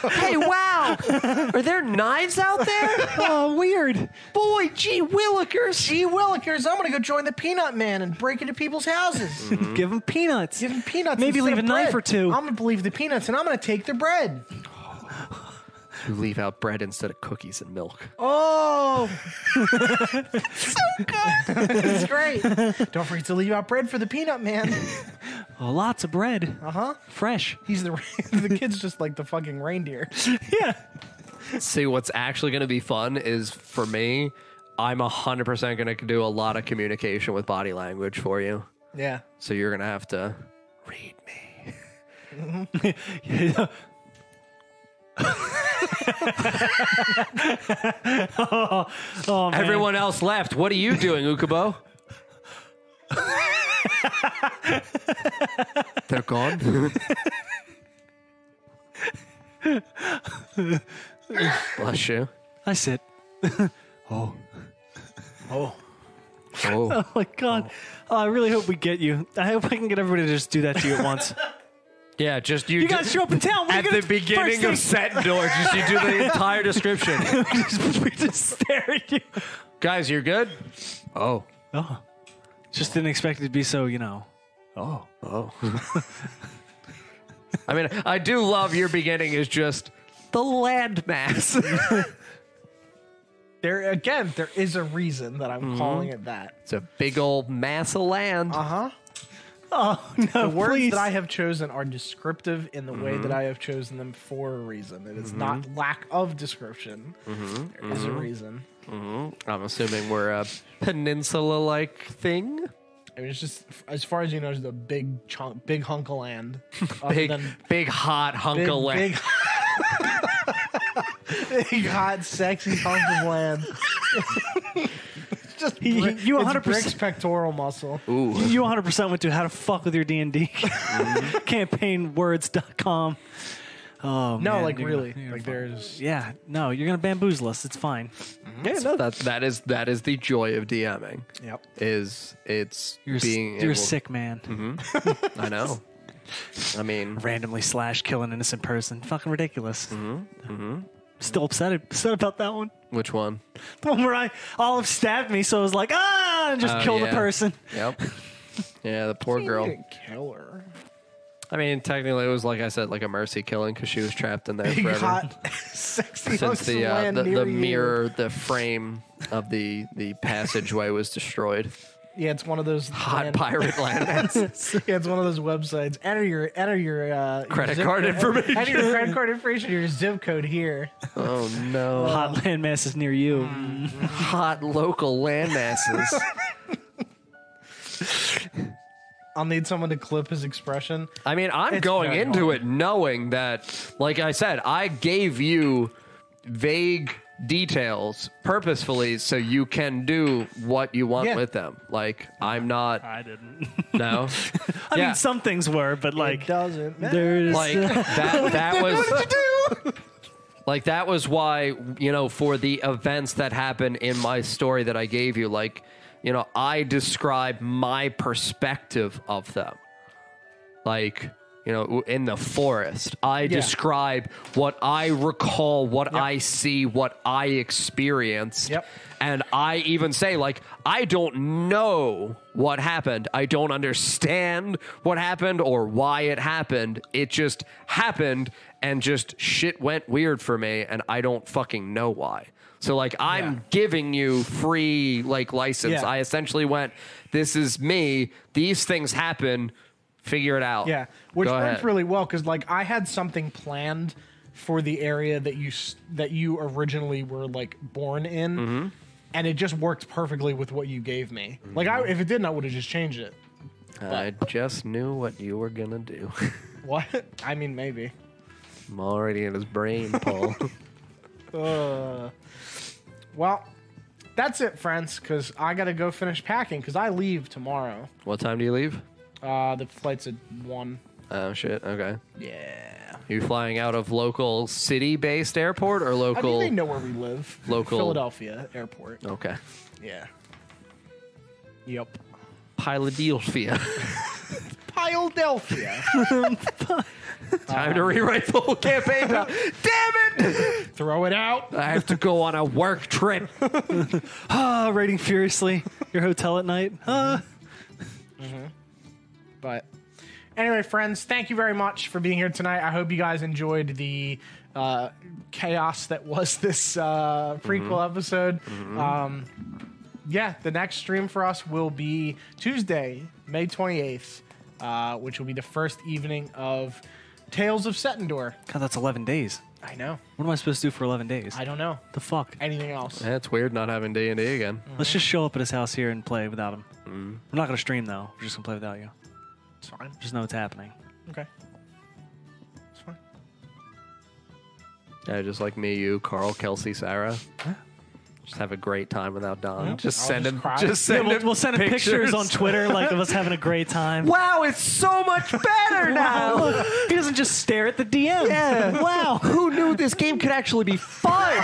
[SPEAKER 4] Hey, wow! Are there knives out there?
[SPEAKER 2] oh, weird.
[SPEAKER 4] Boy, gee willikers!
[SPEAKER 1] Gee Willikers, I'm gonna go join the Peanut Man and break into people's houses.
[SPEAKER 4] Mm-hmm.
[SPEAKER 2] Give them peanuts.
[SPEAKER 1] Give them peanuts.
[SPEAKER 2] Maybe
[SPEAKER 1] instead
[SPEAKER 2] leave
[SPEAKER 1] of
[SPEAKER 2] a knife
[SPEAKER 1] bread.
[SPEAKER 2] or two.
[SPEAKER 1] I'm gonna leave the peanuts and I'm gonna take the bread.
[SPEAKER 4] You leave out bread instead of cookies and milk.
[SPEAKER 1] Oh, so good. it's great. Don't forget to leave out bread for the Peanut Man.
[SPEAKER 2] oh, lots of bread. Uh
[SPEAKER 4] Uh-huh.
[SPEAKER 1] Huh?
[SPEAKER 2] Fresh.
[SPEAKER 1] He's the the kid's just like the fucking reindeer.
[SPEAKER 2] Yeah.
[SPEAKER 4] See, what's actually going to be fun is for me, I'm 100% going to do a lot of communication with body language for you.
[SPEAKER 1] Yeah.
[SPEAKER 4] So you're going to have to read me.
[SPEAKER 2] Oh, man.
[SPEAKER 4] Everyone else left. What are you doing, Ukubo? They're gone. Bless you.
[SPEAKER 2] I sit.
[SPEAKER 4] Oh,
[SPEAKER 2] Oh my god. Oh, I really hope we get you. I hope I can get everybody to just do that to you at once.
[SPEAKER 4] yeah. Just you.
[SPEAKER 2] you guys show up in town. What are
[SPEAKER 4] at
[SPEAKER 2] you
[SPEAKER 4] the
[SPEAKER 2] gonna-
[SPEAKER 4] beginning of
[SPEAKER 2] first
[SPEAKER 4] set door. Just you do the entire description.
[SPEAKER 2] thing- we just stare at you.
[SPEAKER 4] guys, you're good. Oh,
[SPEAKER 2] Oh, just didn't expect it to be so. You know.
[SPEAKER 4] oh, oh. I mean, I do love your beginning is just the landmass.
[SPEAKER 1] There again, there is a reason that I'm calling it that.
[SPEAKER 4] it's a big old mass of land.
[SPEAKER 1] Uh huh.
[SPEAKER 2] Oh no,
[SPEAKER 1] The words
[SPEAKER 2] please.
[SPEAKER 1] that I have chosen are descriptive in the way
[SPEAKER 4] Mm-hmm.
[SPEAKER 1] that I have chosen them for a reason. It is not lack of description.
[SPEAKER 4] Mm-hmm.
[SPEAKER 1] There is a reason.
[SPEAKER 4] I'm assuming we're a peninsula-like thing.
[SPEAKER 1] I mean, it's just as far as you know, it's a big chunk, big hunk of land. other
[SPEAKER 4] Big,
[SPEAKER 1] than
[SPEAKER 4] big hot hunk
[SPEAKER 1] big,
[SPEAKER 4] of land.
[SPEAKER 1] big, big, hot, sexy hunk of land. It's just
[SPEAKER 2] You-
[SPEAKER 1] bri-
[SPEAKER 2] you
[SPEAKER 1] it's
[SPEAKER 2] 100%
[SPEAKER 1] Brick's pectoral muscle.
[SPEAKER 4] Ooh,
[SPEAKER 2] you 100% went to how to fuck with your D&D campaignwords.com.
[SPEAKER 1] No,
[SPEAKER 2] Oh, man,
[SPEAKER 1] like
[SPEAKER 2] you're gonna-
[SPEAKER 1] really,
[SPEAKER 2] you're
[SPEAKER 1] like
[SPEAKER 2] gonna
[SPEAKER 1] there's.
[SPEAKER 2] fuck- Yeah, no, you're going to bamboozle us. It's fine.
[SPEAKER 4] Mm-hmm. yeah, no, that that is that is the joy of DMing.
[SPEAKER 1] Yep.
[SPEAKER 4] Is it's
[SPEAKER 2] You're, s-
[SPEAKER 4] being
[SPEAKER 2] you're a
[SPEAKER 4] able- Mm-hmm.
[SPEAKER 2] sick man.
[SPEAKER 4] I know. I mean,
[SPEAKER 2] Randomly slash kill an innocent person. Fucking ridiculous.
[SPEAKER 4] Mm-hmm.
[SPEAKER 2] Still upset, upset about that one.
[SPEAKER 4] which one?
[SPEAKER 2] The one where I Olive stabbed me, so I was like, ah, and just
[SPEAKER 4] Oh,
[SPEAKER 2] killed
[SPEAKER 4] yeah.
[SPEAKER 2] a person.
[SPEAKER 4] Yep. Yeah, the poor
[SPEAKER 1] You
[SPEAKER 4] girl.
[SPEAKER 1] didn't kill her.
[SPEAKER 4] I mean, technically, it was like I said, like a mercy killing because she was trapped in there
[SPEAKER 1] Big
[SPEAKER 4] forever
[SPEAKER 1] hot, sexy hunk
[SPEAKER 4] since
[SPEAKER 1] of
[SPEAKER 4] the uh,
[SPEAKER 1] land
[SPEAKER 4] the,
[SPEAKER 1] near
[SPEAKER 4] the
[SPEAKER 1] you.
[SPEAKER 4] mirror, the frame of the the passageway was destroyed.
[SPEAKER 1] Yeah, it's one of those
[SPEAKER 4] Hot
[SPEAKER 1] land-
[SPEAKER 4] pirate landmass.
[SPEAKER 1] Yeah, it's one of those websites. Enter your enter your uh, your
[SPEAKER 4] Credit
[SPEAKER 1] zip-
[SPEAKER 4] card information.
[SPEAKER 1] Enter your credit card information. Your zip code here.
[SPEAKER 4] oh no!
[SPEAKER 2] Hot landmass is near you.
[SPEAKER 4] Mm. hot local landmasses.
[SPEAKER 1] I'll need someone to clip his expression.
[SPEAKER 4] I mean, I'm
[SPEAKER 1] It's
[SPEAKER 4] going
[SPEAKER 1] very
[SPEAKER 4] into it knowing that, like I said, I gave you vague details purposefully so you can do what you want
[SPEAKER 1] Yeah.
[SPEAKER 4] with them. Like, I'm not.
[SPEAKER 2] I didn't.
[SPEAKER 4] No.
[SPEAKER 2] I
[SPEAKER 4] Yeah.
[SPEAKER 2] mean, some things were, but like,
[SPEAKER 1] it doesn't.
[SPEAKER 2] there it is.
[SPEAKER 4] like that that was like that was why you know for the events that happen in my story that I gave you like you know I describe my perspective of them like you know, in the forest. I describe what I recall, what I see, what I experienced.
[SPEAKER 1] Yep.
[SPEAKER 4] And I even say, like, I don't know what happened. I don't understand what happened or why it happened. It just happened and just shit went weird for me and I don't fucking know why. So like I'm
[SPEAKER 1] Yeah.
[SPEAKER 4] giving you free like license.
[SPEAKER 1] Yeah.
[SPEAKER 4] I essentially went, This is me, these things happen, figure it out.
[SPEAKER 1] Yeah, which
[SPEAKER 4] Go
[SPEAKER 1] worked
[SPEAKER 4] ahead.
[SPEAKER 1] really well because like I had something planned for the area that you s- that you originally were like born in,
[SPEAKER 4] Mm-hmm.
[SPEAKER 1] and it just worked perfectly with what you gave me. Like I, if it didn't, I would have just changed it.
[SPEAKER 4] I just knew what you were gonna do.
[SPEAKER 1] What? I mean, maybe.
[SPEAKER 4] I'm already in his brain, Paul.
[SPEAKER 1] Uh, well, that's it, friends. Because I gotta go finish packing because I leave tomorrow.
[SPEAKER 4] what time do you leave?
[SPEAKER 1] Uh, the flight's at one.
[SPEAKER 4] Oh shit. Okay.
[SPEAKER 1] Yeah.
[SPEAKER 4] Are you flying out of local city-based airport or
[SPEAKER 1] I think
[SPEAKER 4] local?
[SPEAKER 1] they know where we live.
[SPEAKER 4] Local-
[SPEAKER 1] Philadelphia airport.
[SPEAKER 4] Okay.
[SPEAKER 1] Yeah. Oh. Yep.
[SPEAKER 4] Philadelphia.
[SPEAKER 1] Philadelphia.
[SPEAKER 4] time to rewrite the whole campaign. Damn it!
[SPEAKER 1] Throw it out.
[SPEAKER 4] I have to go on a work trip.
[SPEAKER 2] Ah, raiding furiously your hotel at night. Ah.
[SPEAKER 1] But anyway, friends, thank you very much for being here tonight. I hope you guys enjoyed the uh, chaos that was this uh, prequel episode. Um, yeah, the next stream for us will be Tuesday, May 28th, uh, which will be the first evening of Tales of Setendor.
[SPEAKER 2] God, that's 11 days.
[SPEAKER 1] I know.
[SPEAKER 2] What am I supposed to do for 11 days?
[SPEAKER 1] I don't know.
[SPEAKER 2] the fuck?
[SPEAKER 1] Anything else?
[SPEAKER 4] That's weird not having D and D again.
[SPEAKER 2] Let's just show up at his house here and play without him.
[SPEAKER 4] Mm.
[SPEAKER 2] We're not gonna stream though. We're just gonna play without you.
[SPEAKER 1] It's fine.
[SPEAKER 2] Just know it's happening.
[SPEAKER 1] Okay. It's fine.
[SPEAKER 4] Yeah, just like me, you, Carl, Kelsey, Sarah. Just have a great time without Don. Just
[SPEAKER 1] I'll
[SPEAKER 4] send
[SPEAKER 1] just
[SPEAKER 4] him.
[SPEAKER 1] cry.
[SPEAKER 4] Just
[SPEAKER 2] Yeah,
[SPEAKER 4] send
[SPEAKER 2] we'll,
[SPEAKER 4] him.
[SPEAKER 2] we'll send him pictures on Twitter like of us having a great time.
[SPEAKER 4] Wow, it's so much
[SPEAKER 2] Wow,
[SPEAKER 4] better now.
[SPEAKER 2] look, he doesn't just stare at the DM.
[SPEAKER 4] Yeah.
[SPEAKER 2] Wow.
[SPEAKER 4] Who knew this game could actually be fun?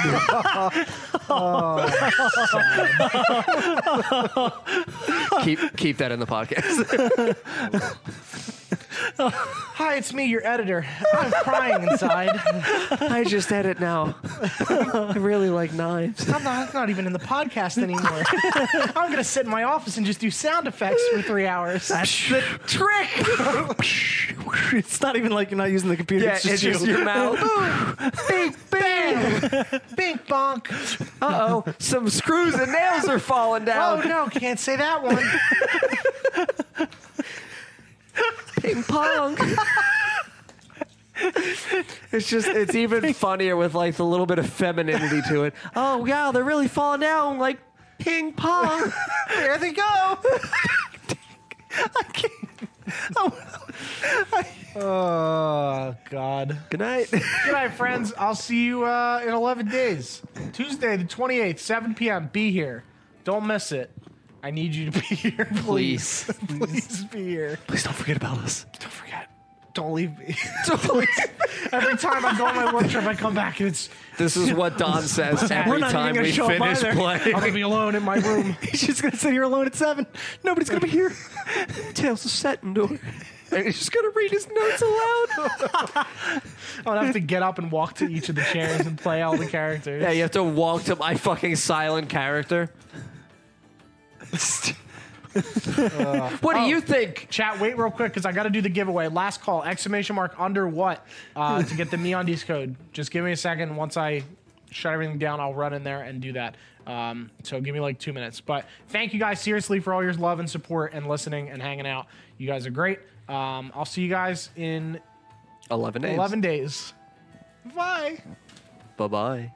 [SPEAKER 4] keep keep that in the podcast.
[SPEAKER 1] Hi, it's me, your editor. I'm crying inside.
[SPEAKER 4] I just edit now. I really like knives.
[SPEAKER 1] I'm not, I'm not even in the podcast anymore. I'm going to sit in my office and just do sound effects for three hours.
[SPEAKER 2] That's the trick. it's not even like you're not using the computer.
[SPEAKER 4] Yeah,
[SPEAKER 2] it's just, you.
[SPEAKER 4] your mouth.
[SPEAKER 1] Bing, bang, bing, bonk.
[SPEAKER 4] Uh oh, some screws and nails are falling
[SPEAKER 1] Oh,
[SPEAKER 4] down.
[SPEAKER 1] no, can't say that one.
[SPEAKER 4] Ping pong. It's just, it's even funnier with like the little bit of femininity to it. Oh, wow, they're really falling down like ping pong.
[SPEAKER 1] There they go. Oh, God.
[SPEAKER 4] Good night.
[SPEAKER 1] Good night, friends. I'll see you uh, in 11 days. Tuesday, the 28th, 7 p.m. Be here. Don't miss it. I need you to be here, please. Please be here.
[SPEAKER 2] Please don't forget about us.
[SPEAKER 1] Don't forget. Don't leave me. Every time I go on my work trip, I come back and it's
[SPEAKER 4] This is what Don says
[SPEAKER 2] We're not
[SPEAKER 4] every
[SPEAKER 2] even
[SPEAKER 4] time
[SPEAKER 2] gonna
[SPEAKER 4] we
[SPEAKER 2] show up
[SPEAKER 4] finish
[SPEAKER 2] either.
[SPEAKER 4] playing.
[SPEAKER 1] I'm gonna be alone in my room.
[SPEAKER 2] He's just gonna sit here alone at seven. Nobody's gonna be here.
[SPEAKER 4] Tails is setting door. And he's just gonna read his notes aloud.
[SPEAKER 1] I'll have to get up and walk to each of the chairs and play all the characters.
[SPEAKER 4] Yeah, you have to walk to my fucking silent character. what do
[SPEAKER 2] Oh.
[SPEAKER 4] you think?
[SPEAKER 1] Chat, wait real quick because I got to do the giveaway. Last call, exclamation mark under what uh, to get the MeUndies code. Just give me a second. Once I shut everything down, I'll run in there and do that. Um, so give me like two minutes. But thank you guys seriously for all your love and support and listening and hanging out. You guys are great. Um, I'll see you guys in
[SPEAKER 4] 11 days.
[SPEAKER 1] 11 days. Bye.
[SPEAKER 4] Bye bye.